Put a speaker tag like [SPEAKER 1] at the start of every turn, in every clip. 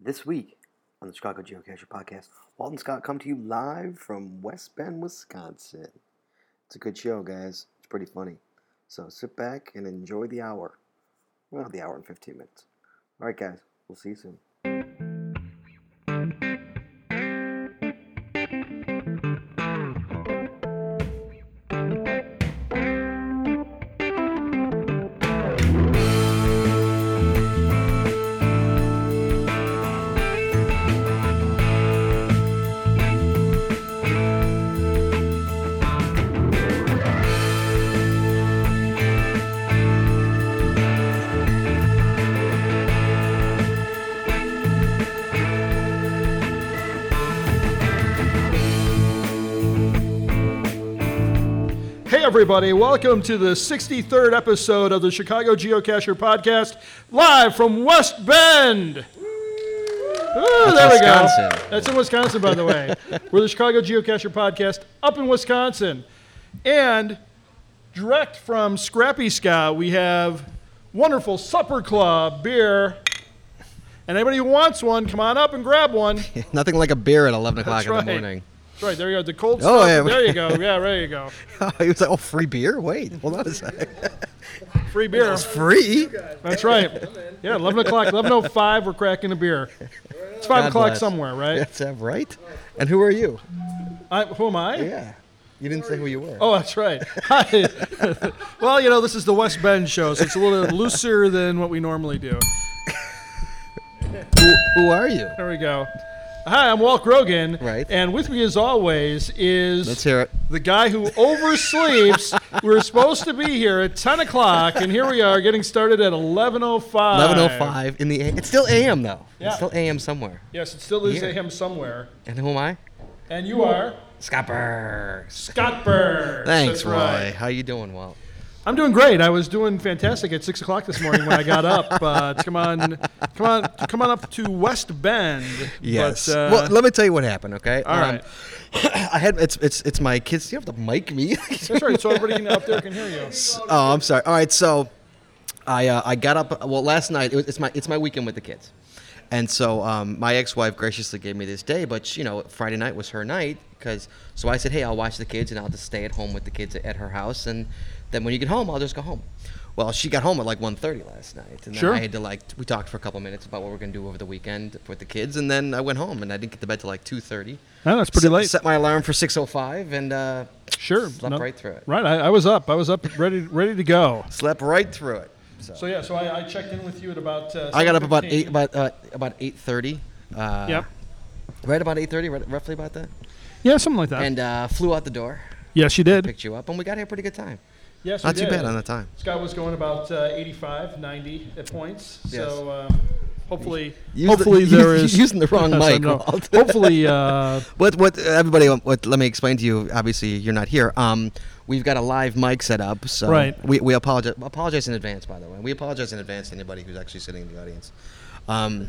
[SPEAKER 1] This week on the Chicago Geocacher podcast, Walt and Scott come to you live from West Bend, Wisconsin. It's a good show, guys. It's pretty funny. So sit back and enjoy the hour. Well, the hour and 15 minutes. All right, guys. We'll see you soon.
[SPEAKER 2] Hey, everybody, welcome to the 63rd episode of the Chicago Geocacher podcast, live from West Bend. Ooh, there we go.
[SPEAKER 3] Wisconsin.
[SPEAKER 2] That's in Wisconsin, by the way. We're the Chicago Geocacher podcast up in Wisconsin. And direct from Scrappy Ska, we have wonderful Supper Club beer. And anybody who wants one, come on up and grab one.
[SPEAKER 3] Nothing like a beer at 11 o'clock
[SPEAKER 2] That's
[SPEAKER 3] in
[SPEAKER 2] right.
[SPEAKER 3] the morning.
[SPEAKER 2] That's right, there you go. The cold
[SPEAKER 3] Oh,
[SPEAKER 2] stuff.
[SPEAKER 3] yeah.
[SPEAKER 2] There you go. Yeah, there you go.
[SPEAKER 3] he was like, oh, free beer? Wait, hold on a sec.
[SPEAKER 2] Free beer.
[SPEAKER 3] Free?
[SPEAKER 2] That's right. Yeah, 11 o'clock, 11.05, we're cracking a beer. It's 5
[SPEAKER 3] God
[SPEAKER 2] o'clock
[SPEAKER 3] bless.
[SPEAKER 2] somewhere, right?
[SPEAKER 3] That's uh, right. And who are you?
[SPEAKER 2] I, who am I?
[SPEAKER 3] Yeah. You didn't say who you were.
[SPEAKER 2] Oh, that's right. Hi. well, you know, this is the West Bend show, so it's a little looser than what we normally do.
[SPEAKER 3] Who, who are you?
[SPEAKER 2] There we go. Hi, I'm Walt Grogan.
[SPEAKER 3] Right.
[SPEAKER 2] And with me, as always, is
[SPEAKER 3] Let's hear it.
[SPEAKER 2] the guy who oversleeps. we were supposed to be here at 10 o'clock, and here we are getting started at 11.05.
[SPEAKER 3] 11.05 in the a- It's still AM, though.
[SPEAKER 2] Yeah.
[SPEAKER 3] It's still AM somewhere.
[SPEAKER 2] Yes, it still is
[SPEAKER 3] Here.
[SPEAKER 2] him somewhere.
[SPEAKER 3] And who am I?
[SPEAKER 2] And you are...
[SPEAKER 3] Scott Burks.
[SPEAKER 2] Scott Burns.
[SPEAKER 3] Thanks,
[SPEAKER 2] That's
[SPEAKER 3] Roy.
[SPEAKER 2] right.
[SPEAKER 3] How you doing, Walt?
[SPEAKER 2] I'm doing great. I was doing fantastic at six o'clock this morning when I got up. Uh, to come on, come on, to come on up to West Bend. But, uh,
[SPEAKER 3] well, let me tell you what happened, okay? Um,
[SPEAKER 2] all right.
[SPEAKER 3] I had, it's, it's, it's my kids. You have to mic me.
[SPEAKER 2] That's right. So everybody can, up there can hear you.
[SPEAKER 3] Oh, I'm sorry. All right, so I uh, I got up. Well, last night it was, it's my it's my weekend with the kids, and so um, my ex-wife graciously gave me this day, but she, you know Friday night was her night because so I said, hey, I'll watch the kids and I'll just stay at home with the kids at her house, and then when you get home, I'll just go home. Well, she got home at like 1.30 last night, and
[SPEAKER 2] Sure.
[SPEAKER 3] then I had to like we talked for a couple minutes about what we're gonna do over the weekend with the kids, and then I went home and I didn't get to bed till like two thirty.
[SPEAKER 2] Oh, that's pretty
[SPEAKER 3] set,
[SPEAKER 2] late.
[SPEAKER 3] Set my alarm for 6:05 and uh,
[SPEAKER 2] Sure.
[SPEAKER 3] slept right through it.
[SPEAKER 2] Right. I, I was up. I was up, ready, ready to go.
[SPEAKER 3] slept right through it.
[SPEAKER 2] So yeah. So I, I checked in with you at about. Uh,
[SPEAKER 3] I got up about
[SPEAKER 2] 7:15.
[SPEAKER 3] eight about uh, about eight thirty. Uh,
[SPEAKER 2] Yep.
[SPEAKER 3] Right about eight thirty, right, roughly about that.
[SPEAKER 2] Yeah, something like that.
[SPEAKER 3] And uh, flew out the door,
[SPEAKER 2] yes, you did.
[SPEAKER 3] picked you up, and we got here pretty good time.
[SPEAKER 2] Yes,
[SPEAKER 3] Not
[SPEAKER 2] we
[SPEAKER 3] too
[SPEAKER 2] did.
[SPEAKER 3] bad on the time.
[SPEAKER 2] Scott was going about uh, 85, 90 at points.
[SPEAKER 3] Yes.
[SPEAKER 2] So um, hopefully,
[SPEAKER 3] Use
[SPEAKER 2] hopefully
[SPEAKER 3] the-
[SPEAKER 2] there
[SPEAKER 3] use-
[SPEAKER 2] is
[SPEAKER 3] using the wrong
[SPEAKER 2] Yes, I
[SPEAKER 3] mic,
[SPEAKER 2] know.
[SPEAKER 3] Walt.
[SPEAKER 2] hopefully, uh,
[SPEAKER 3] What what everybody? What let me explain to you. Obviously, you're not here. Um, we've got a live mic set up, so
[SPEAKER 2] Right.
[SPEAKER 3] We we apologize apologize in advance. By the way, we apologize in advance to anybody who's actually sitting in the audience. Um,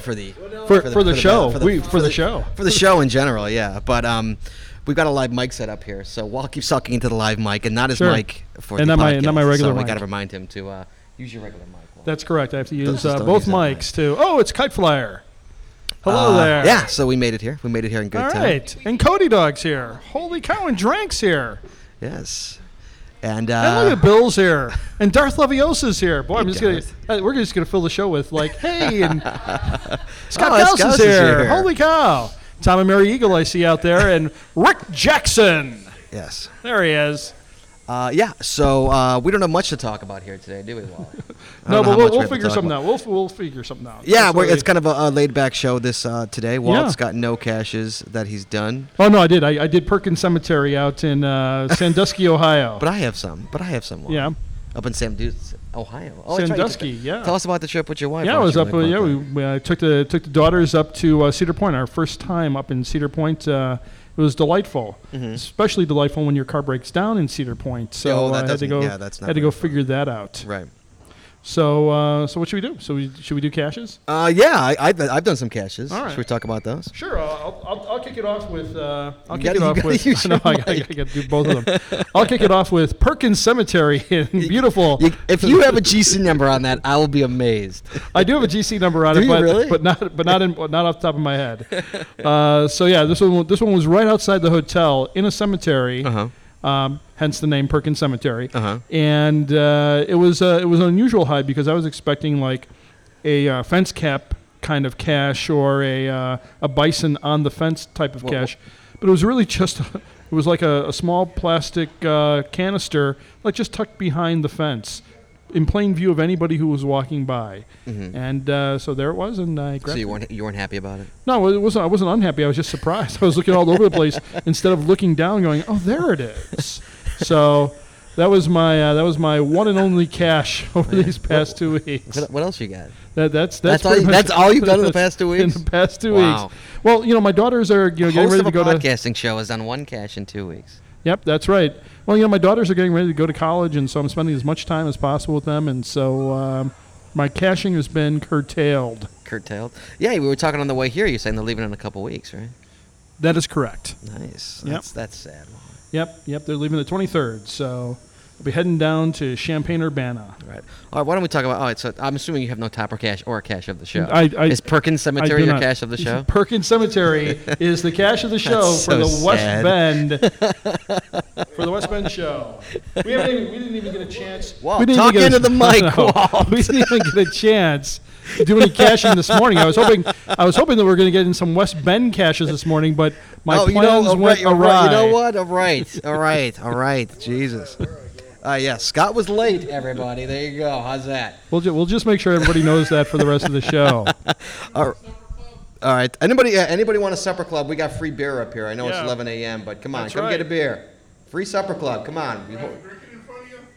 [SPEAKER 3] for the
[SPEAKER 2] for, for, the, show,
[SPEAKER 3] for the-
[SPEAKER 2] we, for, the, show.
[SPEAKER 3] for the show in general, yeah. But um, we've got a live mic set up here, so Walt keeps talking into the live mic and not his
[SPEAKER 2] Sure.
[SPEAKER 3] mic for
[SPEAKER 2] And
[SPEAKER 3] the
[SPEAKER 2] not my-
[SPEAKER 3] podcast.
[SPEAKER 2] not my regular
[SPEAKER 3] So we
[SPEAKER 2] mic.
[SPEAKER 3] got to remind him to uh, use your regular mic. Walt.
[SPEAKER 2] That's correct. I have to use
[SPEAKER 3] Just
[SPEAKER 2] uh,
[SPEAKER 3] don't
[SPEAKER 2] both
[SPEAKER 3] use that mic.
[SPEAKER 2] mics too. Oh, it's Kite Flyer. Hello
[SPEAKER 3] Uh,
[SPEAKER 2] there.
[SPEAKER 3] Yeah, so we made it here. We made it here in good
[SPEAKER 2] All
[SPEAKER 3] time.
[SPEAKER 2] right. And Cody Dog's here. Holy cow! And Drank's here.
[SPEAKER 3] Yes. And
[SPEAKER 2] And
[SPEAKER 3] uh,
[SPEAKER 2] look at Bill's here. And Darth Leviosa's here. Boy, I'm
[SPEAKER 3] Hey,
[SPEAKER 2] just gonna.
[SPEAKER 3] Darth.
[SPEAKER 2] uh, we're just gonna fill the show with like, hey, and Scott
[SPEAKER 3] Oh,
[SPEAKER 2] Gauss
[SPEAKER 3] Scott
[SPEAKER 2] is
[SPEAKER 3] is
[SPEAKER 2] here.
[SPEAKER 3] here.
[SPEAKER 2] Holy cow! Tom and Mary Eagle I see out there, and Rick Jackson.
[SPEAKER 3] yes.
[SPEAKER 2] There he is.
[SPEAKER 3] Uh, yeah. So uh, we don't have much to talk about here today, do we, Walt? I don't know
[SPEAKER 2] No,
[SPEAKER 3] how
[SPEAKER 2] but we'll,
[SPEAKER 3] much we
[SPEAKER 2] we'll
[SPEAKER 3] have to
[SPEAKER 2] figure
[SPEAKER 3] talk
[SPEAKER 2] something
[SPEAKER 3] about.
[SPEAKER 2] out. We'll we'll figure something out.
[SPEAKER 3] Yeah,
[SPEAKER 2] That's
[SPEAKER 3] we're,
[SPEAKER 2] what
[SPEAKER 3] it's
[SPEAKER 2] we-
[SPEAKER 3] kind of a, a laid-back show this uh, today. Walt's
[SPEAKER 2] Yeah.
[SPEAKER 3] got no caches that he's done,
[SPEAKER 2] Oh no, I did. I, I did Perkins Cemetery out in uh, Sandusky, Ohio.
[SPEAKER 3] but I have some. But I have some. Walt.
[SPEAKER 2] yeah,
[SPEAKER 3] Up in Sam Dudes, Ohio. Oh, that's right, you took
[SPEAKER 2] Sandusky,
[SPEAKER 3] the-
[SPEAKER 2] yeah.
[SPEAKER 3] Tell us about the trip with your wife.
[SPEAKER 2] yeah, I
[SPEAKER 3] Why don't
[SPEAKER 2] was
[SPEAKER 3] you
[SPEAKER 2] up. uh,
[SPEAKER 3] really talk
[SPEAKER 2] yeah, we,
[SPEAKER 3] about
[SPEAKER 2] we, uh, took the took the daughters up to uh, Cedar Point. Our first time up in Cedar Point. Uh, it was delightful,
[SPEAKER 3] Mm-hmm.
[SPEAKER 2] especially delightful when your car breaks down in Cedar Point. So
[SPEAKER 3] Oh, that
[SPEAKER 2] I had to
[SPEAKER 3] doesn't-
[SPEAKER 2] go.
[SPEAKER 3] yeah, that's not
[SPEAKER 2] had to
[SPEAKER 3] very
[SPEAKER 2] go
[SPEAKER 3] fun.
[SPEAKER 2] figure that out.
[SPEAKER 3] that? Right.
[SPEAKER 2] So, uh, so what should we do? So, we, should we do caches?
[SPEAKER 3] Uh, yeah, I, I've, I've done some caches.
[SPEAKER 2] All right.
[SPEAKER 3] Should we talk about those?
[SPEAKER 2] Sure, I'll, I'll, I'll kick it off with. Uh, I'll
[SPEAKER 3] You gotta-
[SPEAKER 2] kick it
[SPEAKER 3] you
[SPEAKER 2] off
[SPEAKER 3] gotta
[SPEAKER 2] with.
[SPEAKER 3] use
[SPEAKER 2] I know, I,
[SPEAKER 3] your
[SPEAKER 2] gotta- I
[SPEAKER 3] mic.
[SPEAKER 2] gotta do both of them. I'll kick it off with Perkins Cemetery in beautiful.
[SPEAKER 3] You- if you have a GC number on that, I will be amazed.
[SPEAKER 2] I do have a GC number on
[SPEAKER 3] Do
[SPEAKER 2] it,
[SPEAKER 3] you
[SPEAKER 2] but,
[SPEAKER 3] really?
[SPEAKER 2] but not but not in, but not off the top of my head. Uh, so yeah, this one this one was right outside the hotel in a cemetery.
[SPEAKER 3] Uh-huh.
[SPEAKER 2] Um, hence the name Perkins Cemetery.
[SPEAKER 3] Uh-huh.
[SPEAKER 2] And uh, it was uh, it was an unusual high because I was expecting like a uh, fence cap kind of cash or a uh, a bison on the fence type of cash, but it was really just. It was like a, a small plastic uh, canister, like just tucked behind the fence, in plain view of anybody who was walking by.
[SPEAKER 3] Mm-hmm.
[SPEAKER 2] And uh, so there it was, and I grabbed
[SPEAKER 3] So
[SPEAKER 2] it.
[SPEAKER 3] you weren't you weren't happy about it?
[SPEAKER 2] No, it wasn't. I wasn't unhappy. I was just surprised. I was looking all over the place instead of looking down, going, "Oh, there it is." So that was my uh, that was my one and only cash over these past two weeks.
[SPEAKER 3] What, what else you got?
[SPEAKER 2] That, that's that's
[SPEAKER 3] That's all
[SPEAKER 2] pretty
[SPEAKER 3] you-
[SPEAKER 2] much-
[SPEAKER 3] that's all you've done in the past two
[SPEAKER 2] In
[SPEAKER 3] weeks?
[SPEAKER 2] the past two
[SPEAKER 3] Wow.
[SPEAKER 2] weeks. Well, you know, my daughters are you know getting
[SPEAKER 3] Host
[SPEAKER 2] ready
[SPEAKER 3] of
[SPEAKER 2] to
[SPEAKER 3] a
[SPEAKER 2] go to
[SPEAKER 3] podcasting show is on one cache in two weeks.
[SPEAKER 2] Yep, that's right. Well, you know, my daughters are getting ready to go to college, and so I'm spending as much time as possible with them, and so um, my caching has been curtailed.
[SPEAKER 3] Curtailed. Yeah, we were talking on the way here. You're saying they're leaving in a couple weeks, right?
[SPEAKER 2] That is correct.
[SPEAKER 3] Nice.
[SPEAKER 2] Yep.
[SPEAKER 3] That's that's sad.
[SPEAKER 2] Yep, yep, they're leaving the 23rd, so I'll be heading down to Champaign Urbana.
[SPEAKER 3] All right. All right. Why don't we talk about? All right. So I'm assuming you have no topper cache or cache of the show.
[SPEAKER 2] I- I-
[SPEAKER 3] is Perkins
[SPEAKER 2] I do
[SPEAKER 3] Cemetery your
[SPEAKER 2] not-
[SPEAKER 3] cache of the show?
[SPEAKER 2] Perkins Cemetery is the cache of the show
[SPEAKER 3] That's
[SPEAKER 2] for
[SPEAKER 3] so
[SPEAKER 2] the West
[SPEAKER 3] sad.
[SPEAKER 2] Bend. for the West Bend show. We, haven't even, we didn't even get a chance.
[SPEAKER 3] Walt,
[SPEAKER 2] we didn't
[SPEAKER 3] Oh, talk
[SPEAKER 2] even get a-
[SPEAKER 3] into the mic,
[SPEAKER 2] I know.
[SPEAKER 3] Walt.
[SPEAKER 2] We didn't even get a chance to do any caching this morning. I was hoping I was hoping that we were going to get in some West Bend caches this morning, but my
[SPEAKER 3] oh, you know,
[SPEAKER 2] plans
[SPEAKER 3] all
[SPEAKER 2] went
[SPEAKER 3] right, all
[SPEAKER 2] awry.
[SPEAKER 3] right, you know what? All right. All right. All right. Jesus. Uh, yeah, Scott was late, everybody. There you go. How's that?
[SPEAKER 2] We'll, ju- we'll just make sure everybody knows that for the rest of the show.
[SPEAKER 3] All right. Anybody uh, anybody want a supper club? We got free beer up here. I know
[SPEAKER 2] Yeah.
[SPEAKER 3] it's 11 a.m., but come on,
[SPEAKER 2] That's
[SPEAKER 3] come
[SPEAKER 2] right.
[SPEAKER 3] get a beer. Free supper club. Come on. We-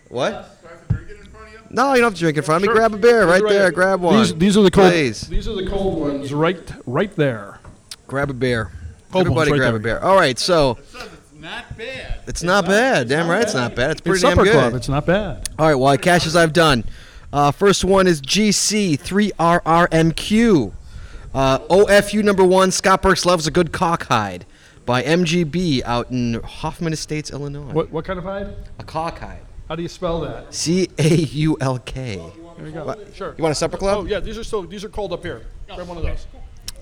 [SPEAKER 3] What?
[SPEAKER 4] Do I have to drink it in front of you?
[SPEAKER 3] No, you don't have to drink in front of me.
[SPEAKER 2] Sure.
[SPEAKER 3] Grab a beer right
[SPEAKER 2] Right
[SPEAKER 3] there.
[SPEAKER 2] here.
[SPEAKER 3] Grab one.
[SPEAKER 2] These, these are the cold.
[SPEAKER 3] Please.
[SPEAKER 2] These are the cold ones, right, right there.
[SPEAKER 3] Grab a beer.
[SPEAKER 2] Cold ones
[SPEAKER 3] Everybody
[SPEAKER 2] right
[SPEAKER 3] grab
[SPEAKER 2] there.
[SPEAKER 3] a beer. All right, so
[SPEAKER 4] It says it's not bad.
[SPEAKER 3] it's not bad. Damn right, it's not bad. It's pretty
[SPEAKER 2] It's
[SPEAKER 3] damn
[SPEAKER 2] supper
[SPEAKER 3] good.
[SPEAKER 2] club. It's not bad.
[SPEAKER 3] All right, well, caches I've done. Uh, first one is GC3RRMQ. Uh, OFU number one, Scott Burks Loves a Good Cockhide by MGB out in Hoffman Estates, Illinois.
[SPEAKER 2] What what kind of hide?
[SPEAKER 3] A cockhide.
[SPEAKER 2] How do you spell that?
[SPEAKER 3] C A U L K.
[SPEAKER 2] There we go. Sure.
[SPEAKER 3] You want a supper club?
[SPEAKER 2] Oh yeah, these are still these are cold up here. Grab one of those.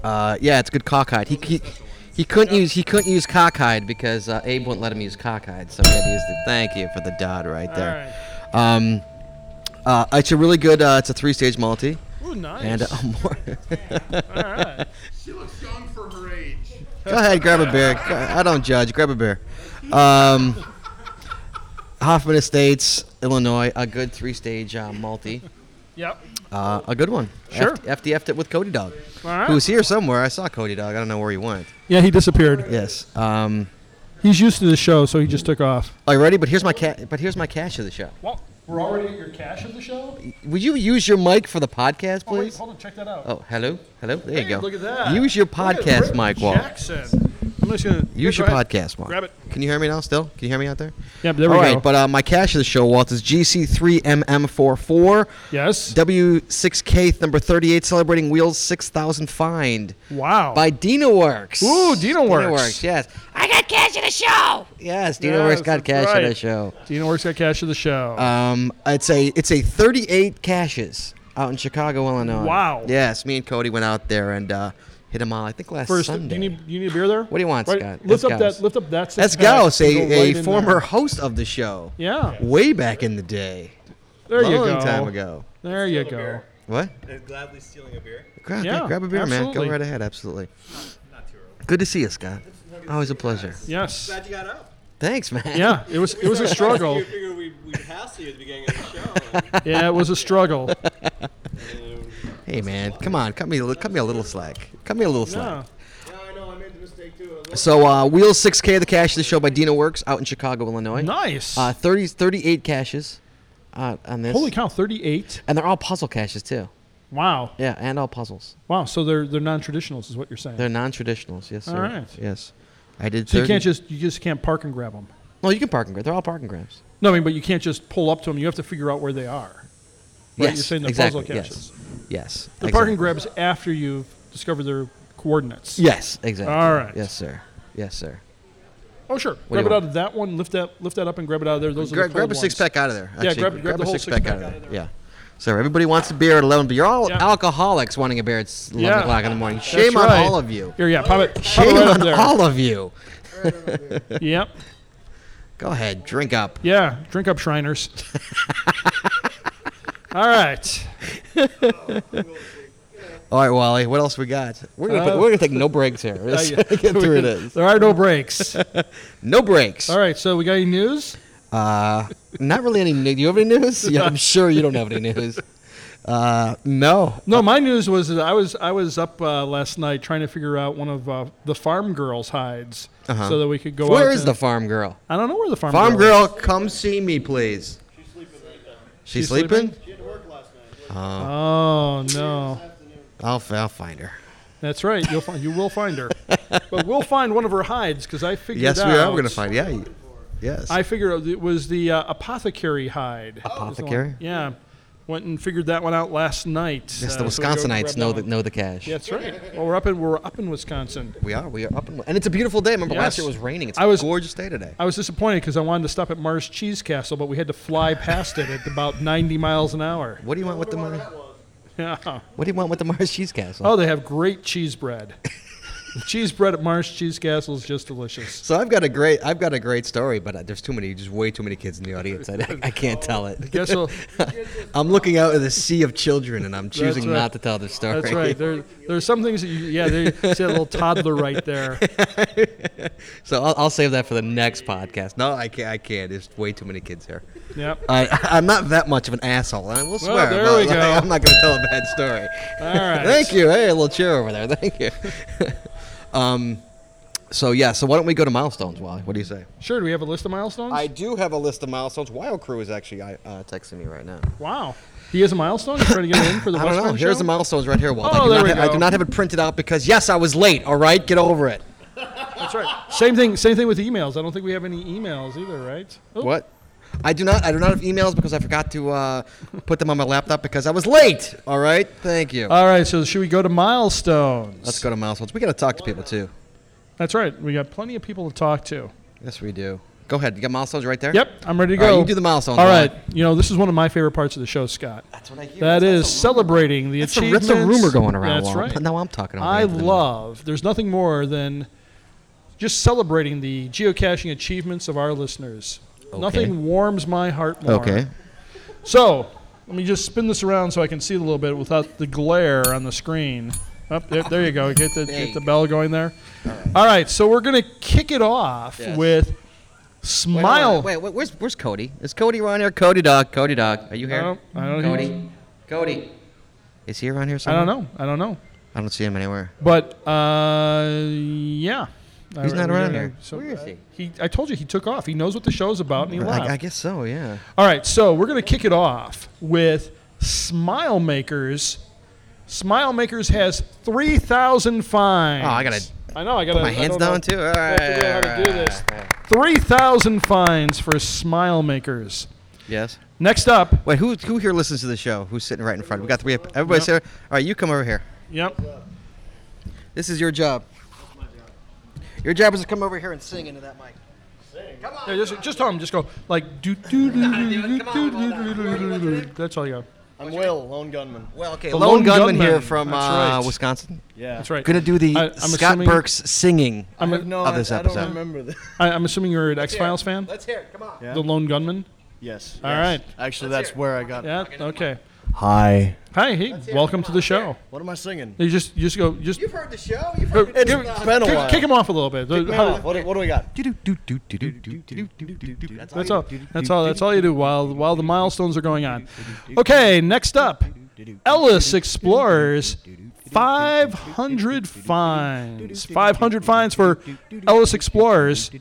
[SPEAKER 3] Uh, yeah, it's good cockeyed. He, he, he couldn't use he couldn't use cockeyed because uh, Abe wouldn't let him use cockeyed, so he had to use the. Thank you for the dot right there. Um, uh, it's a really good. Uh, it's a three-stage multi,
[SPEAKER 2] Ooh, nice.
[SPEAKER 3] and uh, more.
[SPEAKER 2] All right.
[SPEAKER 4] She looks young for her age.
[SPEAKER 3] Go ahead, grab a beer. Go- I don't judge. Grab a beer. Um, Hoffman Estates, Illinois, a good three-stage uh, multi,
[SPEAKER 2] Yep.
[SPEAKER 3] uh, a good one.
[SPEAKER 2] Sure.
[SPEAKER 3] FDF'd it with Cody Dog,
[SPEAKER 2] All right.
[SPEAKER 3] who's here somewhere. I saw Cody Dog. I don't know where he went.
[SPEAKER 2] Yeah, he disappeared.
[SPEAKER 3] Yes. Um,
[SPEAKER 2] He's used to the show, so he just took off.
[SPEAKER 3] All right, ready? But here's my cat. But here's my cash of the show.
[SPEAKER 2] Well, we're already at your cash of the show.
[SPEAKER 3] Would you use your mic for the podcast,
[SPEAKER 2] Oh, wait,
[SPEAKER 3] please?
[SPEAKER 2] hold on, check that out.
[SPEAKER 3] Oh, hello, hello. There you
[SPEAKER 2] Hey,
[SPEAKER 3] go.
[SPEAKER 2] Look at that.
[SPEAKER 3] Use your
[SPEAKER 2] Look at
[SPEAKER 3] podcast
[SPEAKER 2] Rick
[SPEAKER 3] mic, Walt.
[SPEAKER 2] Jackson. I'm just gonna
[SPEAKER 3] Use
[SPEAKER 2] yeah,
[SPEAKER 3] your
[SPEAKER 2] go ahead.
[SPEAKER 3] podcast mic.
[SPEAKER 2] Grab it.
[SPEAKER 3] Can you hear me now? Still? Can you hear me out there?
[SPEAKER 2] Yep, there we
[SPEAKER 3] All right,
[SPEAKER 2] go.
[SPEAKER 3] but uh, my cash of the show, Walt, is GC3MM44.
[SPEAKER 2] Yes.
[SPEAKER 3] W6K number 38 celebrating Wheels 6000 find.
[SPEAKER 2] Wow.
[SPEAKER 3] By Dino Works.
[SPEAKER 2] Ooh, Dino Works.
[SPEAKER 3] yes. I got cash of the show. Yes, Dino
[SPEAKER 2] Yes,
[SPEAKER 3] Works got
[SPEAKER 2] that's
[SPEAKER 3] cash of the
[SPEAKER 2] right.
[SPEAKER 3] show.
[SPEAKER 2] Dino works got cash of the show.
[SPEAKER 3] Um, it's a it's a 38 caches out in Chicago, Illinois.
[SPEAKER 2] Wow.
[SPEAKER 3] Yes, me and Cody went out there and uh, hit them all. I think last
[SPEAKER 2] First,
[SPEAKER 3] Sunday.
[SPEAKER 2] do you need you need a beer there? What
[SPEAKER 3] do you want, Scott?
[SPEAKER 2] Lift
[SPEAKER 3] Let's
[SPEAKER 2] up
[SPEAKER 3] go.
[SPEAKER 2] that lift up that. six
[SPEAKER 3] That's
[SPEAKER 2] pack
[SPEAKER 3] Gauss,
[SPEAKER 2] and go right
[SPEAKER 3] a,
[SPEAKER 2] in
[SPEAKER 3] a
[SPEAKER 2] there.
[SPEAKER 3] former host of the show.
[SPEAKER 2] Yeah.
[SPEAKER 3] Way back in the day.
[SPEAKER 2] There you
[SPEAKER 3] long
[SPEAKER 2] go.
[SPEAKER 3] time ago.
[SPEAKER 2] There you go.
[SPEAKER 3] What?
[SPEAKER 5] gladly stealing a beer.
[SPEAKER 3] Grab,
[SPEAKER 2] Yeah,
[SPEAKER 3] grab a beer, man.
[SPEAKER 2] absolutely.
[SPEAKER 3] Go right ahead. Absolutely. Good to see you, Scott. Always a pleasure.
[SPEAKER 2] Yes.
[SPEAKER 5] Glad you got up.
[SPEAKER 3] Thanks, man.
[SPEAKER 2] Yeah, it was it was a struggle.
[SPEAKER 5] We figured we'd, we'd hassle you at the beginning of the show. and-
[SPEAKER 2] Yeah, it was a struggle.
[SPEAKER 5] and-
[SPEAKER 3] Hey, man. Come on. Cut me. a li- Cut me a little slack. Cut me a little slack.
[SPEAKER 2] Yeah.
[SPEAKER 5] yeah, I know. I made the mistake too. I was
[SPEAKER 3] So, uh, Wheels 6K, the cache of the show by Dino Works out in Chicago, Illinois.
[SPEAKER 2] Nice.
[SPEAKER 3] Uh, 30, 38 caches uh, on this.
[SPEAKER 2] Holy cow, 38.
[SPEAKER 3] And they're all puzzle caches, too.
[SPEAKER 2] Wow.
[SPEAKER 3] Yeah, and all puzzles.
[SPEAKER 2] Wow, so they're they're non-traditionals is what you're saying.
[SPEAKER 3] They're non traditionals. Yes,
[SPEAKER 2] All
[SPEAKER 3] sir.
[SPEAKER 2] right.
[SPEAKER 3] Yes. I did
[SPEAKER 2] so you
[SPEAKER 3] 30
[SPEAKER 2] can't just you just can't park and grab them.
[SPEAKER 3] Well, you can park and grab. They're all parking grabs.
[SPEAKER 2] No, I mean, but you can't just pull up to them. You have to figure out where they are. Right?
[SPEAKER 3] Yes,
[SPEAKER 2] You're saying the
[SPEAKER 3] exactly.
[SPEAKER 2] puzzle catches.
[SPEAKER 3] Yes. yes
[SPEAKER 2] The
[SPEAKER 3] exactly.
[SPEAKER 2] parking grabs after you've discovered their coordinates.
[SPEAKER 3] Yes, exactly.
[SPEAKER 2] All right.
[SPEAKER 3] Yes, sir. Yes, sir.
[SPEAKER 2] Oh sure.
[SPEAKER 3] What do
[SPEAKER 2] grab
[SPEAKER 3] you
[SPEAKER 2] it out
[SPEAKER 3] want?
[SPEAKER 2] of that one. Lift that. Lift that up and grab it out of there. Those are
[SPEAKER 3] Grab,
[SPEAKER 2] the
[SPEAKER 3] grab
[SPEAKER 2] cold
[SPEAKER 3] a six
[SPEAKER 2] ones.
[SPEAKER 3] pack out of there.
[SPEAKER 2] Yeah,
[SPEAKER 3] Actually,
[SPEAKER 2] grab- grab the
[SPEAKER 3] a
[SPEAKER 2] whole
[SPEAKER 3] six
[SPEAKER 2] six
[SPEAKER 3] pack
[SPEAKER 2] pack
[SPEAKER 3] out of
[SPEAKER 2] out of
[SPEAKER 3] there. Yeah. So everybody wants a beer at 11, but you're all
[SPEAKER 2] Yeah.
[SPEAKER 3] alcoholics wanting a beer at 11
[SPEAKER 2] Yeah.
[SPEAKER 3] o'clock in the morning.
[SPEAKER 2] That's
[SPEAKER 3] Shame on
[SPEAKER 2] right.
[SPEAKER 3] all of you.
[SPEAKER 2] Here, yeah, pop it. Pop
[SPEAKER 3] Shame
[SPEAKER 2] it right up
[SPEAKER 3] on
[SPEAKER 2] there.
[SPEAKER 3] all of you.
[SPEAKER 2] Yep.
[SPEAKER 3] Go ahead, drink up.
[SPEAKER 2] Yeah. Drink up, Shriners. all right.
[SPEAKER 3] All right, Wally, what else we got? We're gonna,
[SPEAKER 2] Uh,
[SPEAKER 3] we're gonna take no breaks here. We're just gonna get through this.
[SPEAKER 2] There are no breaks.
[SPEAKER 3] No breaks.
[SPEAKER 2] All right. So we got any news?
[SPEAKER 3] Uh, not really any news. Do you have any news? Yeah, I'm sure you don't have any news. Uh, no.
[SPEAKER 2] No, my news was that I was I was up uh, last night trying to figure out one of uh, the farm girls' hides so that we could go.
[SPEAKER 3] Uh-huh. Where
[SPEAKER 2] out
[SPEAKER 3] is
[SPEAKER 2] to-
[SPEAKER 3] the farm girl?
[SPEAKER 2] I don't know where the farm.
[SPEAKER 3] Farm
[SPEAKER 2] girl.
[SPEAKER 3] girl, come see me, please. She's
[SPEAKER 2] She's
[SPEAKER 3] sleeping.
[SPEAKER 2] sleeping?
[SPEAKER 5] She had to work last night.
[SPEAKER 2] is. Oh no.
[SPEAKER 3] I'll, f- I'll find her.
[SPEAKER 2] That's right. You'll find you will find her, but we'll find one of her hides because I figured
[SPEAKER 3] Yes,
[SPEAKER 2] out.
[SPEAKER 3] we are. We're gonna find. Yeah. you- Yes.
[SPEAKER 2] I figured out it was the uh, apothecary hide. Was the one-
[SPEAKER 3] Oh. Apothecary?
[SPEAKER 2] Yeah, went and figured that one out last night.
[SPEAKER 3] yes,
[SPEAKER 2] Uh,
[SPEAKER 3] the
[SPEAKER 2] so we go
[SPEAKER 3] Wisconsinites
[SPEAKER 2] grab
[SPEAKER 3] know
[SPEAKER 2] that
[SPEAKER 3] the
[SPEAKER 2] one.
[SPEAKER 3] know the cash.
[SPEAKER 2] Yeah, that's right. Well, we're up in we're up in Wisconsin.
[SPEAKER 3] We are. We are up and and it's a beautiful day. Remember last
[SPEAKER 2] Yes.
[SPEAKER 3] year it was raining. It's
[SPEAKER 2] I was-
[SPEAKER 3] a gorgeous day today.
[SPEAKER 2] I was disappointed because I wanted to stop at Mars Cheese Castle, but we had to fly past it at about 90 miles an hour.
[SPEAKER 3] What do you want with the Mar-
[SPEAKER 2] Yeah.
[SPEAKER 3] What do you want with the Mars Cheese Castle?
[SPEAKER 2] Oh, they have great cheese bread. The cheese bread at Mars Cheese Castle is just delicious.
[SPEAKER 3] So I've got a great I've got a great story, but uh, there's too many, just way too many kids in the audience. I, I can't tell it.
[SPEAKER 2] Guess we'll-
[SPEAKER 3] I'm looking out at the sea of children, and I'm choosing
[SPEAKER 2] right.
[SPEAKER 3] not to tell the story.
[SPEAKER 2] That's right. There, there's some things that you, yeah, there, see that little toddler right there.
[SPEAKER 3] So I'll, I'll save that for the next podcast. No, I can't. I can't. There's way too many kids here.
[SPEAKER 2] Yep.
[SPEAKER 3] I, I'm not that much of an asshole, and I will swear.
[SPEAKER 2] there
[SPEAKER 3] but,
[SPEAKER 2] we
[SPEAKER 3] like,
[SPEAKER 2] go.
[SPEAKER 3] I'm not going to tell a bad story.
[SPEAKER 2] All right.
[SPEAKER 3] Thank you. Hey, a little cheer over there. Thank you. um, so yeah. So why don't we go to milestones, Wally? What do you say?
[SPEAKER 2] Sure. Do we have a list of milestones?
[SPEAKER 3] I do have a list of milestones. Wild Crew is actually uh, texting me right now.
[SPEAKER 2] wow. He has a milestone. He's trying to get it in for the
[SPEAKER 3] I don't know.
[SPEAKER 2] Western
[SPEAKER 3] Here's
[SPEAKER 2] show?
[SPEAKER 3] the milestones right here, Walt. I,
[SPEAKER 2] Oh,
[SPEAKER 3] do
[SPEAKER 2] there
[SPEAKER 3] not
[SPEAKER 2] we
[SPEAKER 3] ha- I
[SPEAKER 2] go.
[SPEAKER 3] do not have it printed out because, yes, I was late. All right, get over it.
[SPEAKER 2] That's right. Same thing. Same thing with emails. I don't think we have any emails either, right? Oh,
[SPEAKER 3] What? I do not. I do not have emails because I forgot to uh, put them on my laptop because I was late. All right, thank you.
[SPEAKER 2] All right. So should we go to milestones?
[SPEAKER 3] Let's go to milestones. We got to talk to people too.
[SPEAKER 2] That's right. We got plenty of people to talk to.
[SPEAKER 3] Yes, we do. Go ahead. You got milestones right there.
[SPEAKER 2] Yep, I'm ready to
[SPEAKER 3] All
[SPEAKER 2] go.
[SPEAKER 3] right, you do the milestones,
[SPEAKER 2] All
[SPEAKER 3] Wally.
[SPEAKER 2] right. You know, this is one of my favorite parts of the show, Scott.
[SPEAKER 3] That's what I hear.
[SPEAKER 2] That is celebrating the
[SPEAKER 3] That's a,
[SPEAKER 2] achievements.
[SPEAKER 3] that's a rumor going around.
[SPEAKER 2] That's
[SPEAKER 3] Walt.
[SPEAKER 2] right.
[SPEAKER 3] Now I'm talking. over
[SPEAKER 2] I
[SPEAKER 3] here for the-
[SPEAKER 2] love. There's nothing more than just celebrating the geocaching achievements of our listeners. Nothing warms my heart more.
[SPEAKER 3] Okay.
[SPEAKER 2] So let me just spin this around so I can see it a little bit without the glare on the screen. Up there, there you go. Get the
[SPEAKER 3] There
[SPEAKER 2] get
[SPEAKER 3] you
[SPEAKER 2] the bell going there. All right. So we're gonna kick it off
[SPEAKER 3] Yes.
[SPEAKER 2] with
[SPEAKER 3] Wait,
[SPEAKER 2] smile.
[SPEAKER 3] Wait, wait, where's where's Cody? Is Cody on here? Cody dog. Cody dog. Are you here?
[SPEAKER 2] I don't- Oh, I don't
[SPEAKER 3] Cody.
[SPEAKER 2] hear-
[SPEAKER 3] Cody. Is he around here
[SPEAKER 2] I
[SPEAKER 3] somewhere?
[SPEAKER 2] don't know. I don't know.
[SPEAKER 3] I don't see him anywhere.
[SPEAKER 2] But uh, yeah,
[SPEAKER 3] He's
[SPEAKER 2] I-
[SPEAKER 3] not
[SPEAKER 2] I-
[SPEAKER 3] around
[SPEAKER 2] I-
[SPEAKER 3] here.
[SPEAKER 2] So
[SPEAKER 3] Where is he?
[SPEAKER 2] He, I told you he took off. He knows what the show's about, and he left.
[SPEAKER 3] I, I guess so. Yeah.
[SPEAKER 2] All right, so we're gonna kick it off with Smile Makers. Smile Makers has three thousand fines.
[SPEAKER 3] Oh, I gotta
[SPEAKER 2] I know. I gotta.
[SPEAKER 3] Put my
[SPEAKER 2] I
[SPEAKER 3] hands
[SPEAKER 2] don't know.
[SPEAKER 3] down too. All right.
[SPEAKER 2] I figure out how to do this. Three thousand fines for Smile Makers.
[SPEAKER 3] Yes.
[SPEAKER 2] Next up.
[SPEAKER 3] Wait, who who here listens to the show? Who's sitting right in front? We got three. Everybody's here. All right, you come over here.
[SPEAKER 2] Yep.
[SPEAKER 3] This is your job. Your job is to come over here and sing into that mic.
[SPEAKER 2] Yeah, just, just tell him. Just go like do do do do do do do do do. That's all you got.
[SPEAKER 5] I'm Will, lone gunman.
[SPEAKER 3] Well, okay.
[SPEAKER 2] The
[SPEAKER 3] Lone,
[SPEAKER 2] lone
[SPEAKER 3] gunman,
[SPEAKER 2] gunman.
[SPEAKER 3] here from
[SPEAKER 2] That's
[SPEAKER 3] uh,
[SPEAKER 2] right.
[SPEAKER 3] Wisconsin.
[SPEAKER 5] Yeah.
[SPEAKER 2] That's right.
[SPEAKER 3] Gonna do the
[SPEAKER 2] I- I'm
[SPEAKER 3] Scott
[SPEAKER 2] assuming-
[SPEAKER 3] Burks singing.
[SPEAKER 2] I'm,
[SPEAKER 5] No,
[SPEAKER 3] Of this
[SPEAKER 5] I, I don't
[SPEAKER 3] episode.
[SPEAKER 5] remember this.
[SPEAKER 2] I, I'm assuming you're an X Files fan,
[SPEAKER 3] Let's hear it. Come on.
[SPEAKER 5] Yeah.
[SPEAKER 2] the Lone Gunman.
[SPEAKER 5] Yes.
[SPEAKER 2] All
[SPEAKER 5] yes.
[SPEAKER 2] right.
[SPEAKER 5] Actually, that's where I got.
[SPEAKER 2] Yeah. Okay.
[SPEAKER 5] Hi.
[SPEAKER 2] Hi. Hey. Welcome to the show.
[SPEAKER 5] What am I singing?
[SPEAKER 2] You just you just go just
[SPEAKER 3] You've heard the show. You've
[SPEAKER 2] go-
[SPEAKER 3] heard
[SPEAKER 2] give-
[SPEAKER 5] It's been a
[SPEAKER 2] kick-
[SPEAKER 5] while.
[SPEAKER 2] kick him off a little bit. How-
[SPEAKER 5] What, do- what do we got?
[SPEAKER 2] That's all. That's all. That's all you do while while the milestones are going on. Okay. Next up, Ellis explores 500 finds. 500 finds for Ellis explorers.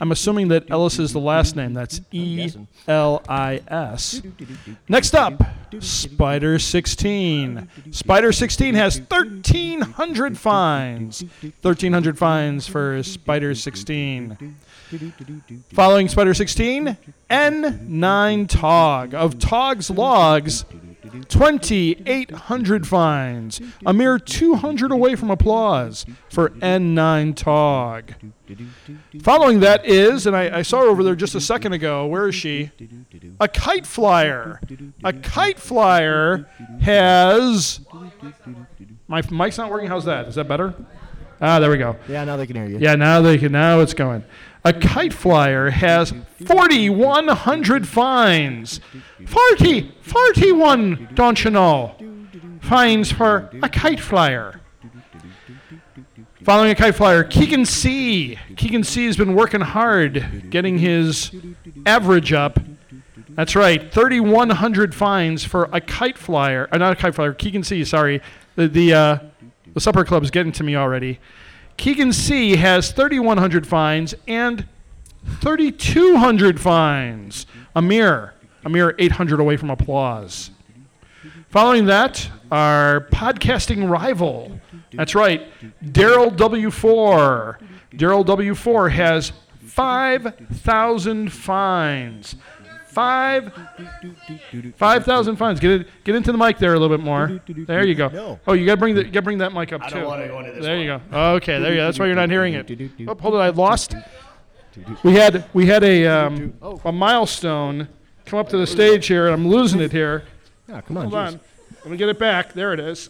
[SPEAKER 2] I'm assuming that Ellis is the last name. That's E L I S. Next up, Spider 16. Spider 16 has 1,300 finds. 1,300 finds for Spider 16. Following Spider 16, N9 Tog. Of Tog's logs, 2,800 fines, a mere 200 away from applause for N9 Tog. Following that is, and I, I saw her over there just a second ago, where is she? A kite flyer. A kite flyer has. My mic's not working. How's that? Is that better? Ah, there we go.
[SPEAKER 5] Yeah, now they can hear you.
[SPEAKER 2] Yeah, now they can. Now it's going. A kite flyer has 4,100 fines. 40, 41, don't you know? Fines for a kite flyer. Following a kite flyer, Keegan C. Keegan C has been working hard getting his average up. That's right, 3,100 fines for a kite flyer. Uh, not a kite flyer, Keegan C, sorry. The, the, uh, the supper club's getting to me already. Keegan C has 3,100 fines and 3,200 fines. A mere, a mere 800 away from applause. Following that, our podcasting rival. That's right, Daryl W4. Daryl W4 has 5,000 fines. Five, 5,000 fines. Get it, get into the mic there a little bit more. There you go.
[SPEAKER 5] No.
[SPEAKER 2] Oh, you gotta bring the, you gotta bring that mic up too. There you go. Okay, there you go. That's why you're not hearing it. Oh, hold it. I lost. We had we had a um, a milestone come up to the stage here, and I'm losing it here.
[SPEAKER 5] Yeah, come on.
[SPEAKER 2] Hold
[SPEAKER 5] jeez.
[SPEAKER 2] on. Let me get it back. There it is.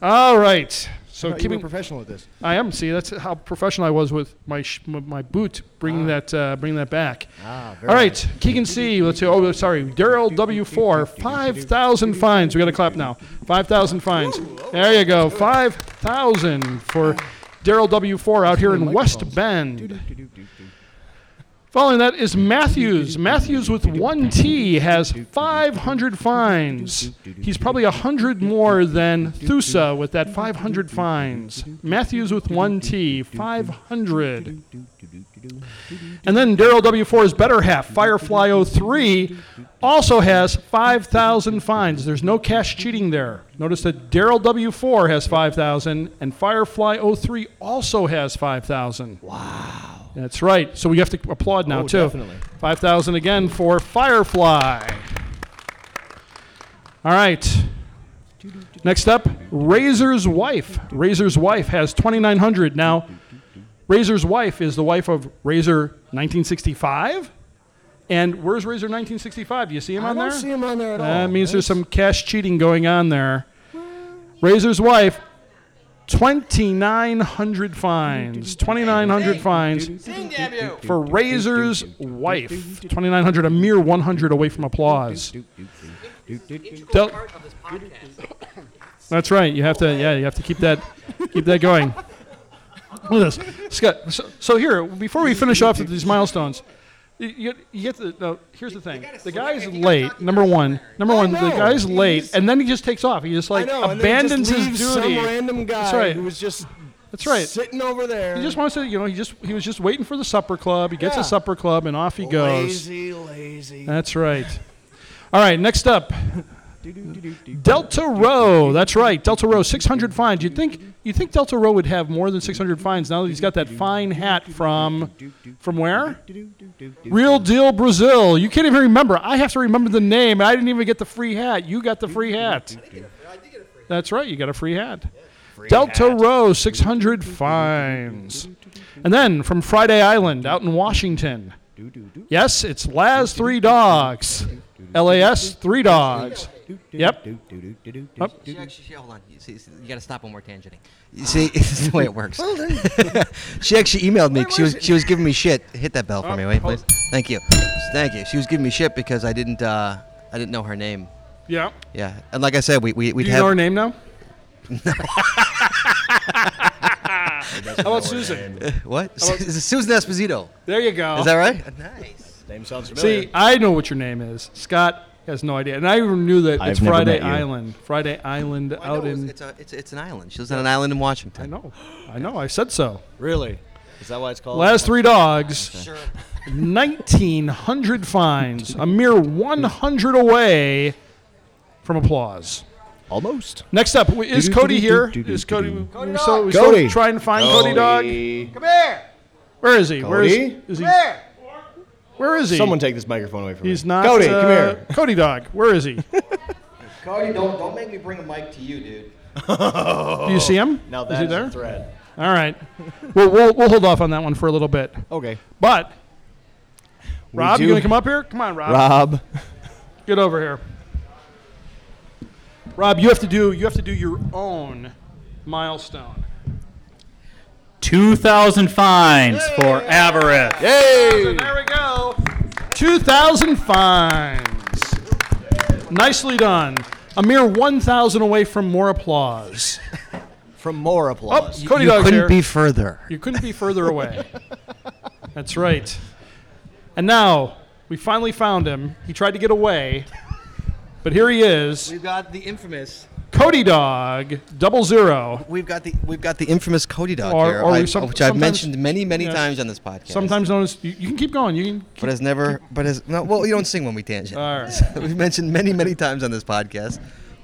[SPEAKER 2] All right.
[SPEAKER 5] Thought you
[SPEAKER 2] So
[SPEAKER 5] were
[SPEAKER 2] keeping,
[SPEAKER 5] professional at this.
[SPEAKER 2] I am. See, that's how professional I was with my sh- with my boot, bringing that uh, bringing that back.
[SPEAKER 5] Ah, very
[SPEAKER 2] All right, Keegan C. Let's see. Oh, sorry, Daryl W. Four. Five thousand fines. We got to clap now. Five thousand fines. There you go. Five thousand for Daryl W. Four out here in West Bend. Following that is Matthews. Matthews with one T has 500 fines. He's probably 100 more than Thusa with that 500 fines. Matthews with one T, 500. And then Daryl W4's better half, Firefly 03, also has 5,000 fines. There's no cash cheating there. Notice that Daryl W4 has 5,000 and Firefly 03 also has 5,000. Wow. That's right. So we have to applaud now,
[SPEAKER 5] Oh,
[SPEAKER 2] too.
[SPEAKER 5] definitely.
[SPEAKER 2] 5,000 again for Firefly. All right. Next up, Razor's wife. Razor's wife has 2,900. Now, Razor's wife is the wife of Razor 1965. And where's Razor 1965? Do you see him
[SPEAKER 5] I
[SPEAKER 2] on
[SPEAKER 5] don't
[SPEAKER 2] there?
[SPEAKER 5] see him on there at all.
[SPEAKER 2] That means there's
[SPEAKER 5] That's-
[SPEAKER 2] some cash cheating going on there. Razor's wife, 2,900 fines. 2,900 fines
[SPEAKER 6] Sing, debut.
[SPEAKER 2] for Razor's wife. 2,900, a mere 100 away from applause.
[SPEAKER 6] Integral
[SPEAKER 2] Del-
[SPEAKER 6] part of this podcast.
[SPEAKER 2] That's right. You have to, yeah, you have to keep that, keep that going. Look at this, Scott. So, so here, before we finish off with these milestones, you, you, you get the. No, here's the thing: the guy's late. Number one, number one, the
[SPEAKER 5] know.
[SPEAKER 2] guy's
[SPEAKER 5] He
[SPEAKER 2] late,
[SPEAKER 5] just-
[SPEAKER 2] and then he just takes off. He just like
[SPEAKER 5] I know, and then
[SPEAKER 2] abandons
[SPEAKER 5] just
[SPEAKER 2] his
[SPEAKER 5] leaves
[SPEAKER 2] duty.
[SPEAKER 5] Some random guy
[SPEAKER 2] That's right.
[SPEAKER 5] who was just
[SPEAKER 2] That's right.
[SPEAKER 5] sitting over there.
[SPEAKER 2] he just wants to, you know, he just he was just waiting for the supper club. He gets
[SPEAKER 5] Yeah.
[SPEAKER 2] a supper club, and off he goes.
[SPEAKER 5] lazy, lazy.
[SPEAKER 2] That's right. All right, next up, Delta Row. That's right, Delta Row. Six hundred fines. You think you think Delta Row would have more than six hundred fines now that he's got that fine hat from from where? Real Deal Brazil. You can't even remember. I have to remember the name. I didn't even get the free hat. You got the free hat. That's right. You got a free hat. Delta Row, 600 fines. And then from Friday Island out in Washington. Yes, it's Laz Three Dogs. LAS Three Dogs. Yep. Up.
[SPEAKER 3] She actually, she, hold on. You, see, see, you gotta stop when we're tangenting. You see, this is the way it works. she actually emailed me. She was she was giving me shit. Hit that bell for
[SPEAKER 2] Oh,
[SPEAKER 3] me, wait, please. Thank you, thank you. She was giving me shit because I didn't uh, I didn't know her name.
[SPEAKER 2] Yeah.
[SPEAKER 3] Yeah, and like I said, we we we'd
[SPEAKER 2] Do you
[SPEAKER 3] have.
[SPEAKER 2] know her name now? How about Susan?
[SPEAKER 3] What? Susan Esposito.
[SPEAKER 2] There you go.
[SPEAKER 3] Is that right? Nice.
[SPEAKER 5] Name sounds familiar.
[SPEAKER 2] See, I know what your name is. Scott has no idea. And I even knew that it's
[SPEAKER 5] I've never
[SPEAKER 2] Friday
[SPEAKER 5] met you.
[SPEAKER 2] Island. Friday Island out in.
[SPEAKER 3] Oh, it's, a, it's, it's an island. She lives on an island in Washington.
[SPEAKER 2] I know. I know. I said so.
[SPEAKER 5] really? Is that why it's called?
[SPEAKER 2] Last three dogs, 1,900 fines, a mere 100 away from applause.
[SPEAKER 5] Almost.
[SPEAKER 2] Next up, w- is Cody here? Is Cody?
[SPEAKER 6] Cody
[SPEAKER 2] we still, we
[SPEAKER 6] Dog.
[SPEAKER 2] still
[SPEAKER 5] Cody.
[SPEAKER 2] trying to find Cody Dog.
[SPEAKER 6] Come here.
[SPEAKER 2] Where is he? Where is,
[SPEAKER 5] Cody?
[SPEAKER 2] is he?
[SPEAKER 6] Come here.
[SPEAKER 2] Where is he?
[SPEAKER 5] Someone take this microphone away from me.
[SPEAKER 2] He's not.
[SPEAKER 5] Cody,
[SPEAKER 2] uh,
[SPEAKER 5] come here.
[SPEAKER 2] Cody Dog. Where is he?
[SPEAKER 3] Cody, don't don't make me bring a mic to you, dude.
[SPEAKER 2] Do
[SPEAKER 3] Oh.
[SPEAKER 2] you see him?
[SPEAKER 5] Now
[SPEAKER 2] Is
[SPEAKER 5] that's
[SPEAKER 2] he there?
[SPEAKER 5] a threat.
[SPEAKER 2] All right. we'll, we'll, we'll hold off on that one for a little bit.
[SPEAKER 5] Okay.
[SPEAKER 2] But, Rob, you
[SPEAKER 5] do-
[SPEAKER 2] going to come up here? Come on, Rob.
[SPEAKER 5] Rob.
[SPEAKER 2] Get over here. Rob, you have to do you have to do your own milestone.
[SPEAKER 7] 2,000 fines for avarice.
[SPEAKER 2] So there we go. 2,000 fines. Nicely done. A mere 1,000 away from more applause.
[SPEAKER 5] From more
[SPEAKER 2] Oh,
[SPEAKER 5] applause.
[SPEAKER 2] Cody Dog's here.
[SPEAKER 3] further.
[SPEAKER 2] You couldn't be further away. That's right. And now we finally found him. He tried to get away, but here he is,
[SPEAKER 3] We've got the infamous.
[SPEAKER 2] Cody Dog Double Zero.
[SPEAKER 3] We've got the we've got the infamous Cody dog
[SPEAKER 2] Or-
[SPEAKER 3] here,
[SPEAKER 2] or
[SPEAKER 3] I-
[SPEAKER 2] we some-
[SPEAKER 3] which I've
[SPEAKER 2] sometimes-
[SPEAKER 3] mentioned many many
[SPEAKER 2] yeah.
[SPEAKER 3] times on this podcast.
[SPEAKER 2] Sometimes known as you, you can keep going. You can.
[SPEAKER 3] but has never but has no. Well, you don't sing when we tangent.
[SPEAKER 2] All right.
[SPEAKER 3] we've mentioned many many times on this podcast,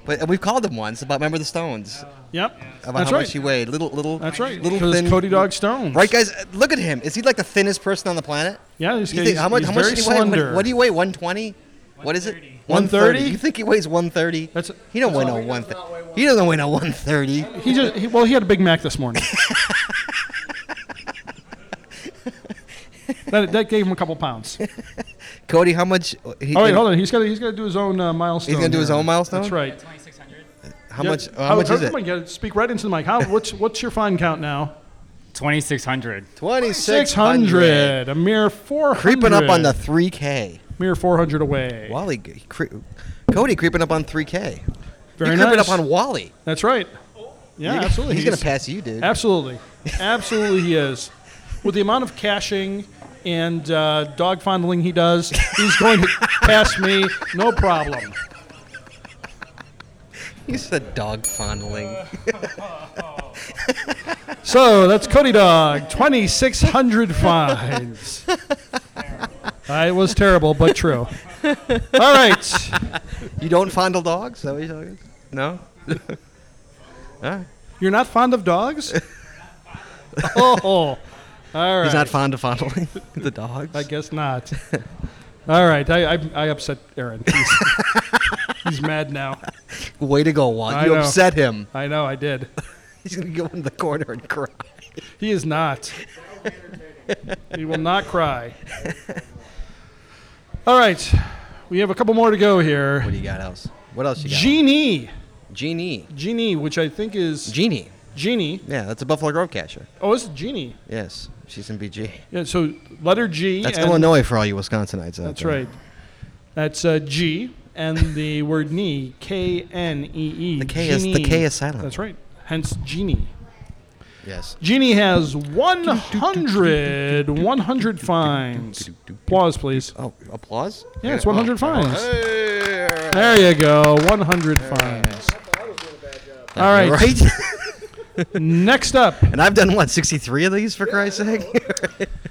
[SPEAKER 3] but and we've called him once about remember the Stones
[SPEAKER 2] Yep.
[SPEAKER 3] about
[SPEAKER 2] That's
[SPEAKER 3] how
[SPEAKER 2] right.
[SPEAKER 3] much he weighed. Little little.
[SPEAKER 2] That's right.
[SPEAKER 3] Little
[SPEAKER 2] 'Cause
[SPEAKER 3] thin
[SPEAKER 2] Cody Dog Stones.
[SPEAKER 3] Right, guys. Uh, Look at him. Is he like the thinnest person on the planet?
[SPEAKER 2] Yeah. He's,
[SPEAKER 3] You
[SPEAKER 2] he's,
[SPEAKER 3] think, how much?
[SPEAKER 2] he's
[SPEAKER 3] How much
[SPEAKER 2] very
[SPEAKER 3] did he weigh? What-
[SPEAKER 2] slender.
[SPEAKER 3] What, do you weigh? One twenty. What is it?
[SPEAKER 2] 130?
[SPEAKER 3] You think he weighs one thirty?
[SPEAKER 2] That's-
[SPEAKER 3] He don't weigh no one. He doesn't weigh no one thirty.
[SPEAKER 2] He just he, well, he had a Big Mac this morning. that, that gave him a couple pounds.
[SPEAKER 3] Cody, how much? uh, He,
[SPEAKER 2] Oh wait, hold on. He's got to he's got to do his own uh, milestone.
[SPEAKER 3] He's gonna do his
[SPEAKER 2] here.
[SPEAKER 3] own milestone?
[SPEAKER 2] That's right.
[SPEAKER 3] How
[SPEAKER 2] Yeah.
[SPEAKER 3] much? How, much is it?
[SPEAKER 2] Come on, get Speak right into the mic. How what's what's your fine count now?
[SPEAKER 7] 2,600.
[SPEAKER 3] Twenty
[SPEAKER 2] Six hundred. A mere four.
[SPEAKER 3] Creeping up on the three k.
[SPEAKER 2] mere four hundred away.
[SPEAKER 3] Wally, g- cre- Cody creeping up on three k.
[SPEAKER 2] Very
[SPEAKER 3] You're creeping
[SPEAKER 2] nice.
[SPEAKER 3] up on Wally.
[SPEAKER 2] That's right. Yeah, absolutely.
[SPEAKER 3] He's gonna pass you, dude.
[SPEAKER 2] Absolutely, absolutely, he is. With the amount of caching and uh, dog fondling he does, he's going to pass me, no problem.
[SPEAKER 3] He said dog fondling.
[SPEAKER 2] So that's Cody Dog, twenty six hundred fines. Uh, it was terrible, but true. All right.
[SPEAKER 3] You don't fondle dogs? Is that what you're talking? No.
[SPEAKER 2] You're not fond of dogs? oh, all right.
[SPEAKER 3] He's not fond of fondling the dogs.
[SPEAKER 2] I guess not. All right. I, I, I upset Aaron. He's, he's mad now.
[SPEAKER 3] Way to go, Juan.
[SPEAKER 2] I
[SPEAKER 3] you
[SPEAKER 2] know.
[SPEAKER 3] upset him.
[SPEAKER 2] I know. I did.
[SPEAKER 3] He's gonna go in the corner and cry.
[SPEAKER 2] He is not. he will not cry. All right. We have a couple more to go
[SPEAKER 3] What
[SPEAKER 2] here.
[SPEAKER 3] do you got else? What else you got?
[SPEAKER 2] Genie.
[SPEAKER 3] Genie.
[SPEAKER 2] Genie, which I think is
[SPEAKER 3] Genie.
[SPEAKER 2] Genie.
[SPEAKER 3] Yeah, that's a Buffalo Grove catcher.
[SPEAKER 2] Oh, it's Genie.
[SPEAKER 3] Yes, she's in BG.
[SPEAKER 2] Yeah, so letter G.
[SPEAKER 3] That's
[SPEAKER 2] and-
[SPEAKER 3] Illinois for all you Wisconsinites out
[SPEAKER 2] That's
[SPEAKER 3] there.
[SPEAKER 2] right. That's uh, G and the word knee, K N E E.
[SPEAKER 3] The K is- the
[SPEAKER 2] Genie.
[SPEAKER 3] K is silent.
[SPEAKER 2] That's right. Hence genie.
[SPEAKER 3] Yes.
[SPEAKER 2] Genie has 100, 100 fines. Applause, please.
[SPEAKER 3] Oh, applause? Oh,
[SPEAKER 2] Yeah, it's 100 fines.
[SPEAKER 3] Hey.
[SPEAKER 2] There you go. 100 fines. All right.
[SPEAKER 3] Right?
[SPEAKER 2] Next up.
[SPEAKER 3] and I've done what, 63 of these for Christ's sake?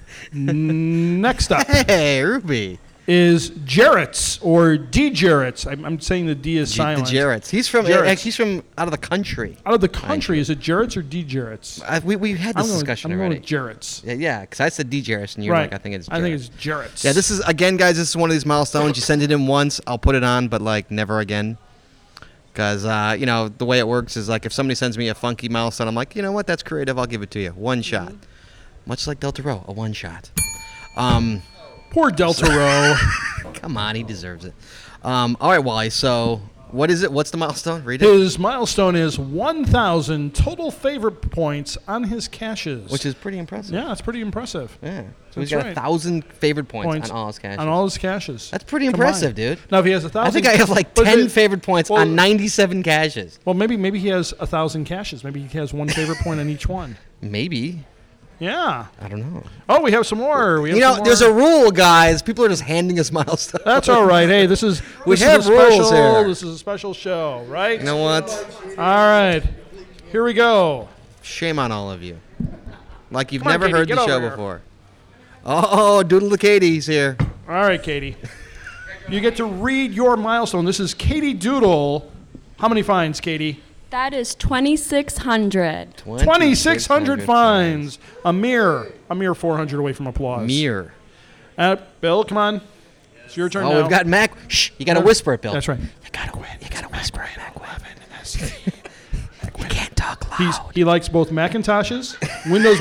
[SPEAKER 2] Next up
[SPEAKER 3] hey, Ruby.
[SPEAKER 2] is Jarrett's or D Jarrett's. I'm, I'm saying the D is
[SPEAKER 3] G- the
[SPEAKER 2] silent.
[SPEAKER 3] Jarrett's. He's from
[SPEAKER 2] Jarrett's.
[SPEAKER 3] actually, he's from out of the country.
[SPEAKER 2] Out of the country, is it Jarrett's or D Jarrett's?
[SPEAKER 3] I, we we had
[SPEAKER 2] I'm
[SPEAKER 3] this
[SPEAKER 2] going-
[SPEAKER 3] discussion
[SPEAKER 2] I'm
[SPEAKER 3] already.
[SPEAKER 2] Going with Jarrett's.
[SPEAKER 3] yeah, yeah, because I said D. Jarrett's and you're like, I think it's.
[SPEAKER 2] I think
[SPEAKER 3] Jarrett.
[SPEAKER 2] it's Jarrett's.
[SPEAKER 3] Yeah, this is again, guys. This is one of these milestones. You send it in once, I'll put it on, but like never again. Because uh, you know the way it works is like if somebody sends me a funky milestone, I'm like, you know what, that's creative. I'll give it to you, one shot. Much like Del Toro, a one shot. Um,
[SPEAKER 2] poor Delta Row.
[SPEAKER 3] come on, he deserves it. Um, all right, Wally. So what is it? What's the milestone? Read it.
[SPEAKER 2] His milestone is 1,000 total favorite points on his caches.
[SPEAKER 3] Which is pretty impressive.
[SPEAKER 2] yeah, it's pretty impressive.
[SPEAKER 3] Yeah. So he's
[SPEAKER 2] That's
[SPEAKER 3] got
[SPEAKER 2] right.
[SPEAKER 3] a thousand favorite points,
[SPEAKER 2] Points
[SPEAKER 3] on all his cash.
[SPEAKER 2] On all his caches.
[SPEAKER 3] That's pretty
[SPEAKER 2] combined.
[SPEAKER 3] impressive, dude.
[SPEAKER 2] Now if he has a thousand,
[SPEAKER 3] I think I have like
[SPEAKER 2] but
[SPEAKER 3] 10
[SPEAKER 2] it-
[SPEAKER 3] favorite points
[SPEAKER 2] well-
[SPEAKER 3] on 97 caches.
[SPEAKER 2] Well, maybe maybe he has a thousand caches. Maybe he has one favorite point on each one.
[SPEAKER 3] Maybe.
[SPEAKER 2] Yeah.
[SPEAKER 3] I don't know.
[SPEAKER 2] Oh, we have some more. We have
[SPEAKER 3] You know,
[SPEAKER 2] some
[SPEAKER 3] there's a
[SPEAKER 2] more.
[SPEAKER 3] rule, guys. People are just handing us milestones.
[SPEAKER 2] That's all right. Hey, this is
[SPEAKER 3] We
[SPEAKER 2] this
[SPEAKER 3] have
[SPEAKER 2] is a special.
[SPEAKER 3] rules here.
[SPEAKER 2] This is a special show, right?
[SPEAKER 3] You know what?
[SPEAKER 2] All right. Here we go.
[SPEAKER 3] Shame on all of you. Like you've
[SPEAKER 2] Come on,
[SPEAKER 3] never
[SPEAKER 2] Katie,
[SPEAKER 3] heard
[SPEAKER 2] get
[SPEAKER 3] the show
[SPEAKER 2] over here.
[SPEAKER 3] before. Oh, Doodle the Katie's here.
[SPEAKER 2] All right, Katie. You get to read your milestone. This is Katie Doodle. How many fines, Katie?
[SPEAKER 8] That is 2,600.
[SPEAKER 2] 2,600 fines. A mere, a mere 400 away from applause.
[SPEAKER 3] Mirror.
[SPEAKER 2] Uh, Bill, come on. It's your turn
[SPEAKER 3] Oh,
[SPEAKER 2] now.
[SPEAKER 3] we've got Mac. Shh, you got to whisper it, Bill.
[SPEAKER 2] That's right.
[SPEAKER 3] You got to win. You gotta whisper in Mac You can't talk loud.
[SPEAKER 2] He's, he likes both Macintoshes, Windows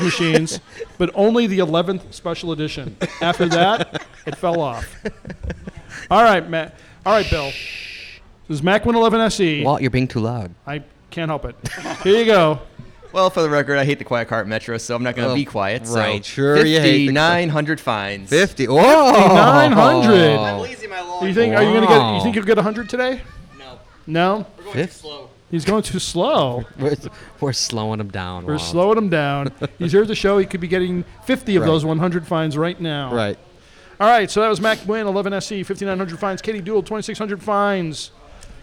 [SPEAKER 2] machines, but only the 11th special edition. After that, it fell off. All right, Matt. All right, Bill. This is Mac 111 SE.
[SPEAKER 3] Walt, you're being too loud.
[SPEAKER 2] I can't help it. Here you go.
[SPEAKER 9] Well, for the record, I hate the Quiet Heart Metro, so I'm not going to
[SPEAKER 3] Oh,
[SPEAKER 9] be quiet. So
[SPEAKER 3] right. Sure you hate the-
[SPEAKER 9] 5,900 fines.
[SPEAKER 3] 50. Oh!
[SPEAKER 2] 900.
[SPEAKER 9] I'm lazy, my lawn.
[SPEAKER 2] You think? Are you gonna get? You
[SPEAKER 3] Wow.
[SPEAKER 2] think you'll get 100 today?
[SPEAKER 9] No,
[SPEAKER 2] No.
[SPEAKER 9] we're going
[SPEAKER 3] Fifth?
[SPEAKER 9] too slow.
[SPEAKER 2] He's going too slow.
[SPEAKER 3] We're, we're slowing him down.
[SPEAKER 2] We're
[SPEAKER 3] Walt.
[SPEAKER 2] slowing him down. He's here at the show. He could be getting 50 of
[SPEAKER 3] Right.
[SPEAKER 2] those 100 fines right now.
[SPEAKER 3] Right.
[SPEAKER 2] All right, so that was Mac Wynn, 11 SC, 5,900 fines. Katie Duel, 2,600 fines.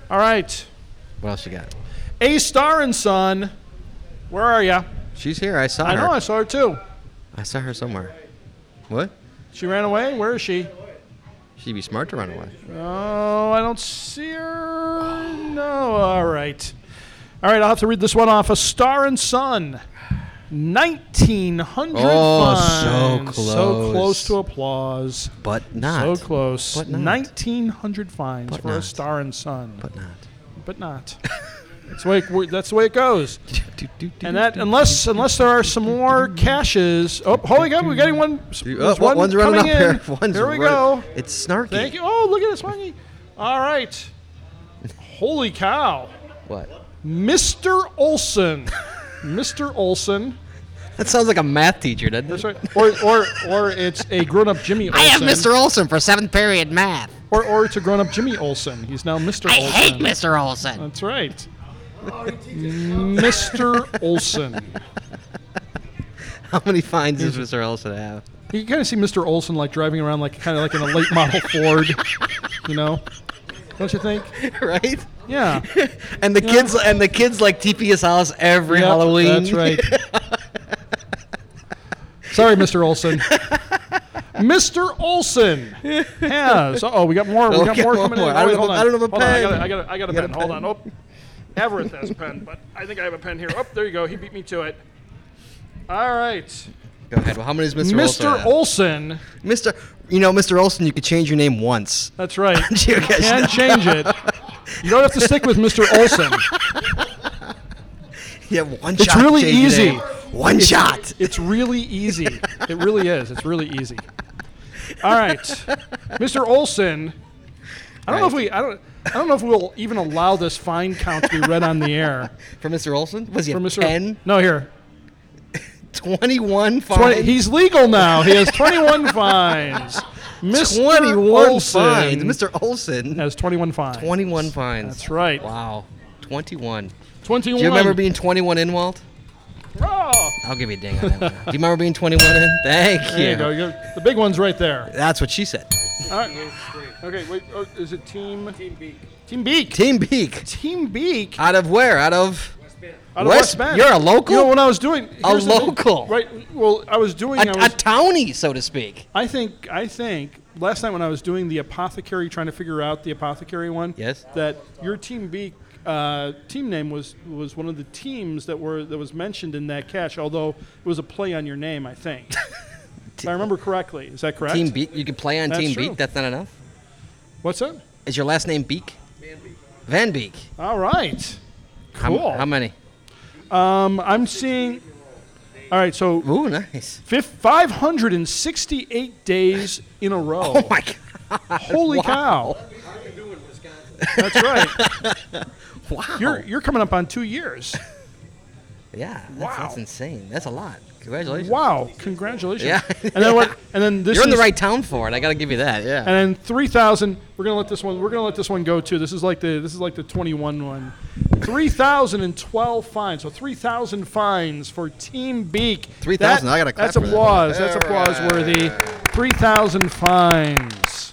[SPEAKER 2] All right.
[SPEAKER 3] What else you got?
[SPEAKER 2] A Star and Son, where are ya?
[SPEAKER 3] She's here. I saw
[SPEAKER 2] I
[SPEAKER 3] her.
[SPEAKER 2] know, I saw her too.
[SPEAKER 3] I saw her somewhere. What?
[SPEAKER 2] She ran away? Where is she?
[SPEAKER 3] She'd be smart to run away.
[SPEAKER 2] Oh, I don't see her. No, all right. All right, I'll have to read this one off. A Star and Sun, 1,900
[SPEAKER 3] Oh,
[SPEAKER 2] fines.
[SPEAKER 3] so
[SPEAKER 2] So close
[SPEAKER 3] close.
[SPEAKER 2] to applause.
[SPEAKER 3] But not.
[SPEAKER 2] So close.
[SPEAKER 3] But not.
[SPEAKER 2] 1,900 fines
[SPEAKER 3] But
[SPEAKER 2] for a
[SPEAKER 3] not.
[SPEAKER 2] Star and Sun.
[SPEAKER 3] But not.
[SPEAKER 2] but not. that's, the way it, wor- that's the way it goes.
[SPEAKER 3] Do, do, do, do,
[SPEAKER 2] And that,
[SPEAKER 3] do,
[SPEAKER 2] unless unless there are some more caches. Oh, holy God, we're getting one.
[SPEAKER 3] do. Oh,
[SPEAKER 2] there's
[SPEAKER 3] one-
[SPEAKER 2] one
[SPEAKER 3] one's running up
[SPEAKER 2] coming in.
[SPEAKER 3] here. One's
[SPEAKER 2] here we
[SPEAKER 3] run-
[SPEAKER 2] go.
[SPEAKER 3] It's snarky.
[SPEAKER 2] Thank you. Oh, look at this monkey. All right. Holy cow.
[SPEAKER 3] What?
[SPEAKER 2] Mr. Olson. Mr. Olson.
[SPEAKER 3] That sounds like a math teacher, doesn't
[SPEAKER 2] That's
[SPEAKER 3] it?
[SPEAKER 2] right. Or, or, or it's a grown up Jimmy Olson.
[SPEAKER 10] I have Mr. Olson for seventh period math.
[SPEAKER 2] Or, or it's a grown up Jimmy Olson. He's now Mr.
[SPEAKER 10] I
[SPEAKER 2] Olson.
[SPEAKER 10] hate Mr. Olson.
[SPEAKER 2] That's right. Mr. Olson.
[SPEAKER 3] How many fines does Mr. Olson have?
[SPEAKER 2] You can kind of see Mr. Olson like driving around like kind of like in a late model Ford, you know? Don't you think?
[SPEAKER 3] right?
[SPEAKER 2] Yeah.
[SPEAKER 3] And the kids and the kids like TP his house every
[SPEAKER 2] Yep,
[SPEAKER 3] Halloween.
[SPEAKER 2] That's right. Sorry, Mr. Olson. Mr. Olson has. Oh, we got more. We
[SPEAKER 3] Oh, we
[SPEAKER 2] got
[SPEAKER 3] got
[SPEAKER 2] more
[SPEAKER 3] one
[SPEAKER 2] coming in.
[SPEAKER 3] more. I
[SPEAKER 2] Oh, wait,
[SPEAKER 3] don't have
[SPEAKER 2] hold
[SPEAKER 3] a-
[SPEAKER 2] on.
[SPEAKER 3] I don't have a
[SPEAKER 2] Hold on,
[SPEAKER 3] pen.
[SPEAKER 2] I got a, I got a
[SPEAKER 3] got a
[SPEAKER 2] pen. Hold on. Oh, Everett has a pen, but I think I have a pen here. Oh, there you go. He beat me to it. All right.
[SPEAKER 3] Go ahead. Well, how many is Mr. Olson?
[SPEAKER 2] Mr.
[SPEAKER 3] have?
[SPEAKER 2] Olson.
[SPEAKER 3] Mr. You know, Mr. Olson, you could change your name once.
[SPEAKER 2] That's right. You
[SPEAKER 3] Geocache.
[SPEAKER 2] can change it. You don't have to stick with Mr. Olson.
[SPEAKER 3] You have one shot. to
[SPEAKER 2] really
[SPEAKER 3] change your
[SPEAKER 2] easy.
[SPEAKER 3] name. One shot.
[SPEAKER 2] It's really easy. It really is. It's really easy. All right, Mr. Olson. I don't know if we. I don't. I don't know if we'll even allow this fine count to be read on the air
[SPEAKER 3] For Mr. Olson? Was he
[SPEAKER 2] for
[SPEAKER 3] a
[SPEAKER 2] Mr.
[SPEAKER 3] 10?
[SPEAKER 2] No, here.
[SPEAKER 3] 21 fines?
[SPEAKER 2] 20, he's legal now. He has 21 fines. Mr.
[SPEAKER 3] 21
[SPEAKER 2] Olson
[SPEAKER 3] fines. Mr. Olson
[SPEAKER 2] has 21 fines.
[SPEAKER 3] 21 fines.
[SPEAKER 2] That's right.
[SPEAKER 3] Wow. 21.
[SPEAKER 2] 21.
[SPEAKER 3] Do you remember being 21 in, Walt?
[SPEAKER 2] Oh,
[SPEAKER 3] I'll give you a ding on that one. Do you remember being 21 in? Thank
[SPEAKER 2] there you go. You're- the big one's right there.
[SPEAKER 3] That's what she said.
[SPEAKER 2] All right. Okay. Wait. Oh, is it team? Team Beak. Team Beak.
[SPEAKER 3] Team Peak.
[SPEAKER 2] Team Beak.
[SPEAKER 3] Out of where? Out of.
[SPEAKER 2] Out of
[SPEAKER 3] West-
[SPEAKER 2] West Bend.
[SPEAKER 3] you're a local?
[SPEAKER 2] You know, when I was doing here's the thing.
[SPEAKER 3] local.
[SPEAKER 2] right? Well, I was doing.
[SPEAKER 3] A,
[SPEAKER 2] I
[SPEAKER 3] a
[SPEAKER 2] was,
[SPEAKER 3] townie, so to speak.
[SPEAKER 2] I think. I think last night when I was doing the apothecary, trying to figure out the apothecary one.
[SPEAKER 3] Yes.
[SPEAKER 2] That your team B uh, team name was was one of the teams that were that was mentioned in that cache, although it was a play on your name, I think. if I remember correctly, is that correct?
[SPEAKER 3] Team Beak. You can play on
[SPEAKER 2] That's
[SPEAKER 3] Team
[SPEAKER 2] true.
[SPEAKER 3] Beak. That's not enough.
[SPEAKER 2] What's that?
[SPEAKER 3] Is your last name Beak? Van Beek.
[SPEAKER 2] All right.
[SPEAKER 3] How m-
[SPEAKER 2] Cool.
[SPEAKER 3] How, many?
[SPEAKER 2] Um, I'm seeing. All right, so
[SPEAKER 3] Ooh, nice.
[SPEAKER 2] fif- 568 days in a row.
[SPEAKER 3] Oh my god!
[SPEAKER 2] Holy cow! That's right.
[SPEAKER 3] Wow.
[SPEAKER 2] You're you're coming up on two years.
[SPEAKER 3] yeah. That's,
[SPEAKER 2] Wow.
[SPEAKER 3] that's insane. That's a lot. Congratulations.
[SPEAKER 2] Wow! Congratulations.
[SPEAKER 3] Yeah.
[SPEAKER 2] And then what? And then this
[SPEAKER 3] You're in the
[SPEAKER 2] is-
[SPEAKER 3] right town for it. I gotta give you that. Yeah.
[SPEAKER 2] And then three thousand. We're gonna let this one. We're gonna let this one go too. This is like the this is like the twenty one one. Three thousand and twelve fines. So three thousand fines for Team Beak.
[SPEAKER 3] 3,000,
[SPEAKER 2] That-
[SPEAKER 3] I gotta clap
[SPEAKER 2] That's
[SPEAKER 3] for that.
[SPEAKER 2] applause. That's applause worthy. Three thousand fines.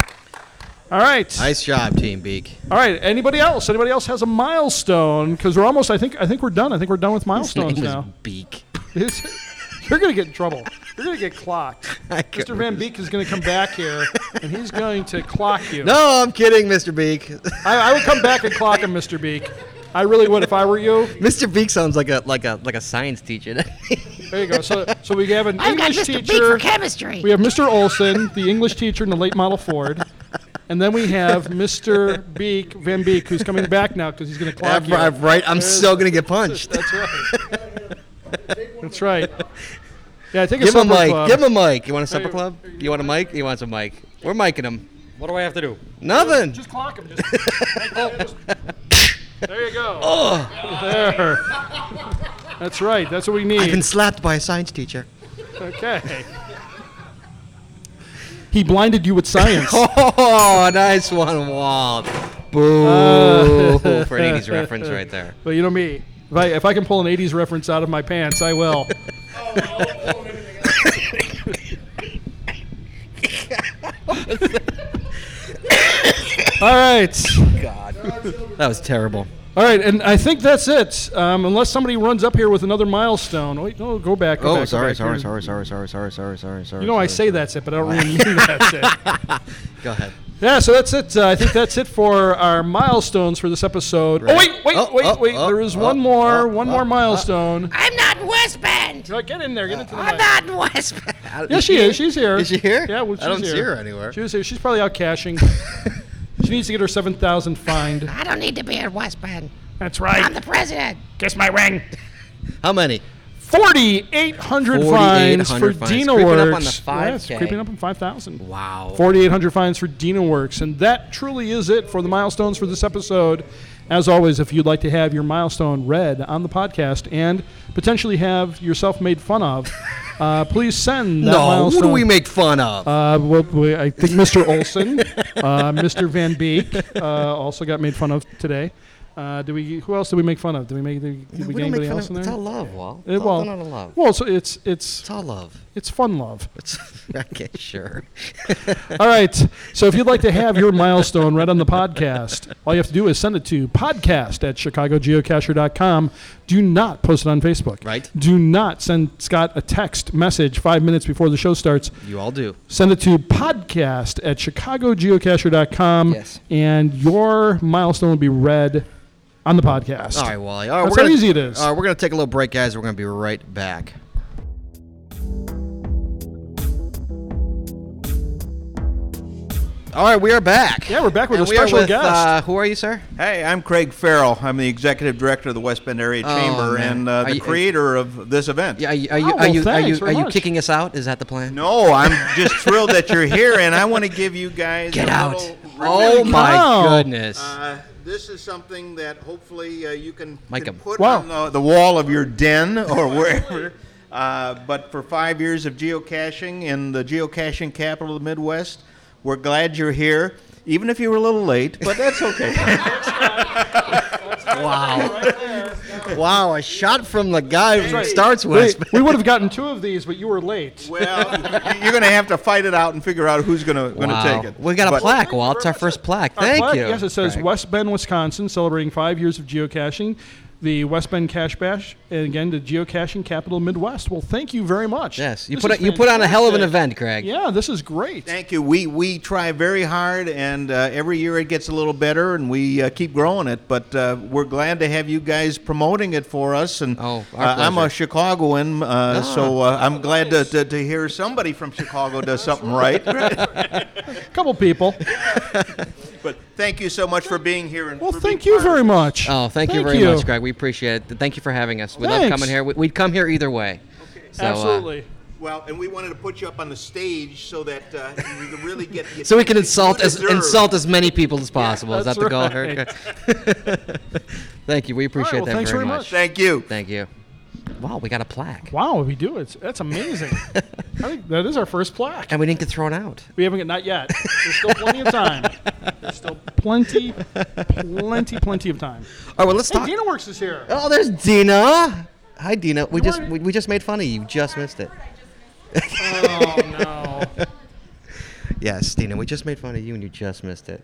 [SPEAKER 2] All right.
[SPEAKER 3] Nice job, Team Beak.
[SPEAKER 2] All right. Anybody else? Anybody else has a milestone? Because we're almost. I think. I think we're done. I think we're done with
[SPEAKER 3] His name
[SPEAKER 2] milestones
[SPEAKER 3] was
[SPEAKER 2] now.
[SPEAKER 3] Beak.
[SPEAKER 2] You're gonna get in trouble. You're gonna get clocked.
[SPEAKER 3] I can't
[SPEAKER 2] Mr. Van Beek is gonna come back here and he's going to clock you.
[SPEAKER 3] No, I'm kidding, Mr. Beak.
[SPEAKER 2] I, I would come back and clock him, Mr. Beak. I really would if I were you.
[SPEAKER 3] Mr. Beak sounds like a like a like a science teacher. doesn't
[SPEAKER 2] There you go. So, so we have an
[SPEAKER 10] I've got
[SPEAKER 2] English
[SPEAKER 10] Mr. Beak
[SPEAKER 2] teacher.
[SPEAKER 10] for chemistry.
[SPEAKER 2] we have Mr. Olson, the English teacher in the late model Ford. And then we have Mr. Beek, Van Beek, who's coming back now because he's going to clock
[SPEAKER 3] That-
[SPEAKER 2] you.
[SPEAKER 3] right, right, I'm still gonna get punched.
[SPEAKER 2] That's right. That's right. Yeah, I think
[SPEAKER 3] Give
[SPEAKER 2] it's
[SPEAKER 3] him a mic.
[SPEAKER 2] Club.
[SPEAKER 3] Give him a mic. You want a supper
[SPEAKER 2] Hey,
[SPEAKER 3] club? You want a mic? He wants a mic. We're micing him.
[SPEAKER 7] What do I have to do?
[SPEAKER 3] Nothing.
[SPEAKER 2] Just clock him. Just, there you go. There. That's right. That's what we need.
[SPEAKER 3] I've been slapped by a science teacher.
[SPEAKER 2] Okay. He blinded you with science.
[SPEAKER 3] Oh, nice one, Walt. Boo for an '80s reference right there.
[SPEAKER 2] but you know me. If I, if I can pull an 80s reference out of my pants, I will. All right.
[SPEAKER 3] That was terrible.
[SPEAKER 2] All right. And I think that's it. Um, unless somebody runs up here with another milestone. Wait, no, go back. Go
[SPEAKER 3] Oh,
[SPEAKER 2] back, go
[SPEAKER 3] sorry,
[SPEAKER 2] back.
[SPEAKER 3] sorry,
[SPEAKER 2] You're-
[SPEAKER 3] sorry, sorry, sorry, sorry, sorry, sorry, sorry.
[SPEAKER 2] You know, I say that's it, but I don't really mean that's it.
[SPEAKER 3] Go ahead.
[SPEAKER 2] Yeah, so that's it. Uh, I think that's it for our milestones for this episode. Oh wait, wait,
[SPEAKER 3] Oh,
[SPEAKER 2] wait,
[SPEAKER 3] oh,
[SPEAKER 2] wait!
[SPEAKER 3] oh,
[SPEAKER 2] there is
[SPEAKER 3] oh,
[SPEAKER 2] one more,
[SPEAKER 3] oh,
[SPEAKER 2] one
[SPEAKER 3] oh,
[SPEAKER 2] more
[SPEAKER 3] oh.
[SPEAKER 2] milestone.
[SPEAKER 10] I'm not in West Bend.
[SPEAKER 2] No, get in there, get into the
[SPEAKER 10] I'm
[SPEAKER 2] mic.
[SPEAKER 10] not in West Bend.
[SPEAKER 2] Yeah, she is. She's here.
[SPEAKER 3] Is she here?
[SPEAKER 2] Yeah, well, she's
[SPEAKER 3] I don't
[SPEAKER 2] here.
[SPEAKER 3] see her anywhere.
[SPEAKER 2] She was here. She's probably out cashing. she needs to get her seven thousand fined.
[SPEAKER 10] I don't need to be in West Bend.
[SPEAKER 2] That's
[SPEAKER 10] I'm
[SPEAKER 2] right.
[SPEAKER 10] the president.
[SPEAKER 7] Kiss my ring.
[SPEAKER 3] How many?
[SPEAKER 2] Forty-eight hundred fines for
[SPEAKER 3] 4,800 fines.
[SPEAKER 2] Dina
[SPEAKER 3] Creeping
[SPEAKER 2] Works.
[SPEAKER 3] up on the
[SPEAKER 2] Yeah, it's
[SPEAKER 3] 5K.
[SPEAKER 2] creeping up on five thousand.
[SPEAKER 3] Wow.
[SPEAKER 2] 4,800 fines for Dina Works. And that truly is it for the milestones for this episode. As always, if you'd like to have your milestone read on the podcast and potentially have yourself made fun of, uh, please send that
[SPEAKER 3] no,
[SPEAKER 2] milestone.
[SPEAKER 3] who do we make fun of?
[SPEAKER 2] Uh, well, we- I think Mr. Olson, uh, Mr. Van Beek uh, also got made fun of today. Uh, do we? Who else did we make fun of? Did we make? Did
[SPEAKER 3] No, we
[SPEAKER 2] we, did we get
[SPEAKER 3] don't
[SPEAKER 2] anybody
[SPEAKER 3] make fun
[SPEAKER 2] else
[SPEAKER 3] of.
[SPEAKER 2] in
[SPEAKER 3] It's
[SPEAKER 2] there?
[SPEAKER 3] all love, Walt.
[SPEAKER 2] Uh,
[SPEAKER 3] It's all
[SPEAKER 2] well,
[SPEAKER 3] done out of love.
[SPEAKER 2] well, so it's it's
[SPEAKER 3] It's all love.
[SPEAKER 2] it's fun love.
[SPEAKER 3] It's, okay, sure.
[SPEAKER 2] All right. So if you'd like to have your milestone read on the podcast, all you have to do is send it to podcast at chicagogeocacher.com. Do not post it on Facebook.
[SPEAKER 3] Right.
[SPEAKER 2] Do not send Scott a text message five minutes before the show starts.
[SPEAKER 3] You all do.
[SPEAKER 2] Send it to podcast at chicagogeocacher.com.
[SPEAKER 3] Yes.
[SPEAKER 2] And your milestone will be read on the podcast.
[SPEAKER 3] All right, Wally. All right,
[SPEAKER 2] That's
[SPEAKER 3] we're
[SPEAKER 2] how
[SPEAKER 3] gonna,
[SPEAKER 2] easy it is.
[SPEAKER 3] All right, we're going to take a little break, guys. We're going to be right back. All right, we are back.
[SPEAKER 2] Yeah, we're back with
[SPEAKER 3] And
[SPEAKER 2] a
[SPEAKER 3] we are
[SPEAKER 2] special
[SPEAKER 3] with,
[SPEAKER 2] guest.
[SPEAKER 3] Uh, who are you, sir?
[SPEAKER 11] Hey, I'm Craig Farrell. I'm the executive director of the West Bend Area
[SPEAKER 3] Oh,
[SPEAKER 11] Chamber
[SPEAKER 3] man.
[SPEAKER 11] and uh,
[SPEAKER 3] Are
[SPEAKER 11] the
[SPEAKER 3] you-
[SPEAKER 11] creator of this event.
[SPEAKER 3] Yeah, are you are you
[SPEAKER 2] Oh,
[SPEAKER 3] are
[SPEAKER 2] well,
[SPEAKER 3] you, are
[SPEAKER 2] thanks
[SPEAKER 3] you,
[SPEAKER 2] very
[SPEAKER 3] are you
[SPEAKER 2] much.
[SPEAKER 3] kicking us out? Is that the plan?
[SPEAKER 11] No, I'm just thrilled that you're here, and I want to give you guys
[SPEAKER 3] Get
[SPEAKER 11] a
[SPEAKER 3] out.
[SPEAKER 11] little-
[SPEAKER 3] Oh my
[SPEAKER 2] Wow.
[SPEAKER 3] goodness.
[SPEAKER 11] Uh, this is something that hopefully uh, you can,
[SPEAKER 3] Mike um,
[SPEAKER 11] can
[SPEAKER 3] him.
[SPEAKER 11] put
[SPEAKER 2] Wow.
[SPEAKER 11] on the, the wall of your den or wherever. Uh, but for five years of geocaching in the geocaching capital of the Midwest, we're glad you're here, even if you were a little late, but that's okay.
[SPEAKER 3] wow, a shot from the guy who starts
[SPEAKER 2] we,
[SPEAKER 3] with.
[SPEAKER 2] we would have gotten two of these, but you were late.
[SPEAKER 11] well, you're going to have to fight it out and figure out who's going to
[SPEAKER 3] Wow.
[SPEAKER 11] take it.
[SPEAKER 3] We got a
[SPEAKER 11] But-
[SPEAKER 3] plaque, Walt. It's our first plaque.
[SPEAKER 2] Our
[SPEAKER 3] Thank
[SPEAKER 2] plaque,
[SPEAKER 3] you.
[SPEAKER 2] Yes, it says
[SPEAKER 3] Craig.
[SPEAKER 2] West Bend, Wisconsin, celebrating five years of geocaching, the West Bend Cache Bash, and again the geocaching capital Midwest. Well, thank you very much.
[SPEAKER 3] Yes, you
[SPEAKER 2] This
[SPEAKER 3] put
[SPEAKER 2] is
[SPEAKER 3] a, you put on a hell of an
[SPEAKER 2] fantastic.
[SPEAKER 3] event, Craig.
[SPEAKER 2] Yeah, this is great.
[SPEAKER 11] Thank you. We we try very hard, and uh, every year it gets a little better, and we uh, keep growing it. But uh, we're glad to have you guys promoting it for us. And
[SPEAKER 3] Oh, our
[SPEAKER 11] uh, I'm
[SPEAKER 3] pleasure.
[SPEAKER 11] a
[SPEAKER 3] Ah.
[SPEAKER 11] Chicagoan, uh, so uh, I'm glad to, to, to hear somebody from Chicago does something right.
[SPEAKER 2] A couple people.
[SPEAKER 11] but thank you so much for being here. And
[SPEAKER 2] Well,
[SPEAKER 11] for
[SPEAKER 2] thank
[SPEAKER 11] being
[SPEAKER 2] you
[SPEAKER 11] part of
[SPEAKER 2] very
[SPEAKER 11] this.
[SPEAKER 2] much.
[SPEAKER 3] Oh, thank, you very much, Greg. We appreciate it. Thank you for having us. We love
[SPEAKER 2] Thanks.
[SPEAKER 3] coming here. We, we'd come here either way. So, uh,
[SPEAKER 2] Absolutely.
[SPEAKER 11] Well, and we wanted to put you up on the stage so that uh, you can really get the
[SPEAKER 3] so we can
[SPEAKER 11] attention you
[SPEAKER 3] insult as
[SPEAKER 11] deserve.
[SPEAKER 3] insult as many people as possible. Is
[SPEAKER 2] that's
[SPEAKER 3] that the goal?
[SPEAKER 2] right.
[SPEAKER 3] thank you. We appreciate
[SPEAKER 2] well,
[SPEAKER 3] that
[SPEAKER 2] thanks
[SPEAKER 3] very
[SPEAKER 2] very
[SPEAKER 3] much.
[SPEAKER 11] Thank you.
[SPEAKER 3] Thank you. Wow, we got a plaque,
[SPEAKER 2] wow, Oh, we do. It's that's amazing. I think that is our first plaque.
[SPEAKER 3] and we didn't get thrown out.
[SPEAKER 2] We haven't got not yet. There's still plenty of time. There's still plenty, plenty, plenty of time.
[SPEAKER 3] All right, well, let's
[SPEAKER 2] Hey,
[SPEAKER 3] talk.
[SPEAKER 2] Dina Works is here.
[SPEAKER 3] Oh, there's Dina. Hi, Dina. We just
[SPEAKER 2] weren't-
[SPEAKER 3] we, we just made fun of you. You just missed it.
[SPEAKER 2] Oh no.
[SPEAKER 3] Yes, Dina. We just made fun of you, and you just missed it.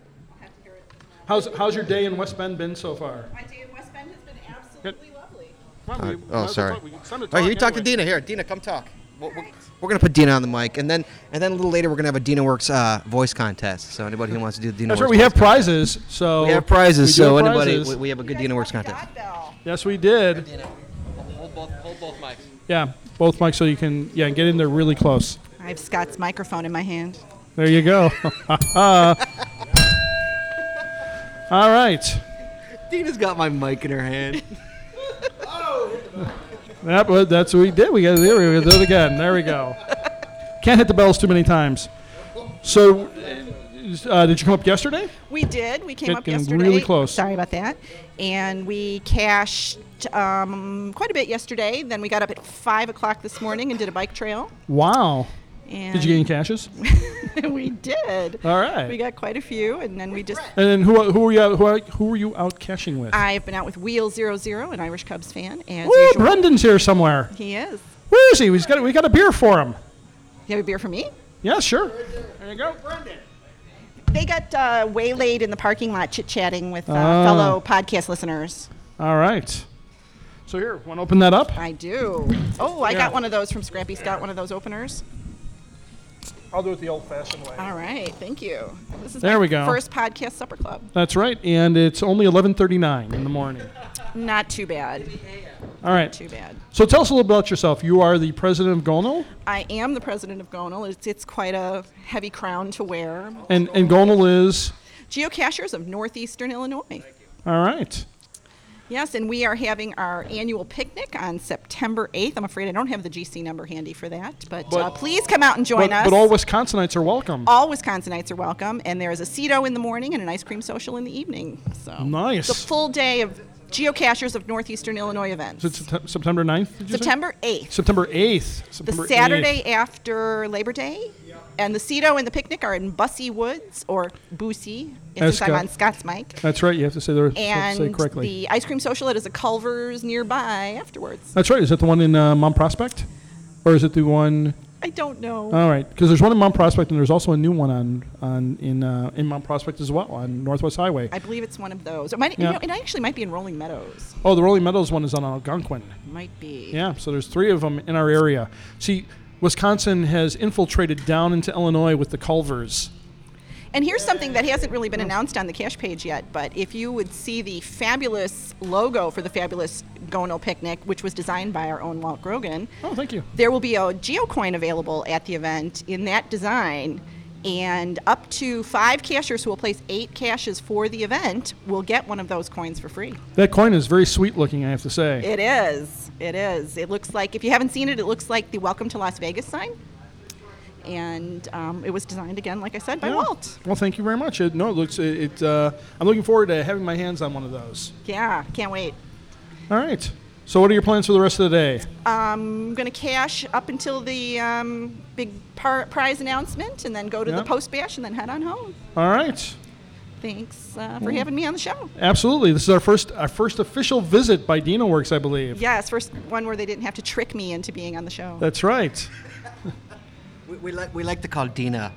[SPEAKER 2] How's how's your day in West Bend been so far?
[SPEAKER 12] My day in West Bend has been absolutely lovely.
[SPEAKER 2] Come on, we- might as
[SPEAKER 3] Oh,
[SPEAKER 2] well
[SPEAKER 3] sorry.
[SPEAKER 2] talk- we- it's time
[SPEAKER 3] All right, you talk to
[SPEAKER 2] anyway.
[SPEAKER 3] Dina here. Dina, come talk. We're, we're, we're gonna put Dina on the mic, and then and then a little later we're gonna have a Dina Works uh, voice contest. So anybody who wants to do the Dina
[SPEAKER 2] That's right.
[SPEAKER 3] Works,
[SPEAKER 2] We have
[SPEAKER 3] voice contest-
[SPEAKER 2] prizes. So
[SPEAKER 3] we have prizes.
[SPEAKER 2] we do
[SPEAKER 3] so
[SPEAKER 2] have
[SPEAKER 3] anybody,
[SPEAKER 2] prizes.
[SPEAKER 3] we, we have a good Dina Works contest.
[SPEAKER 2] yes, we did.
[SPEAKER 3] Hold both, hold both mics.
[SPEAKER 2] Yeah, both mics, so you can yeah get in there really close.
[SPEAKER 12] I have Scott's microphone in my hand.
[SPEAKER 2] There you go. All right.
[SPEAKER 3] Dina's got my mic in her hand.
[SPEAKER 2] That was, that's what we did. We got there. We did it again. There we go. Can't hit the bells too many times. So, uh, did you come up yesterday?
[SPEAKER 12] We did. We came
[SPEAKER 2] Get-
[SPEAKER 12] up
[SPEAKER 2] getting
[SPEAKER 12] yesterday.
[SPEAKER 2] really close.
[SPEAKER 12] Sorry about that. And we cashed um, quite a bit yesterday. Then we got up at five o'clock this morning and did a bike trail.
[SPEAKER 2] Wow. did you get any
[SPEAKER 12] And-
[SPEAKER 2] caches?
[SPEAKER 12] we did.
[SPEAKER 2] All right.
[SPEAKER 12] We got quite a few, and then we just.
[SPEAKER 2] And then who who were you out, who are, who were you out cashing with?
[SPEAKER 12] I've been out with Wheel Zero Zero, an Irish Cubs fan, and
[SPEAKER 2] Woo, Brendan's here somewhere.
[SPEAKER 12] he is.
[SPEAKER 2] Where is he? We've got, we got a beer for him.
[SPEAKER 12] You have a beer for me?
[SPEAKER 2] Yeah, sure.
[SPEAKER 12] There you go, Brendan. They got uh, waylaid in the parking lot chit chatting with uh,
[SPEAKER 2] Ah.
[SPEAKER 12] fellow podcast listeners.
[SPEAKER 2] All right. So here, want to open that up?
[SPEAKER 12] I do. Oh, I
[SPEAKER 2] Yeah.
[SPEAKER 12] got one of those from Scrappy Scott, one of those openers.
[SPEAKER 2] I'll do it the old fashioned way.
[SPEAKER 12] All right, thank you. This is
[SPEAKER 2] There
[SPEAKER 12] my
[SPEAKER 2] we go.
[SPEAKER 12] first podcast supper club.
[SPEAKER 2] That's right, and it's only 11:39 in the morning.
[SPEAKER 12] Not too bad.
[SPEAKER 2] All right.
[SPEAKER 12] Not too bad.
[SPEAKER 2] So tell us a little about yourself. You are the president of Gonal,
[SPEAKER 12] I am the president of Gonal. It's, it's quite a heavy crown to wear.
[SPEAKER 2] and and Gonal is
[SPEAKER 12] Geocachers of northeastern Illinois.
[SPEAKER 2] all right.
[SPEAKER 12] Yes, and we are having our annual picnic on September 8th. I'm afraid I don't have the GC number handy for that, but, uh,
[SPEAKER 2] But-
[SPEAKER 12] please come out and join
[SPEAKER 2] but,
[SPEAKER 12] us.
[SPEAKER 2] But all Wisconsinites are welcome.
[SPEAKER 12] All Wisconsinites are welcome, and there is a Cedo in the morning and an ice cream social in the evening. So
[SPEAKER 2] Nice.
[SPEAKER 12] the full day of geocachers of northeastern Illinois events.
[SPEAKER 2] Is it Sept- September 9th? did you say?
[SPEAKER 12] September 8th.
[SPEAKER 2] September 8th.
[SPEAKER 12] The
[SPEAKER 2] September 8th.
[SPEAKER 12] Saturday after Labor Day, and the Cedo and the picnic are in Bussy Woods or Boosie, since
[SPEAKER 2] Esco-
[SPEAKER 12] I'm on Scott's mic.
[SPEAKER 2] That's right. You have to say the you have
[SPEAKER 12] And
[SPEAKER 2] to say it correctly.
[SPEAKER 12] the ice cream social that is a Culver's nearby afterwards.
[SPEAKER 2] That's right. Is that the one in uh, Mount Prospect, or is it the one?
[SPEAKER 12] I don't know.
[SPEAKER 2] All right, because there's one in Mount Prospect, and there's also a new one on on in uh, in Mount Prospect as well on Northwest Highway.
[SPEAKER 12] I believe it's one of those. It might,
[SPEAKER 2] Yeah.
[SPEAKER 12] you know, it actually might be in Rolling Meadows.
[SPEAKER 2] Oh, the Rolling Meadows one is on Algonquin.
[SPEAKER 12] Might be.
[SPEAKER 2] Yeah, so there's three of them in our area. See, Wisconsin has infiltrated down into Illinois with the Culvers.
[SPEAKER 12] And here's something that hasn't really been announced on the cash page yet, but if you would see the fabulous logo for the fabulous Gono Picnic, which was designed by our own Walt Grogan.
[SPEAKER 2] Oh, thank you.
[SPEAKER 12] There will be a geocoin available at the event in that design. And up to five cashers who will place eight caches for the event will get one of those coins for free.
[SPEAKER 2] That coin is very sweet looking, I have to say.
[SPEAKER 12] It is. It is. It looks like, if you haven't seen it, it looks like the Welcome to Las Vegas sign. And um, it was designed again, like I said, by
[SPEAKER 2] Yeah.
[SPEAKER 12] Walt.
[SPEAKER 2] Well, thank you very much. It, no, it looks it. it uh, I'm looking forward to having my hands on one of those.
[SPEAKER 12] Yeah, can't wait.
[SPEAKER 2] All right. So, what are your plans for the rest of the day?
[SPEAKER 12] Um, I'm going to cash up until the um, big par- prize announcement and then go to
[SPEAKER 2] Yeah.
[SPEAKER 12] the post bash and then head on home.
[SPEAKER 2] All right.
[SPEAKER 12] Thanks uh, for
[SPEAKER 2] Mm.
[SPEAKER 12] having me on the show.
[SPEAKER 2] Absolutely. This is our first our first official visit by Dino Works, I believe.
[SPEAKER 12] Yes, first one where they didn't have to trick me into being on the show.
[SPEAKER 2] That's right.
[SPEAKER 3] We, we like we like to call Dina.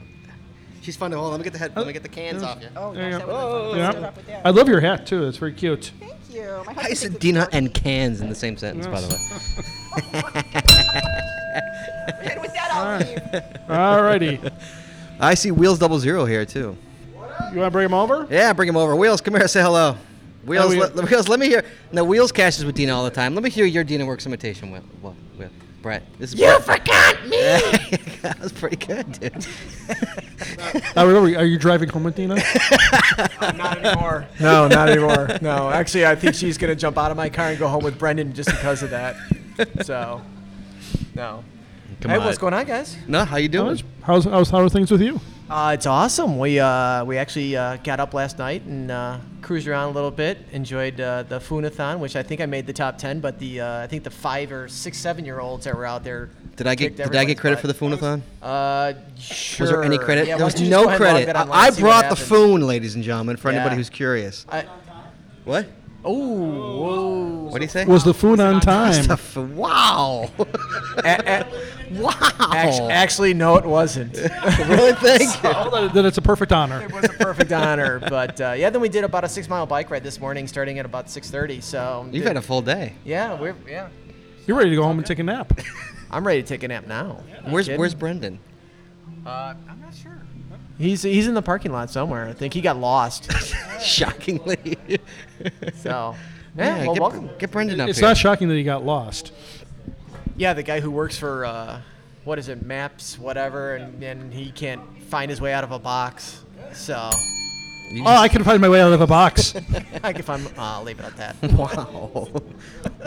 [SPEAKER 3] She's fun to hold. Let me get the head. Let me get the cans off you.
[SPEAKER 12] Oh,
[SPEAKER 3] there
[SPEAKER 12] gosh, that would've been fun. Start off with that.
[SPEAKER 2] I love your hat too. That's very cute.
[SPEAKER 12] Thank you. My
[SPEAKER 3] I
[SPEAKER 12] husband
[SPEAKER 3] said
[SPEAKER 12] thinks
[SPEAKER 3] Dina and cans in the same sentence, by the way.
[SPEAKER 12] And with that, I'll leave.
[SPEAKER 2] Alrighty.
[SPEAKER 3] I see Wheels Double Zero here too.
[SPEAKER 2] You want to bring him over?
[SPEAKER 3] Yeah, bring him over. Wheels, come here, say hello. Wheels,
[SPEAKER 2] we-
[SPEAKER 3] let, Wheels, let me hear. No, Wheels cashes with Dina all the time. Let me hear your Dina works imitation. Well, well, well Brett. This is you forgot me. that was pretty good, dude.
[SPEAKER 2] I remember. Are you driving home with Dina?
[SPEAKER 13] not anymore.
[SPEAKER 14] No, not anymore. No, actually, I think she's gonna jump out of my car and go home with Brendan just because of that. So, no.
[SPEAKER 3] Come
[SPEAKER 14] hey,
[SPEAKER 3] on.
[SPEAKER 14] what's going on, guys?
[SPEAKER 3] No, how you doing?
[SPEAKER 2] How's, how's how are things with you?
[SPEAKER 14] Uh, it's awesome. We uh, we actually uh, got up last night and uh, cruised around a little bit. Enjoyed uh, the Funathon, which I think I made the top ten. But the uh, I think the five or six, seven year olds that were out there.
[SPEAKER 3] Did I
[SPEAKER 14] kicked
[SPEAKER 3] get Did I get
[SPEAKER 14] everyone's
[SPEAKER 3] credit
[SPEAKER 14] butt.
[SPEAKER 3] for the Funathon?
[SPEAKER 14] Uh, sure.
[SPEAKER 3] Was there any credit?
[SPEAKER 14] Yeah,
[SPEAKER 3] there
[SPEAKER 14] why don't
[SPEAKER 3] was
[SPEAKER 14] you just go
[SPEAKER 3] no
[SPEAKER 14] ahead and log
[SPEAKER 3] credit.
[SPEAKER 14] that
[SPEAKER 3] I,
[SPEAKER 14] online
[SPEAKER 3] I
[SPEAKER 14] and see what
[SPEAKER 3] brought the
[SPEAKER 14] happens.
[SPEAKER 3] phone, ladies and gentlemen, for anybody
[SPEAKER 14] Yeah.
[SPEAKER 3] who's curious.
[SPEAKER 14] I-
[SPEAKER 3] what?
[SPEAKER 14] Oh, whoa.
[SPEAKER 3] What do you say?
[SPEAKER 2] Was the food on time?
[SPEAKER 3] The f- wow. wow.
[SPEAKER 14] Actually, actually, no, it wasn't.
[SPEAKER 3] really? Thank
[SPEAKER 2] you. Then it's a perfect honor.
[SPEAKER 14] It was a perfect honor, but uh, yeah. Then we did about a six-mile bike ride this morning, starting at about six thirty. So
[SPEAKER 3] You've
[SPEAKER 14] did-
[SPEAKER 3] had a full day.
[SPEAKER 14] Yeah, we're yeah.
[SPEAKER 2] You're ready to go home and take a nap.
[SPEAKER 14] I'm ready to take a nap now.
[SPEAKER 3] Where's
[SPEAKER 14] Kidding?
[SPEAKER 3] Where's Brendan?
[SPEAKER 14] Uh, I'm not sure. He's he's in the parking lot somewhere. I think he got lost.
[SPEAKER 3] Shockingly.
[SPEAKER 14] so, yeah. well,
[SPEAKER 3] get,
[SPEAKER 14] welcome.
[SPEAKER 3] Get Brendan up
[SPEAKER 2] It's
[SPEAKER 3] here.
[SPEAKER 2] not shocking that he got lost.
[SPEAKER 14] Yeah, the guy who works for uh, what is it, Maps, whatever, and, and he can't find his way out of a box. So
[SPEAKER 3] You
[SPEAKER 2] Oh, I can find my way out of a box.
[SPEAKER 14] I can find. I'll leave it at that.
[SPEAKER 3] Wow.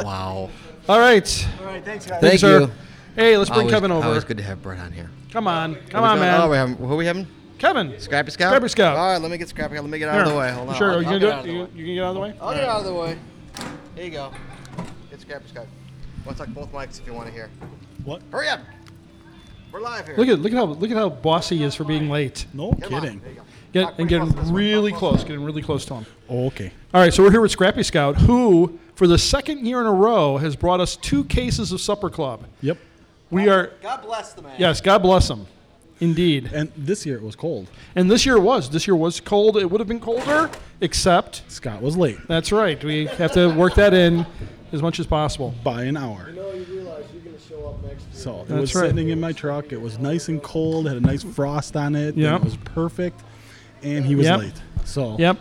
[SPEAKER 3] wow.
[SPEAKER 2] All right.
[SPEAKER 14] All right, thanks, guys.
[SPEAKER 3] Thank
[SPEAKER 2] sir.
[SPEAKER 3] you.
[SPEAKER 2] Hey, let's bring
[SPEAKER 3] Always-
[SPEAKER 2] Kevin over.
[SPEAKER 3] Always good to have Brett on here.
[SPEAKER 2] Come on,
[SPEAKER 3] What
[SPEAKER 2] come
[SPEAKER 3] are
[SPEAKER 2] on,
[SPEAKER 3] we
[SPEAKER 2] man.
[SPEAKER 3] doing? Oh, we having, who are we having?
[SPEAKER 2] Kevin.
[SPEAKER 3] Scrappy Scout?
[SPEAKER 2] Scrappy Scout.
[SPEAKER 3] All right, let me get Scrappy Scout. Let me get out of
[SPEAKER 2] Here.
[SPEAKER 3] the way. Hold on.
[SPEAKER 2] Sure,
[SPEAKER 3] I'll-
[SPEAKER 2] are you
[SPEAKER 3] I'll
[SPEAKER 2] gonna
[SPEAKER 3] get
[SPEAKER 2] do it? You,
[SPEAKER 3] out of the way.
[SPEAKER 2] you can get
[SPEAKER 3] I'll
[SPEAKER 2] out of the way.
[SPEAKER 3] get out of the way. Here you go. Get Scrappy Scout. Let's talk both mics if you want to hear.
[SPEAKER 2] What?
[SPEAKER 3] Hurry up. We're live here.
[SPEAKER 2] Look at look at how look at how bossy he is for being late. No kidding. Get and getting really close, getting really close to him.
[SPEAKER 15] Oh, Okay.
[SPEAKER 2] All right, so we're here with Scrappy Scout, who for the second year in a row has brought us two cases of Supper Club.
[SPEAKER 15] Yep.
[SPEAKER 2] We are
[SPEAKER 15] God bless the man.
[SPEAKER 2] yes, God bless him, indeed.
[SPEAKER 15] And this year it was cold.
[SPEAKER 2] And this year it was this year was cold. It would have been colder, except
[SPEAKER 15] Scott was late.
[SPEAKER 2] That's right. We have to work that in as much as possible
[SPEAKER 15] by an hour. So it was
[SPEAKER 2] That's right.
[SPEAKER 15] sitting in my truck. It was nice and cold. Had a nice frost on it. and
[SPEAKER 2] Yep.
[SPEAKER 15] It was perfect. And he was
[SPEAKER 2] Yep.
[SPEAKER 15] late. So
[SPEAKER 2] Yep.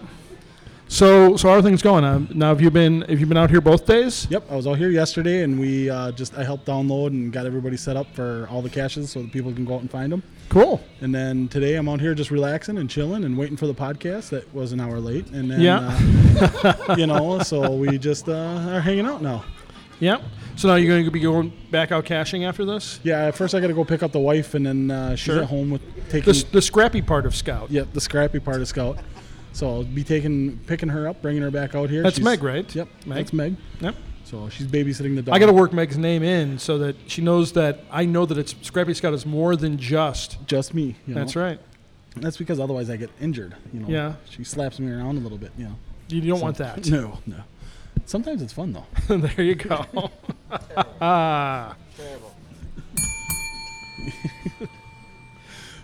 [SPEAKER 2] So so how are things going? Um, now have you been have you been out here both days?
[SPEAKER 15] Yep, I was out here yesterday, and we uh, just I helped download and got everybody set up for all the caches so that people can go out and find them.
[SPEAKER 2] Cool.
[SPEAKER 15] And then today I'm out here just relaxing and chilling and waiting for the podcast that was an hour late. And then,
[SPEAKER 2] Yeah.
[SPEAKER 15] uh, you know, so we just uh, are hanging out now.
[SPEAKER 2] Yep. So now you're going to be going back out caching after this.
[SPEAKER 15] Yeah. At first, I got to go pick up the wife, and then uh, she's
[SPEAKER 2] Sure.
[SPEAKER 15] at home with
[SPEAKER 2] The,
[SPEAKER 15] taking
[SPEAKER 2] s- the scrappy part of Scout.
[SPEAKER 15] Yep, the scrappy part of Scout. So I'll be taking picking her up, bringing her back out here.
[SPEAKER 2] That's
[SPEAKER 15] She's-
[SPEAKER 2] Meg, right?
[SPEAKER 15] Yep,
[SPEAKER 2] Meg.
[SPEAKER 15] that's Meg.
[SPEAKER 2] Yep.
[SPEAKER 15] So she's babysitting the dog.
[SPEAKER 2] I got to work Meg's name in so that she knows that I know that it's Scrappy Scout is more than just
[SPEAKER 15] just me. you
[SPEAKER 2] That's
[SPEAKER 15] know?
[SPEAKER 2] right.
[SPEAKER 15] That's because otherwise I get injured. You know.
[SPEAKER 2] Yeah.
[SPEAKER 15] She slaps me around a little bit. You know.
[SPEAKER 2] You don't want that.
[SPEAKER 15] No, no. Sometimes it's fun though.
[SPEAKER 2] there you go. Ah.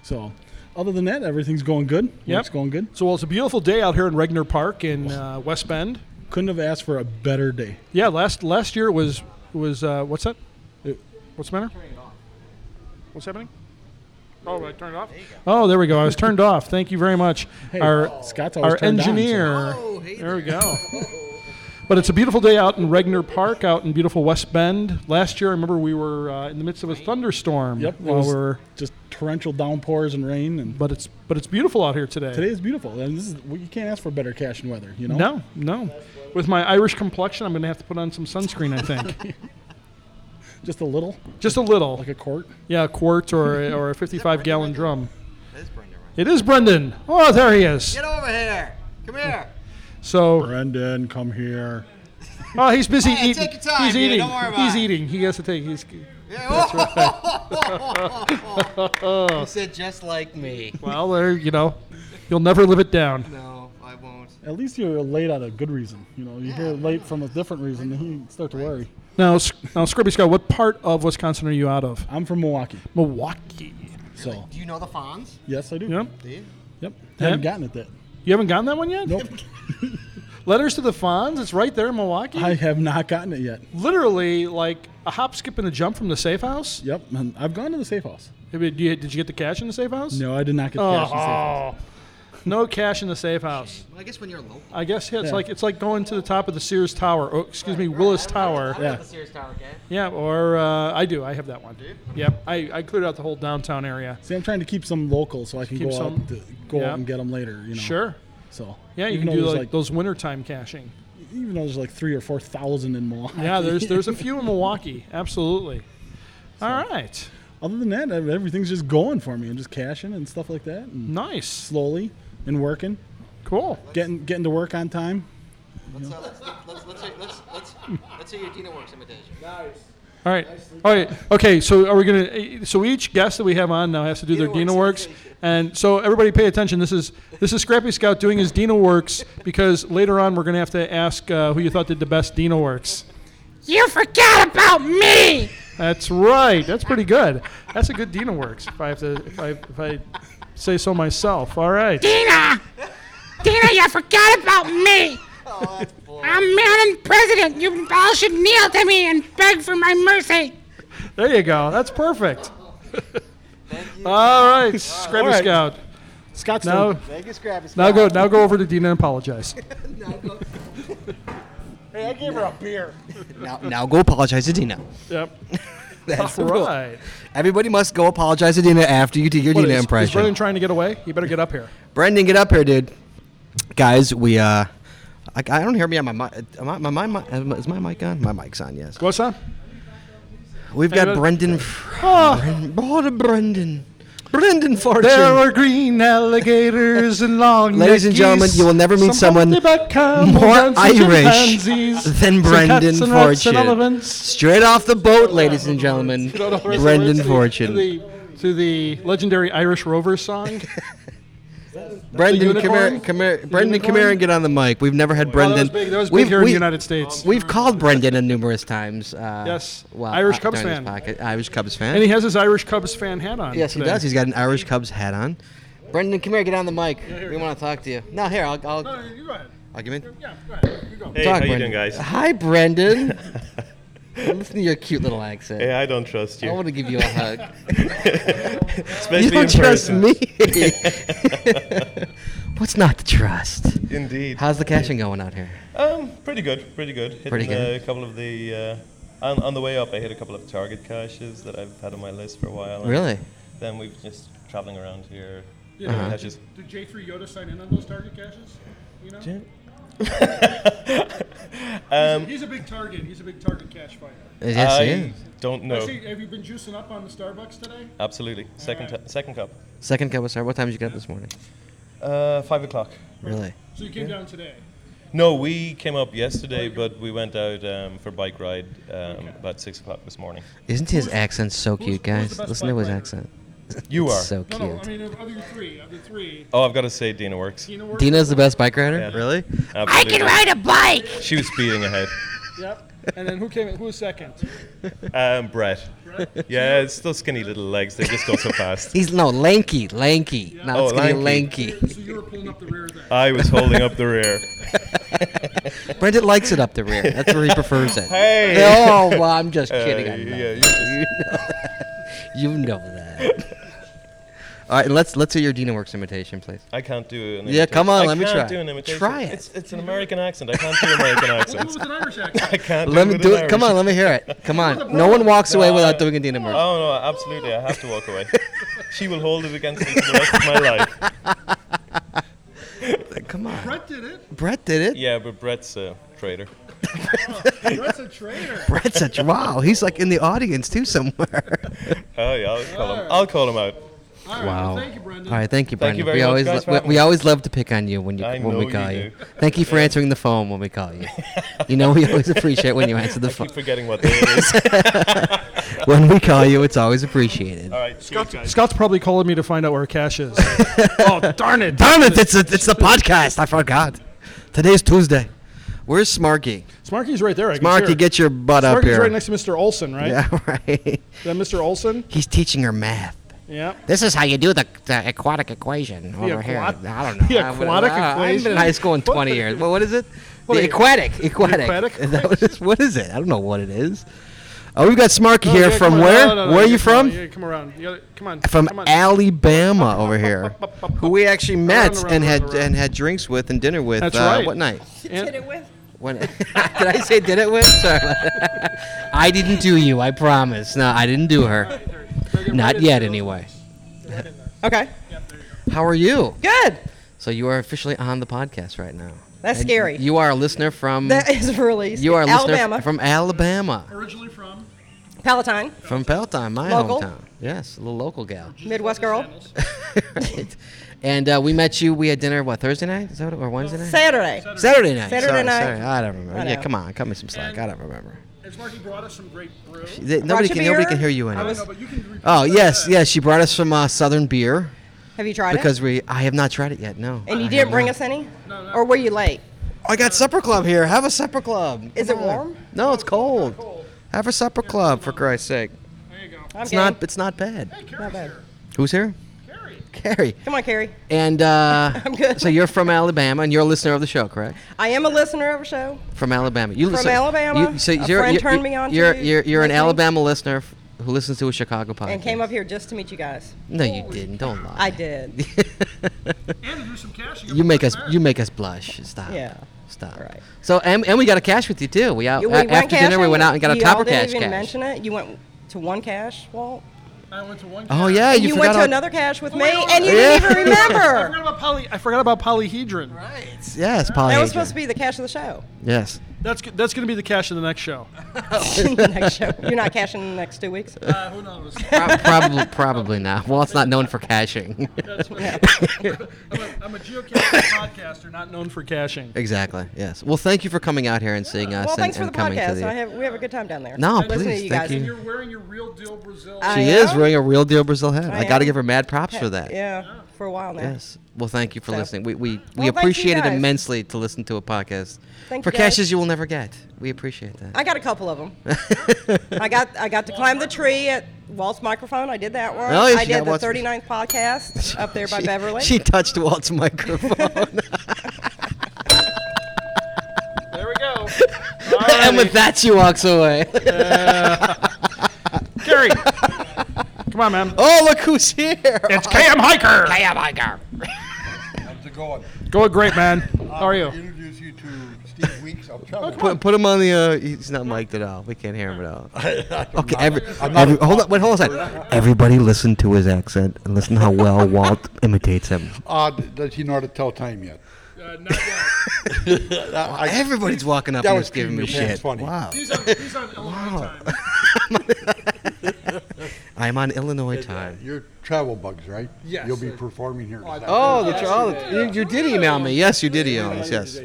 [SPEAKER 15] so, other than that, everything's going good.
[SPEAKER 2] Yep.
[SPEAKER 15] Work's going good.
[SPEAKER 2] So well, it's a beautiful day out here in Regner Park in uh, West Bend.
[SPEAKER 15] Couldn't have asked for a better day.
[SPEAKER 2] Yeah, last last year was was uh, what's that? What's the matter? What's happening? Oh, I turned it off. Oh, there we go. I was turned off. Thank you very much.
[SPEAKER 15] Hey,
[SPEAKER 2] our
[SPEAKER 15] Scott's always
[SPEAKER 2] our
[SPEAKER 15] turned on, so-
[SPEAKER 2] engineer.
[SPEAKER 15] Oh,
[SPEAKER 2] there we go. But it's a beautiful day out in Regner Park, out in beautiful West Bend. Last year, I remember we were uh, in the midst of a thunderstorm.
[SPEAKER 15] Yep. it
[SPEAKER 2] While
[SPEAKER 15] was
[SPEAKER 2] we're,
[SPEAKER 15] just torrential downpours and rain and.
[SPEAKER 2] But it's but it's beautiful out here today.
[SPEAKER 15] Today is beautiful, and this is you can't ask for better cash and weather. You know.
[SPEAKER 2] No, no. With my Irish complexion, I'm going to have to put on some sunscreen. I think.
[SPEAKER 15] Just a little.
[SPEAKER 2] Just a little. Like
[SPEAKER 15] a quart.
[SPEAKER 2] Yeah, a quart or a, or a 55 gallon drum. It is Brendan. Oh, there he is.
[SPEAKER 10] Get over here. Come here.
[SPEAKER 2] So
[SPEAKER 15] Brendan, come here.
[SPEAKER 2] Oh, he's busy
[SPEAKER 10] Hey,
[SPEAKER 2] eating.
[SPEAKER 10] take your time,
[SPEAKER 2] he's
[SPEAKER 10] dude.
[SPEAKER 2] eating.
[SPEAKER 10] Don't worry about
[SPEAKER 2] he's
[SPEAKER 10] it.
[SPEAKER 2] eating. He has to take. He's. That's right.
[SPEAKER 10] You said just like me.
[SPEAKER 2] Well, there you know, you'll never live it down.
[SPEAKER 10] No, I won't.
[SPEAKER 15] At least you're late on a good reason. You know, you hear late from a different reason, and you start to worry.
[SPEAKER 2] Now, S- now, Scribby Scott, what part of Wisconsin are you out of?
[SPEAKER 15] I'm from Milwaukee.
[SPEAKER 2] Milwaukee.
[SPEAKER 15] So
[SPEAKER 10] Do you know the Fonz?
[SPEAKER 15] yes, I do.
[SPEAKER 2] Yep.
[SPEAKER 10] Do you?
[SPEAKER 15] Yep.
[SPEAKER 2] Yeah.
[SPEAKER 15] Haven't gotten it that.
[SPEAKER 2] You haven't gotten that one yet.
[SPEAKER 15] Nope.
[SPEAKER 2] Letters to the Fonz. It's right there in Milwaukee.
[SPEAKER 15] I have not gotten it yet.
[SPEAKER 2] Literally, like a hop, skip, and a jump from the safe house.
[SPEAKER 15] Yep. and I've gone to the safe house.
[SPEAKER 2] Did you, did you get the cash in the safe house?
[SPEAKER 15] No, I did not get the cash in the safe house.
[SPEAKER 2] house. No cash in the safe house.
[SPEAKER 10] Well, I guess when you're local.
[SPEAKER 2] I guess yeah, it's
[SPEAKER 10] Yeah.
[SPEAKER 2] like it's like going to the top of the Sears Tower. Oh, excuse me, Willis Tower.
[SPEAKER 10] I yeah. the Sears Tower, okay?
[SPEAKER 2] Yeah, or uh, I do. I have that one. Yep, I, I cleared out the whole downtown area.
[SPEAKER 15] See, I'm trying to keep some local so I can
[SPEAKER 2] Keep
[SPEAKER 15] go
[SPEAKER 2] some-
[SPEAKER 15] out to, go
[SPEAKER 2] yeah.
[SPEAKER 15] out and get them later. You know.
[SPEAKER 2] Sure.
[SPEAKER 15] So
[SPEAKER 2] Yeah, you
[SPEAKER 15] even
[SPEAKER 2] can do
[SPEAKER 15] though
[SPEAKER 2] like,
[SPEAKER 15] there's
[SPEAKER 2] those wintertime caching.
[SPEAKER 15] even though there's like three or four thousand in Milwaukee.
[SPEAKER 2] Yeah, there's there's a few in Milwaukee. Absolutely. All right.
[SPEAKER 15] Other than that, ev- everything's just going for me. I'm just cashing and stuff like that. And
[SPEAKER 2] nice.
[SPEAKER 15] Slowly and working.
[SPEAKER 2] Cool.
[SPEAKER 15] Getting getting to work on time.
[SPEAKER 10] Let's, uh, let's, let's, let's, hear- let's, let's, let's hear your Dina Works imitation. Nice.
[SPEAKER 2] All right. All right. Okay. So are we gonna? So each guest that we have on now has to do their Dino works, and so everybody pay attention. This is this is Scrappy Scout doing his Dino works because later on we're gonna have to ask uh, who you thought did the best Dino works.
[SPEAKER 10] You forgot about me!
[SPEAKER 2] That's right. That's pretty good. That's a good Dina works. If I have to, if I, if I say so myself. All right.
[SPEAKER 10] Dina! Dina, you forgot about me! I'm madam president. You all should kneel to me and beg for my mercy.
[SPEAKER 2] There you go. That's perfect. All right, Scrappy
[SPEAKER 15] All right.
[SPEAKER 2] Scout.
[SPEAKER 15] Scott's
[SPEAKER 2] now.
[SPEAKER 15] done. Thank you, Scrappy
[SPEAKER 2] Now go.
[SPEAKER 15] Scout.
[SPEAKER 2] Now go over to Dina and apologize.
[SPEAKER 15] Hey, I gave her a beer.
[SPEAKER 3] Now, now go apologize to Dina.
[SPEAKER 2] Yep.
[SPEAKER 3] That's
[SPEAKER 2] All
[SPEAKER 3] the rule.
[SPEAKER 2] right.
[SPEAKER 3] Everybody must go apologize to Dina after you do your
[SPEAKER 2] What
[SPEAKER 3] Dina
[SPEAKER 2] is- Is
[SPEAKER 3] impression.
[SPEAKER 2] Brendan trying to get away? You better get up here.
[SPEAKER 3] Brendan, get up here, dude. guys, we uh, I, I don't hear me on my mic. Am I, my, my, mi- is my mic on? My mic's on. Yes.
[SPEAKER 2] What's on?
[SPEAKER 3] We've
[SPEAKER 2] Hey,
[SPEAKER 3] got
[SPEAKER 2] look.
[SPEAKER 3] Brendan.
[SPEAKER 2] Oh,
[SPEAKER 3] Brendan. Brendan Fortune.
[SPEAKER 5] There are green alligators and long
[SPEAKER 3] Ladies and gentlemen, you will never meet someone more Irish than Brendan Fortune. Straight off the boat, ladies and gentlemen, Brendan Fortune.
[SPEAKER 2] To the, to the legendary Irish Rover song.
[SPEAKER 3] Brendan,
[SPEAKER 2] The
[SPEAKER 3] come here,
[SPEAKER 2] unicorn?
[SPEAKER 3] come here.
[SPEAKER 2] The
[SPEAKER 3] Brendan, come here
[SPEAKER 2] unicorn?
[SPEAKER 3] and get on the mic. We've never had Brendan.
[SPEAKER 2] was big- that was big here in the United States.
[SPEAKER 3] We've called Brendan in numerous times. Uh,
[SPEAKER 2] Yes.
[SPEAKER 3] well,
[SPEAKER 2] Irish
[SPEAKER 3] uh,
[SPEAKER 2] Cubs
[SPEAKER 3] during this
[SPEAKER 2] fan.
[SPEAKER 3] pocket- Irish Cubs fan.
[SPEAKER 2] and he has his Irish Cubs fan hat on.
[SPEAKER 3] Yes, he
[SPEAKER 2] today.
[SPEAKER 3] does. He's got an Irish Cubs hat on. Brendan, come here, get on the mic. we want to talk to you. No, here, I'll. I'll no,
[SPEAKER 2] you go ahead.
[SPEAKER 3] I'll give in.
[SPEAKER 2] Yeah, go ahead. You go.
[SPEAKER 16] Hey, how you doing, guys?
[SPEAKER 3] Hi, Brendan. Listen to your cute little accent.
[SPEAKER 16] Hey, I don't trust you.
[SPEAKER 3] I want to give you a hug.
[SPEAKER 16] Especially
[SPEAKER 3] you don't
[SPEAKER 16] in
[SPEAKER 3] trust
[SPEAKER 16] person.
[SPEAKER 3] me. What's not to trust?
[SPEAKER 16] Indeed.
[SPEAKER 3] How's the caching going out here?
[SPEAKER 16] Um, pretty good, pretty good. Hitting
[SPEAKER 3] Pretty good.
[SPEAKER 16] A couple of the uh, on, on the way up, I hit a couple of target caches that I've had on my list for a while. and
[SPEAKER 3] Really?
[SPEAKER 16] Then we've just traveling around here.
[SPEAKER 2] Yeah,
[SPEAKER 16] hitting
[SPEAKER 3] Uh-huh.
[SPEAKER 16] caches.
[SPEAKER 2] Did J3 Yoda sign in on those target caches? You know?
[SPEAKER 16] Um,
[SPEAKER 3] Um,
[SPEAKER 2] he's, he's a big target. He's a big target cash fighter.
[SPEAKER 3] Uh, Is that
[SPEAKER 16] I
[SPEAKER 3] serious?
[SPEAKER 16] don't
[SPEAKER 2] I
[SPEAKER 16] know.
[SPEAKER 2] see- have you been juicing up on the Starbucks today?
[SPEAKER 16] Absolutely. Second t- second cup.
[SPEAKER 3] Second cup of sir. What time did you get up this morning?
[SPEAKER 16] Uh, five o'clock.
[SPEAKER 3] Really?
[SPEAKER 2] So you came down today.
[SPEAKER 16] No, we came up yesterday, but we went out um, for bike ride um, about six o'clock this morning.
[SPEAKER 3] Isn't his accent so cute, guys? Listen to his accent.
[SPEAKER 16] You
[SPEAKER 3] It's
[SPEAKER 16] are.
[SPEAKER 3] so cute.
[SPEAKER 2] I mean, of other three, other three.
[SPEAKER 16] Oh, I've got to say, Dina works. Dina
[SPEAKER 3] works. Dina's the best bike rider? Really?
[SPEAKER 16] Absolutely.
[SPEAKER 2] can ride a bike!
[SPEAKER 16] She was speeding ahead.
[SPEAKER 2] Yep. And then who came? in- Who was second?
[SPEAKER 16] Um, Brett. Yeah, it's those skinny little legs. They just go so fast.
[SPEAKER 3] He's no lanky, lanky. No,
[SPEAKER 16] Oh,
[SPEAKER 3] it's gonna be
[SPEAKER 16] lanky.
[SPEAKER 3] lanky.
[SPEAKER 16] I was holding up the rear.
[SPEAKER 3] Brendan likes it up the rear. That's where he prefers it.
[SPEAKER 16] Hey.
[SPEAKER 3] Oh, well, I'm just
[SPEAKER 16] Uh,
[SPEAKER 3] kidding. I know.
[SPEAKER 16] yeah, you
[SPEAKER 3] you,
[SPEAKER 16] just-
[SPEAKER 3] know that. you know that. All right, and let's let's hear your Dina Works imitation, please.
[SPEAKER 16] I can't do an imitation.
[SPEAKER 3] Yeah, come on,
[SPEAKER 16] I
[SPEAKER 3] let me
[SPEAKER 16] can't
[SPEAKER 3] try.
[SPEAKER 16] do an imitation.
[SPEAKER 3] Try it.
[SPEAKER 16] It's, it's an American accent. I can't do American accents. I can't
[SPEAKER 3] Let
[SPEAKER 16] do
[SPEAKER 3] me
[SPEAKER 16] it
[SPEAKER 3] do
[SPEAKER 16] with an
[SPEAKER 3] it. Come on,
[SPEAKER 16] Irish.
[SPEAKER 3] let me hear it. Come on. No one walks away
[SPEAKER 16] No,
[SPEAKER 3] without
[SPEAKER 16] I-
[SPEAKER 3] doing a Dina Works.
[SPEAKER 16] Oh no, absolutely. I have to walk away. she will hold it against me for the rest of my life.
[SPEAKER 3] Come on.
[SPEAKER 2] Brett did it.
[SPEAKER 3] Brett did it.
[SPEAKER 16] Yeah, but Brett's a traitor.
[SPEAKER 2] Oh, Brett's a traitor.
[SPEAKER 3] Brett's such wow. He's like in the audience too somewhere.
[SPEAKER 16] Oh yeah, I'll call him. I'll call him out.
[SPEAKER 3] wow.
[SPEAKER 16] thank you, Brendan.
[SPEAKER 3] All right, thank you,
[SPEAKER 16] Thank
[SPEAKER 3] Brendan.
[SPEAKER 16] you very
[SPEAKER 3] we
[SPEAKER 16] much,
[SPEAKER 3] always
[SPEAKER 16] guys, for
[SPEAKER 3] we,
[SPEAKER 16] having
[SPEAKER 3] we
[SPEAKER 16] us.
[SPEAKER 3] always love to pick on you when you
[SPEAKER 16] I
[SPEAKER 3] when
[SPEAKER 16] know
[SPEAKER 3] we
[SPEAKER 16] you
[SPEAKER 3] call you.
[SPEAKER 16] do.
[SPEAKER 3] Thank you for answering the phone when we call you. you know we always appreciate when you answer the
[SPEAKER 16] I
[SPEAKER 3] phone.
[SPEAKER 16] keep forgetting what day it is.
[SPEAKER 3] when we call you, it's always appreciated.
[SPEAKER 16] All right, Scott's,
[SPEAKER 2] Scott's probably calling me to find out where cash is. oh, darn it.
[SPEAKER 3] Damn it! It's a, it's the podcast. I forgot. Today's Tuesday. Where's Smarky?
[SPEAKER 2] Smarky's right there. I can see
[SPEAKER 3] Smarky,
[SPEAKER 2] her.
[SPEAKER 3] get your butt up
[SPEAKER 2] Smarky's
[SPEAKER 3] here.
[SPEAKER 2] right next to Mr. Olson, right?
[SPEAKER 3] Yeah, right.
[SPEAKER 2] Is that Mr. Olson?
[SPEAKER 3] He's teaching her math.
[SPEAKER 2] Yeah.
[SPEAKER 3] This is how you do the, the aquatic equation over here. I
[SPEAKER 2] aquat-
[SPEAKER 3] don't know.
[SPEAKER 2] the
[SPEAKER 3] I would've-
[SPEAKER 2] aquatic
[SPEAKER 3] I- I haven't been
[SPEAKER 2] equation?
[SPEAKER 3] in high school in 20 years. Well, what is it?
[SPEAKER 2] What
[SPEAKER 3] the
[SPEAKER 2] are you-
[SPEAKER 3] aquatic. Aquatic.
[SPEAKER 2] aquatic
[SPEAKER 3] Is that what, it is? what is it? I don't know what it is. Oh, we've got Smarky here
[SPEAKER 2] Okay,
[SPEAKER 3] from
[SPEAKER 2] come on.
[SPEAKER 3] where?
[SPEAKER 2] No, no, no,
[SPEAKER 3] where are you
[SPEAKER 2] come
[SPEAKER 3] from?
[SPEAKER 2] on. Yeah, come around. You gotta- come on.
[SPEAKER 3] From
[SPEAKER 2] come on.
[SPEAKER 3] Alabama over here, who we actually met
[SPEAKER 2] around,
[SPEAKER 3] and
[SPEAKER 2] around,
[SPEAKER 3] had
[SPEAKER 2] around.
[SPEAKER 3] and had drinks with and dinner with.
[SPEAKER 2] That's
[SPEAKER 3] uh,
[SPEAKER 2] right.
[SPEAKER 3] What night?
[SPEAKER 2] Did
[SPEAKER 12] it with?
[SPEAKER 3] When, did I say did it with? Sorry. I didn't do you. I promise. No, I didn't do her. Not yet, anyway.
[SPEAKER 12] Okay.
[SPEAKER 3] How are you?
[SPEAKER 12] Good.
[SPEAKER 3] So you are officially on the podcast right now.
[SPEAKER 12] That's scary.
[SPEAKER 3] You are a listener from.
[SPEAKER 12] That is really
[SPEAKER 3] You are a
[SPEAKER 12] scary.
[SPEAKER 3] listener
[SPEAKER 12] Alabama.
[SPEAKER 3] from Alabama,
[SPEAKER 2] Originally from
[SPEAKER 12] Palatine,
[SPEAKER 3] from Pelton, my
[SPEAKER 12] Local.
[SPEAKER 3] hometown. Yes, a little local gal.
[SPEAKER 12] Midwest girl.
[SPEAKER 3] right. And uh, we met you. We had dinner what Thursday night? Is that what, or Wednesday night?
[SPEAKER 12] Saturday.
[SPEAKER 3] Saturday night.
[SPEAKER 12] Saturday
[SPEAKER 3] sorry,
[SPEAKER 12] night.
[SPEAKER 3] Sorry, I don't remember.
[SPEAKER 12] I
[SPEAKER 3] yeah,
[SPEAKER 12] know.
[SPEAKER 3] come on, cut me some slack. I don't remember.
[SPEAKER 2] And Smarky brought us some great brew.
[SPEAKER 3] She- th- nobody
[SPEAKER 12] your
[SPEAKER 3] can. Nobody
[SPEAKER 12] beer?
[SPEAKER 3] can hear you
[SPEAKER 12] I
[SPEAKER 3] anyway.
[SPEAKER 12] was- No, but
[SPEAKER 3] oh yes, yes. She brought us some uh, Southern beer
[SPEAKER 12] Have you tried
[SPEAKER 3] because
[SPEAKER 12] it?
[SPEAKER 3] we. I have not tried it yet. No.
[SPEAKER 12] And you
[SPEAKER 3] I
[SPEAKER 12] didn't
[SPEAKER 3] have
[SPEAKER 12] bring
[SPEAKER 3] not.
[SPEAKER 12] us any? Or were you late?
[SPEAKER 3] I got supper club here. Have a supper club.
[SPEAKER 12] Is
[SPEAKER 3] Come
[SPEAKER 12] it
[SPEAKER 3] on.
[SPEAKER 12] warm?
[SPEAKER 3] No, it's cold. Have a supper club for Christ's sake.
[SPEAKER 12] I'm
[SPEAKER 3] It's
[SPEAKER 12] kidding.
[SPEAKER 3] not. It's not bad.
[SPEAKER 12] Not bad.
[SPEAKER 3] Who's here? Carrie. Carrie.
[SPEAKER 12] Come on, Carrie.
[SPEAKER 3] And uh,
[SPEAKER 12] I'm good.
[SPEAKER 3] so you're from Alabama, and you're a listener of the show, correct?
[SPEAKER 12] I am a listener of a show.
[SPEAKER 3] From Alabama. You
[SPEAKER 12] From
[SPEAKER 3] listen-
[SPEAKER 12] Alabama.
[SPEAKER 3] You, so
[SPEAKER 12] A
[SPEAKER 3] you're,
[SPEAKER 12] friend
[SPEAKER 3] you're,
[SPEAKER 12] turned me on to
[SPEAKER 3] You're
[SPEAKER 12] you
[SPEAKER 3] you're, you're an
[SPEAKER 12] listening.
[SPEAKER 3] Alabama listener f- who listens to a Chicago podcast.
[SPEAKER 12] And came up here just to meet you guys.
[SPEAKER 3] no, you didn't. Don't lie.
[SPEAKER 12] I did.
[SPEAKER 3] you make us you make us blush. Stop.
[SPEAKER 12] Yeah.
[SPEAKER 3] Stop. Right. So and, and we got a cash with you too. We out
[SPEAKER 12] You-
[SPEAKER 3] Oh, a- after dinner we
[SPEAKER 12] cashing?
[SPEAKER 3] went out and got a
[SPEAKER 12] Y'all
[SPEAKER 3] topper
[SPEAKER 12] didn't
[SPEAKER 3] cash
[SPEAKER 12] even
[SPEAKER 3] cash.
[SPEAKER 12] mention it. You went to one cash, Walt?
[SPEAKER 2] I went to one.
[SPEAKER 3] Oh, yeah, you
[SPEAKER 17] you went
[SPEAKER 3] forgot
[SPEAKER 17] to
[SPEAKER 3] all-
[SPEAKER 17] another cache with
[SPEAKER 2] Oh,
[SPEAKER 17] me,
[SPEAKER 2] wait, oh,
[SPEAKER 17] and you
[SPEAKER 2] yeah.
[SPEAKER 17] didn't even
[SPEAKER 2] I
[SPEAKER 17] remember.
[SPEAKER 2] forgot about poly. I forgot about polyhedron. Right.
[SPEAKER 3] Yes,
[SPEAKER 17] That
[SPEAKER 3] polyhedron.
[SPEAKER 17] was supposed to be the cache of the show.
[SPEAKER 3] Yes.
[SPEAKER 2] That's g- that's going to be the cash of the next show.
[SPEAKER 17] next show. You're not caching in the next two weeks.
[SPEAKER 2] Uh, who knows?
[SPEAKER 3] Prob- probably, probably not. Well, it's not known for caching.
[SPEAKER 2] That's what I'm, a, I'm a geocaching podcaster, not known for caching.
[SPEAKER 3] exactly. Yes. Well, thank you for coming out here and seeing us
[SPEAKER 17] well,
[SPEAKER 3] and,
[SPEAKER 17] thanks
[SPEAKER 3] and
[SPEAKER 17] for the
[SPEAKER 3] coming to
[SPEAKER 17] podcast.
[SPEAKER 3] the.
[SPEAKER 17] I have, we have a good time down there.
[SPEAKER 3] No,
[SPEAKER 17] Listening to
[SPEAKER 3] please,
[SPEAKER 17] you
[SPEAKER 3] thank
[SPEAKER 17] guys.
[SPEAKER 3] you. And
[SPEAKER 2] You're wearing your real deal Brazil.
[SPEAKER 17] I
[SPEAKER 3] she
[SPEAKER 17] am.
[SPEAKER 3] is wearing a real deal Brazil hat. I, got to
[SPEAKER 17] am.
[SPEAKER 3] give her mad props for that.
[SPEAKER 17] Yeah, for a while now.
[SPEAKER 3] Yes. Well, thank you for
[SPEAKER 17] So-
[SPEAKER 3] listening. We we,
[SPEAKER 17] Well,
[SPEAKER 3] we
[SPEAKER 17] thank you
[SPEAKER 3] appreciate it
[SPEAKER 17] guys.
[SPEAKER 3] immensely to listen to a podcast
[SPEAKER 17] Thank
[SPEAKER 3] for
[SPEAKER 17] you guys.
[SPEAKER 3] caches you will never get. We appreciate that.
[SPEAKER 17] I got a couple of them. I got I got to climb the tree at Walt's microphone. I did that one.
[SPEAKER 3] Oh, yeah,
[SPEAKER 17] I
[SPEAKER 3] she got
[SPEAKER 17] did the
[SPEAKER 3] Walt's-
[SPEAKER 17] 39th podcast up there by
[SPEAKER 3] She-
[SPEAKER 17] Beverly.
[SPEAKER 3] She touched Walt's microphone.
[SPEAKER 2] There we go.
[SPEAKER 3] and with that, she walks away.
[SPEAKER 2] Gary, come on, man.
[SPEAKER 3] Oh, look who's here. It's
[SPEAKER 2] KM Hiker.
[SPEAKER 3] KM Hiker.
[SPEAKER 18] How's it going?
[SPEAKER 2] Going great, man. How are you?
[SPEAKER 18] Introduce you to Steve Weeks. I'll tell you.
[SPEAKER 3] Put, put him Oh, on the. Uh, he's not mic'd at all. We can't hear him at all.
[SPEAKER 18] I'm
[SPEAKER 3] okay,
[SPEAKER 18] not-
[SPEAKER 3] every,
[SPEAKER 18] I'm not-
[SPEAKER 3] every- hold on. Wait, hold on a
[SPEAKER 18] Uh,
[SPEAKER 3] second. Everybody, listen to his accent and listen how well Walt imitates him.
[SPEAKER 18] Uh, d- does he know how to tell time yet?
[SPEAKER 2] Uh, not
[SPEAKER 18] yet.
[SPEAKER 3] Everybody's walking up
[SPEAKER 18] that
[SPEAKER 3] and
[SPEAKER 18] was
[SPEAKER 3] just giving me
[SPEAKER 18] Peter Pan's
[SPEAKER 3] shit.
[SPEAKER 18] Funny.
[SPEAKER 3] Wow.
[SPEAKER 2] He's on, he's on Illinois time.
[SPEAKER 3] I'm on Illinois time.
[SPEAKER 18] Your travel bugs, right?
[SPEAKER 2] Yes.
[SPEAKER 18] You'll be performing here. this
[SPEAKER 3] Oh,
[SPEAKER 18] afternoon.
[SPEAKER 3] the child. you, you did email me. Yes, you did email us. Yes.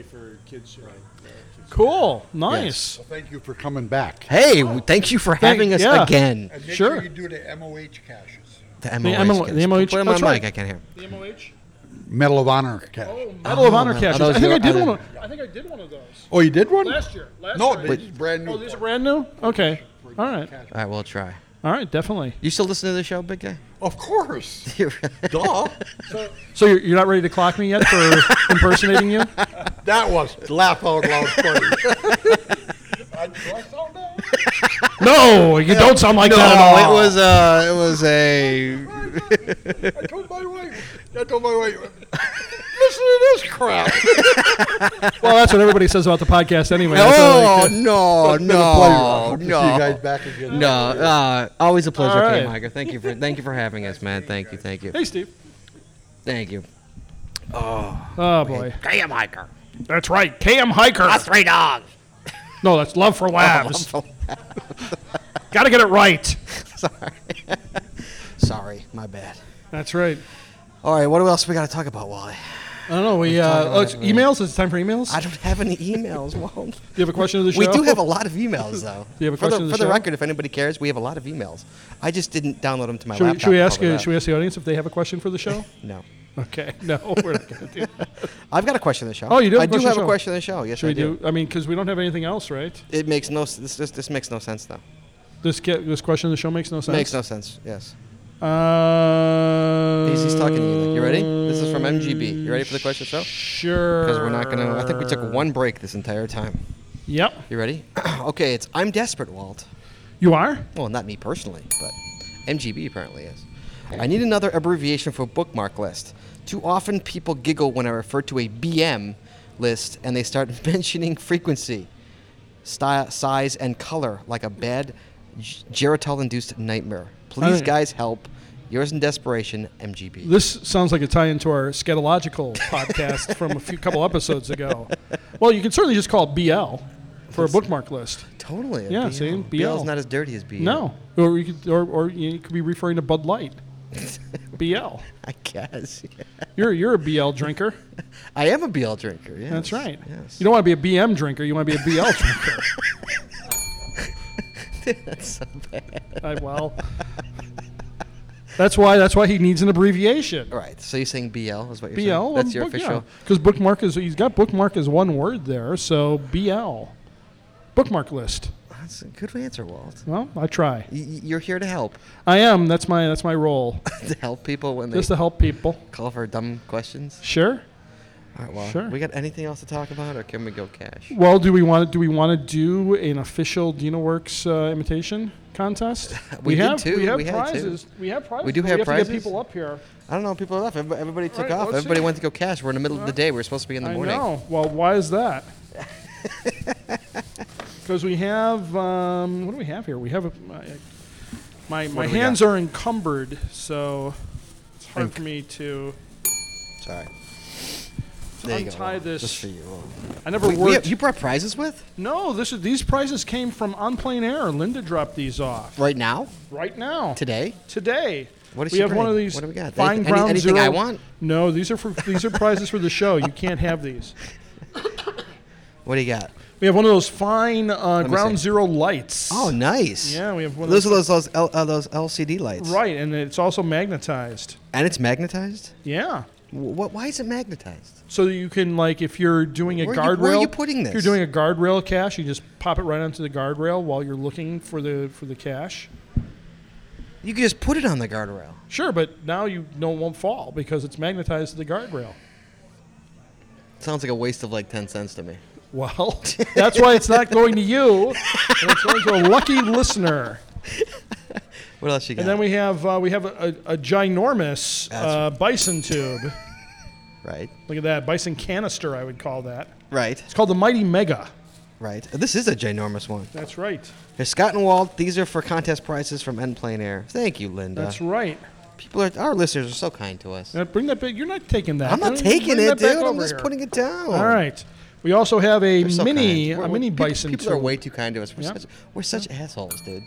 [SPEAKER 2] Cool.
[SPEAKER 3] Nice.
[SPEAKER 18] Well, thank you for coming back.
[SPEAKER 3] Hey, w- thank you for having us
[SPEAKER 2] yeah.
[SPEAKER 3] again.
[SPEAKER 18] And make
[SPEAKER 2] Sure.
[SPEAKER 18] sure you do the MOH caches.
[SPEAKER 3] The
[SPEAKER 2] The
[SPEAKER 3] MOH.
[SPEAKER 2] MO
[SPEAKER 3] kids.
[SPEAKER 2] the MOH
[SPEAKER 3] Put him
[SPEAKER 2] that's
[SPEAKER 3] on
[SPEAKER 2] right.
[SPEAKER 3] mic. I can't hear.
[SPEAKER 2] The MOH.
[SPEAKER 18] Medal of Honor cache.
[SPEAKER 2] Medal of
[SPEAKER 3] Oh,
[SPEAKER 2] Honor
[SPEAKER 3] man.
[SPEAKER 2] caches.
[SPEAKER 3] Oh, those
[SPEAKER 2] I think
[SPEAKER 3] are-
[SPEAKER 2] I did
[SPEAKER 3] I
[SPEAKER 2] one. Of, I think I did one of those.
[SPEAKER 18] Oh, you did one?
[SPEAKER 2] Last year. Last
[SPEAKER 18] No,
[SPEAKER 2] year I
[SPEAKER 18] but
[SPEAKER 2] did.
[SPEAKER 18] it's brand new
[SPEAKER 2] Oh, these are brand new. Okay. All right.
[SPEAKER 3] All right, we'll try.
[SPEAKER 2] All right. Definitely.
[SPEAKER 3] You still listen to the show, big guy?
[SPEAKER 18] Of course.
[SPEAKER 3] Duh.
[SPEAKER 2] So you're, you're not ready to clock me yet for impersonating you?
[SPEAKER 18] That was laugh out loud funny. I trust all day.
[SPEAKER 2] No, you don't sound like that at all.
[SPEAKER 3] No, it was uh, it was a.
[SPEAKER 18] I told my wife. I told my wife. Listen to this crap.
[SPEAKER 2] well, that's what everybody says about the podcast anyway. That's all
[SPEAKER 3] Oh
[SPEAKER 2] they-
[SPEAKER 3] no,
[SPEAKER 18] It's been a pleasure.
[SPEAKER 3] no, no!
[SPEAKER 18] I hope to see you guys back again.
[SPEAKER 3] No, uh, always a pleasure,
[SPEAKER 2] All
[SPEAKER 3] right.
[SPEAKER 2] right.
[SPEAKER 3] Thank you for thank you for having us, man. Thank you, thank you,
[SPEAKER 2] Hey, Steve.
[SPEAKER 3] thank you. Oh,
[SPEAKER 2] Oh boy.
[SPEAKER 3] KM Hiker.
[SPEAKER 2] That's right. KM Hiker. That's
[SPEAKER 3] three dogs.
[SPEAKER 2] No, that's Love
[SPEAKER 3] Oh,
[SPEAKER 2] for Labs. Got to get it right.
[SPEAKER 3] Sorry. Sorry, my bad.
[SPEAKER 2] That's right.
[SPEAKER 3] All right, what else we got to talk about, Wally?
[SPEAKER 2] I don't know. We
[SPEAKER 3] talking
[SPEAKER 2] uh,
[SPEAKER 3] about
[SPEAKER 2] oh, it's
[SPEAKER 3] everything.
[SPEAKER 2] emails. It's time for emails.
[SPEAKER 3] I don't have any emails, Walt. Do
[SPEAKER 2] you have a question of the show?
[SPEAKER 3] We do have a lot of emails, though.
[SPEAKER 2] Do you have a
[SPEAKER 3] for
[SPEAKER 2] question
[SPEAKER 3] the,
[SPEAKER 2] of the
[SPEAKER 3] for
[SPEAKER 2] show?
[SPEAKER 3] the record, if anybody cares, we have a lot of emails. I just didn't download them to my
[SPEAKER 2] Should we,
[SPEAKER 3] laptop.
[SPEAKER 2] should we
[SPEAKER 3] and
[SPEAKER 2] ask?
[SPEAKER 3] pull
[SPEAKER 2] Uh,
[SPEAKER 3] them
[SPEAKER 2] should we ask the audience if they have a question for the show?
[SPEAKER 3] up. No.
[SPEAKER 2] Okay. No, we're not going to do. That.
[SPEAKER 3] I've got a question of the show.
[SPEAKER 2] Oh, you do.
[SPEAKER 3] I do
[SPEAKER 2] question
[SPEAKER 3] have
[SPEAKER 2] show.
[SPEAKER 3] a question of the show. Yes,
[SPEAKER 2] Should
[SPEAKER 3] I
[SPEAKER 2] we do? I mean, because we don't have anything else, right?
[SPEAKER 3] It makes no. s- This, this this makes no sense though.
[SPEAKER 2] This ca- this question of the show makes no sense.
[SPEAKER 3] Makes no sense. Yes.
[SPEAKER 2] Uh,
[SPEAKER 3] He's, he's talking to you. Nick. You ready? This is from MGB. You ready for the question show?
[SPEAKER 2] Sure.
[SPEAKER 3] Because we're not gonna. I think we took one break this entire time.
[SPEAKER 2] Yep.
[SPEAKER 3] You ready? okay. It's I'm desperate, Walt.
[SPEAKER 2] You are?
[SPEAKER 3] Well, not me personally, but MGB apparently is. I need another abbreviation for bookmark list. Too often people giggle when I refer to a BM list and they start mentioning frequency, style, size, and color like a bad G- Geritol induced nightmare. Please,
[SPEAKER 2] I-
[SPEAKER 3] guys, help. Yours in desperation, MGB.
[SPEAKER 2] This sounds like a tie into our scatological podcast from a few couple episodes ago. Well, you can certainly just call it BL for a bookmark list.
[SPEAKER 3] Totally. a
[SPEAKER 2] Yeah,
[SPEAKER 3] BL.
[SPEAKER 2] see, BL.
[SPEAKER 3] BL is not as dirty as BL.
[SPEAKER 2] No, or you could, or, or you could be referring to Bud Light. BL.
[SPEAKER 3] I guess.
[SPEAKER 2] You're you're a BL drinker.
[SPEAKER 3] I am a BL drinker. Yes.
[SPEAKER 2] That's right.
[SPEAKER 3] Yes.
[SPEAKER 2] You don't want to be a BM drinker. You want to be a BL drinker.
[SPEAKER 3] That's so bad.
[SPEAKER 2] I, well, that's why that's why he needs an abbreviation.
[SPEAKER 3] All right. So you're saying BL is what you're
[SPEAKER 2] BL.
[SPEAKER 3] saying? That's your official.
[SPEAKER 2] Because bookmark is he's got bookmark as one word there. So BL, bookmark list.
[SPEAKER 3] That's a good answer, Walt.
[SPEAKER 2] Well, I try.
[SPEAKER 3] Y- y- You're here to help.
[SPEAKER 2] I am. That's my that's my role.
[SPEAKER 3] to help people when they
[SPEAKER 2] Just to help people.
[SPEAKER 3] call for dumb questions.
[SPEAKER 2] Sure.
[SPEAKER 3] All right, well,
[SPEAKER 2] Sure.
[SPEAKER 3] we got anything else to talk about, or can we go cash?
[SPEAKER 2] Well, do we want to do we want to do an official DinoWorks uh, imitation contest?
[SPEAKER 3] We did
[SPEAKER 2] have
[SPEAKER 3] too.
[SPEAKER 2] We have
[SPEAKER 3] We had two.
[SPEAKER 2] prizes. We have prizes.
[SPEAKER 3] We do
[SPEAKER 2] but
[SPEAKER 3] have
[SPEAKER 2] we
[SPEAKER 3] prizes?
[SPEAKER 2] To get people up here.
[SPEAKER 3] I don't know. People left. Everyb- Everybody took
[SPEAKER 2] right,
[SPEAKER 3] off.
[SPEAKER 2] let's
[SPEAKER 3] Everybody
[SPEAKER 2] see.
[SPEAKER 3] went to go cash. We're in the middle of the day. We're supposed to be in the
[SPEAKER 2] I
[SPEAKER 3] morning.
[SPEAKER 2] know. Well, why is that? Because we have um, what do we have here? We have a, My,
[SPEAKER 11] What
[SPEAKER 2] my
[SPEAKER 11] do we
[SPEAKER 2] hands
[SPEAKER 11] got?
[SPEAKER 2] are encumbered, so it's hard for me to.
[SPEAKER 3] Sorry.
[SPEAKER 2] to
[SPEAKER 3] There you go.
[SPEAKER 2] untie this.
[SPEAKER 3] Just for you.
[SPEAKER 2] I never
[SPEAKER 3] Wait, we
[SPEAKER 2] worked.
[SPEAKER 3] have- you brought prizes with?
[SPEAKER 2] No, this is these prizes came from On Plane Air. Linda dropped these off
[SPEAKER 3] Right now?
[SPEAKER 2] right now.
[SPEAKER 3] Today?
[SPEAKER 2] Today.
[SPEAKER 3] What is
[SPEAKER 2] we
[SPEAKER 3] she
[SPEAKER 2] have one
[SPEAKER 3] bringing?
[SPEAKER 2] of these
[SPEAKER 3] What do we got?
[SPEAKER 2] fine
[SPEAKER 3] Any- any-
[SPEAKER 2] ground
[SPEAKER 3] anything I
[SPEAKER 2] zero-
[SPEAKER 3] want?
[SPEAKER 2] No, these are for these are prizes for the show. You can't have these.
[SPEAKER 3] What do you got?
[SPEAKER 2] We have one of those fine uh,
[SPEAKER 3] Let me
[SPEAKER 2] ground
[SPEAKER 3] see.
[SPEAKER 2] zero lights.
[SPEAKER 3] Oh, nice.
[SPEAKER 2] Yeah, we have one.
[SPEAKER 3] Those
[SPEAKER 2] of
[SPEAKER 3] are those those, L, uh, those LCD lights.
[SPEAKER 2] Right, and it's also magnetized.
[SPEAKER 3] And it's magnetized.
[SPEAKER 2] Yeah.
[SPEAKER 3] What? Why is it magnetized?
[SPEAKER 2] So that you can like, if you're doing a
[SPEAKER 3] Where are you-
[SPEAKER 2] guardrail,
[SPEAKER 3] where are you putting
[SPEAKER 2] If you're
[SPEAKER 3] this?
[SPEAKER 2] doing a guardrail cache, you just pop it right onto the guardrail while you're looking for the for the cache.
[SPEAKER 3] You can just put it on the guardrail.
[SPEAKER 2] Sure, but now you know it won't fall because it's magnetized to the guardrail.
[SPEAKER 3] Sounds like a waste of like ten cents to me.
[SPEAKER 2] Well, that's why it's not going to you. and it's going to a lucky listener.
[SPEAKER 3] What else you got?
[SPEAKER 2] And then we have uh, we have a, a, a ginormous uh, bison tube.
[SPEAKER 3] Right.
[SPEAKER 2] Look at that bison canister. I would call that.
[SPEAKER 3] right.
[SPEAKER 2] It's called the Mighty Mega.
[SPEAKER 3] Right. This is a ginormous one.
[SPEAKER 2] That's right.
[SPEAKER 3] There's Scott and Walt. These are for contest prizes from End Plane Air. Thank you, Linda.
[SPEAKER 2] That's right.
[SPEAKER 3] People are our listeners are so kind to us.
[SPEAKER 2] Now, bring that back. You're not taking that.
[SPEAKER 3] I'm not
[SPEAKER 2] Bring-
[SPEAKER 3] taking
[SPEAKER 2] bring
[SPEAKER 3] it,
[SPEAKER 2] that back
[SPEAKER 3] dude. I'm
[SPEAKER 2] over
[SPEAKER 3] just
[SPEAKER 2] here.
[SPEAKER 3] putting it down.
[SPEAKER 2] All right. We also have a
[SPEAKER 3] They're so
[SPEAKER 2] mini,
[SPEAKER 3] kind. We're-
[SPEAKER 2] a
[SPEAKER 3] we're-
[SPEAKER 2] mini
[SPEAKER 3] people-
[SPEAKER 2] bison.
[SPEAKER 3] People are
[SPEAKER 2] tube.
[SPEAKER 3] way too kind to us. We're
[SPEAKER 2] Yep.
[SPEAKER 3] such we're such assholes, dude.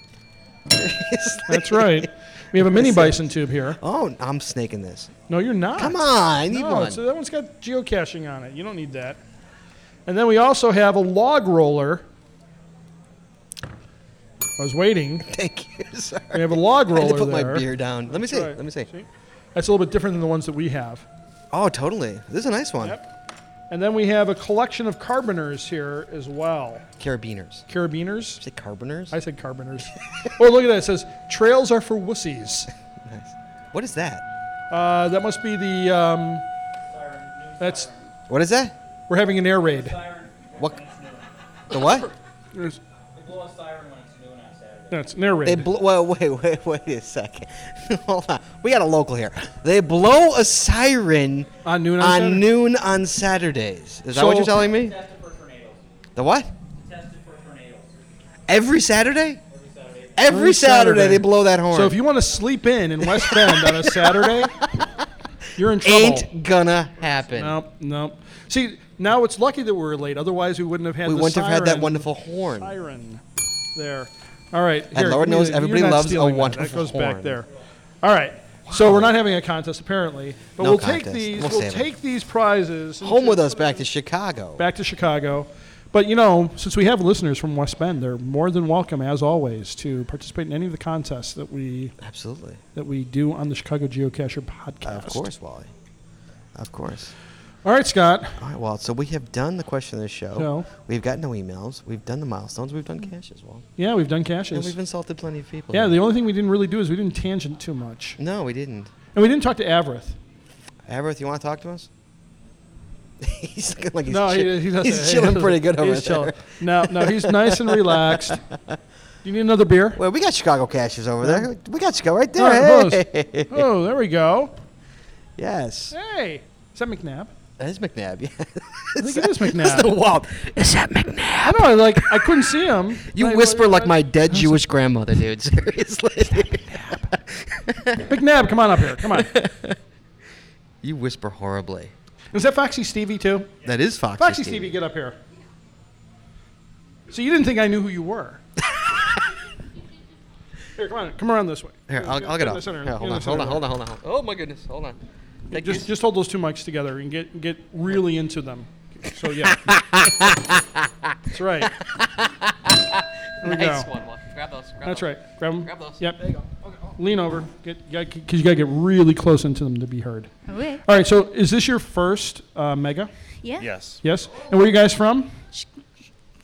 [SPEAKER 2] That's right. We have a mini bison tube here.
[SPEAKER 3] Oh, I'm snaking this.
[SPEAKER 2] No, you're not.
[SPEAKER 3] Come on, I need
[SPEAKER 2] no,
[SPEAKER 3] one.
[SPEAKER 2] So that one's got geocaching on it. You don't need that. And then we also have a log roller. I was waiting.
[SPEAKER 3] Thank you. Sorry.
[SPEAKER 2] We have a log
[SPEAKER 3] I had
[SPEAKER 2] roller
[SPEAKER 3] to put my
[SPEAKER 2] there.
[SPEAKER 3] beer down. Let me
[SPEAKER 2] That's
[SPEAKER 3] see.
[SPEAKER 2] right.
[SPEAKER 3] Let me see.
[SPEAKER 2] That's a little bit different than the ones that we have.
[SPEAKER 3] Oh, totally. This is a nice one.
[SPEAKER 2] And then we have a collection of carboners here as well.
[SPEAKER 3] Carabiners.
[SPEAKER 2] Carabiners.
[SPEAKER 3] Say carboners.
[SPEAKER 2] I said carboners. oh, look at that. It says trails are for wussies.
[SPEAKER 3] Nice. What is that?
[SPEAKER 2] Uh, that must be the. Um, that's.
[SPEAKER 3] What is that?
[SPEAKER 2] We're having an air raid.
[SPEAKER 3] What? The what?
[SPEAKER 2] There's- That's an air raid.
[SPEAKER 3] They bl- well, wait, wait, wait a second. Hold on. We got a local here. They blow a siren
[SPEAKER 2] on noon
[SPEAKER 3] on,
[SPEAKER 2] Saturday?
[SPEAKER 3] noon on Saturdays. Is that what
[SPEAKER 2] So-
[SPEAKER 3] you're telling me? The what? Every Saturday? Every Saturday they blow that horn.
[SPEAKER 2] So if you want to sleep in in West Bend on a Saturday, you're in trouble.
[SPEAKER 3] Ain't gonna happen.
[SPEAKER 2] Nope, nope. See, now it's lucky that we're late. Otherwise, we wouldn't have had.
[SPEAKER 3] We
[SPEAKER 2] the
[SPEAKER 3] wouldn't have had that
[SPEAKER 2] siren-
[SPEAKER 3] wonderful horn.
[SPEAKER 2] Siren, there. All right.
[SPEAKER 3] And Lord
[SPEAKER 2] you-
[SPEAKER 3] knows
[SPEAKER 2] you're
[SPEAKER 3] everybody
[SPEAKER 2] not
[SPEAKER 3] loves a
[SPEAKER 2] stealing that. That
[SPEAKER 3] wonderful
[SPEAKER 2] goes back
[SPEAKER 3] horn.
[SPEAKER 2] there. All right. So we're not having a contest apparently, but
[SPEAKER 3] No
[SPEAKER 2] we'll take
[SPEAKER 3] contest.
[SPEAKER 2] these.
[SPEAKER 3] We'll
[SPEAKER 2] We'll,
[SPEAKER 3] save it.
[SPEAKER 2] take these prizes. and
[SPEAKER 3] Home
[SPEAKER 2] just
[SPEAKER 3] with us
[SPEAKER 2] put it
[SPEAKER 3] back to Chicago.
[SPEAKER 2] back to Chicago. But you know, since we have listeners from West Bend, they're more than welcome, as always, to participate in any of the contests that we
[SPEAKER 3] Absolutely.
[SPEAKER 2] that we do on the Chicago Geocacher podcast.
[SPEAKER 3] Of course, Wally. Of course.
[SPEAKER 2] All right, Scott.
[SPEAKER 3] All right, Walt. So we have done the question of the show.
[SPEAKER 2] No.
[SPEAKER 3] We've got no emails. We've done the milestones. We've done caches, Walt.
[SPEAKER 2] Yeah, we've done
[SPEAKER 3] And
[SPEAKER 2] caches.
[SPEAKER 3] we've insulted plenty of people.
[SPEAKER 2] yeah, the only thing we didn't really do is we didn't tangent too much,
[SPEAKER 3] No, we didn't.
[SPEAKER 2] and we didn't talk to Averith.
[SPEAKER 3] Averith, you want to talk to us? he's looking like he's,
[SPEAKER 2] no,
[SPEAKER 3] chill-
[SPEAKER 2] he, he doesn't.
[SPEAKER 3] he's chilling pretty good over
[SPEAKER 2] he's
[SPEAKER 3] there.
[SPEAKER 2] chilling. No, no, he's nice and relaxed. Do you need another beer?
[SPEAKER 3] Well, we got Chicago caches over there. We got Chicago right
[SPEAKER 2] All
[SPEAKER 3] there.
[SPEAKER 2] right,
[SPEAKER 3] hey.
[SPEAKER 2] those. Oh, there we go.
[SPEAKER 3] Yes.
[SPEAKER 2] Hey, is that McNabb?
[SPEAKER 3] That is McNabb. Yeah.
[SPEAKER 2] I think it is
[SPEAKER 3] It's
[SPEAKER 2] McNabb.
[SPEAKER 3] the Walt. Is that McNabb?
[SPEAKER 2] I know, I, like I couldn't see him.
[SPEAKER 3] You
[SPEAKER 2] I-
[SPEAKER 3] whisper like
[SPEAKER 2] I-
[SPEAKER 3] my dead Jewish grandmother, dude. Seriously.
[SPEAKER 2] McNabb, come on up here. Come on.
[SPEAKER 3] you whisper horribly.
[SPEAKER 2] Is that Foxy Stevie too?
[SPEAKER 3] That is Foxy,
[SPEAKER 2] Foxy Stevie, get up here. So you didn't think I knew who you were? here, come on, come around this way.
[SPEAKER 3] Here, I'll, I'll get
[SPEAKER 2] in the
[SPEAKER 3] off.
[SPEAKER 2] center,
[SPEAKER 3] Here,
[SPEAKER 2] in
[SPEAKER 3] hold
[SPEAKER 2] the
[SPEAKER 3] on,
[SPEAKER 2] center
[SPEAKER 3] hold on,
[SPEAKER 2] there.
[SPEAKER 3] hold on, hold on. hold on. Oh my goodness, hold on. Thank you.
[SPEAKER 2] Just, just hold those two mics together and get get really into them. So yeah, that's right. There we
[SPEAKER 6] Nice
[SPEAKER 2] go.
[SPEAKER 6] one, Walt. Grab those, grab
[SPEAKER 2] that's
[SPEAKER 6] those.
[SPEAKER 2] right. Grab them.
[SPEAKER 6] Grab those.
[SPEAKER 2] Yep.
[SPEAKER 6] There you go. oh.
[SPEAKER 2] Lean over. Get because you gotta get really close into them to be heard.
[SPEAKER 8] Okay.
[SPEAKER 2] All right. So is this your first uh, mega?
[SPEAKER 8] Yeah.
[SPEAKER 16] Yes.
[SPEAKER 2] Yes. And where are you guys from?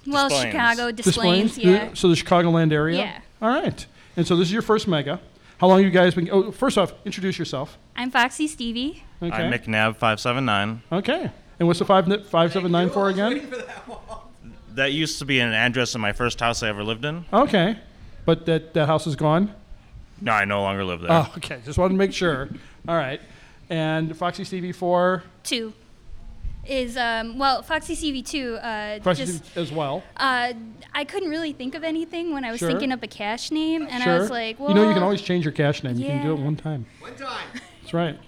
[SPEAKER 8] Well,
[SPEAKER 16] Displains.
[SPEAKER 8] Chicago
[SPEAKER 2] Des
[SPEAKER 8] displays.
[SPEAKER 2] Plaines?
[SPEAKER 8] Yeah.
[SPEAKER 2] The- So the Chicagoland area.
[SPEAKER 8] Yeah.
[SPEAKER 2] All right. And so this is your first mega. How long you guys been? Oh, first off, introduce yourself.
[SPEAKER 8] I'm Foxy Stevie.
[SPEAKER 2] Okay.
[SPEAKER 19] I'm McNabb five seven nine.
[SPEAKER 2] okay. And what's the five ni- five seven nine four again?
[SPEAKER 19] That used to be an address in my first house I ever lived in.
[SPEAKER 2] Okay. But that that house is gone.
[SPEAKER 19] No, I no longer live there.
[SPEAKER 2] Oh, okay. Just wanted to make sure. All right. And Foxy Stevie for
[SPEAKER 8] Two. is um, well, Foxy CV2. Uh,
[SPEAKER 2] Fresh
[SPEAKER 8] just,
[SPEAKER 2] as well.
[SPEAKER 8] uh, I couldn't really think of anything when I was
[SPEAKER 2] Sure.
[SPEAKER 8] thinking up a cash name, and
[SPEAKER 2] sure.
[SPEAKER 8] I was like, well,
[SPEAKER 2] you know, you can always change your cash name. You can do
[SPEAKER 8] yeah.
[SPEAKER 2] it one time. One time. That's right.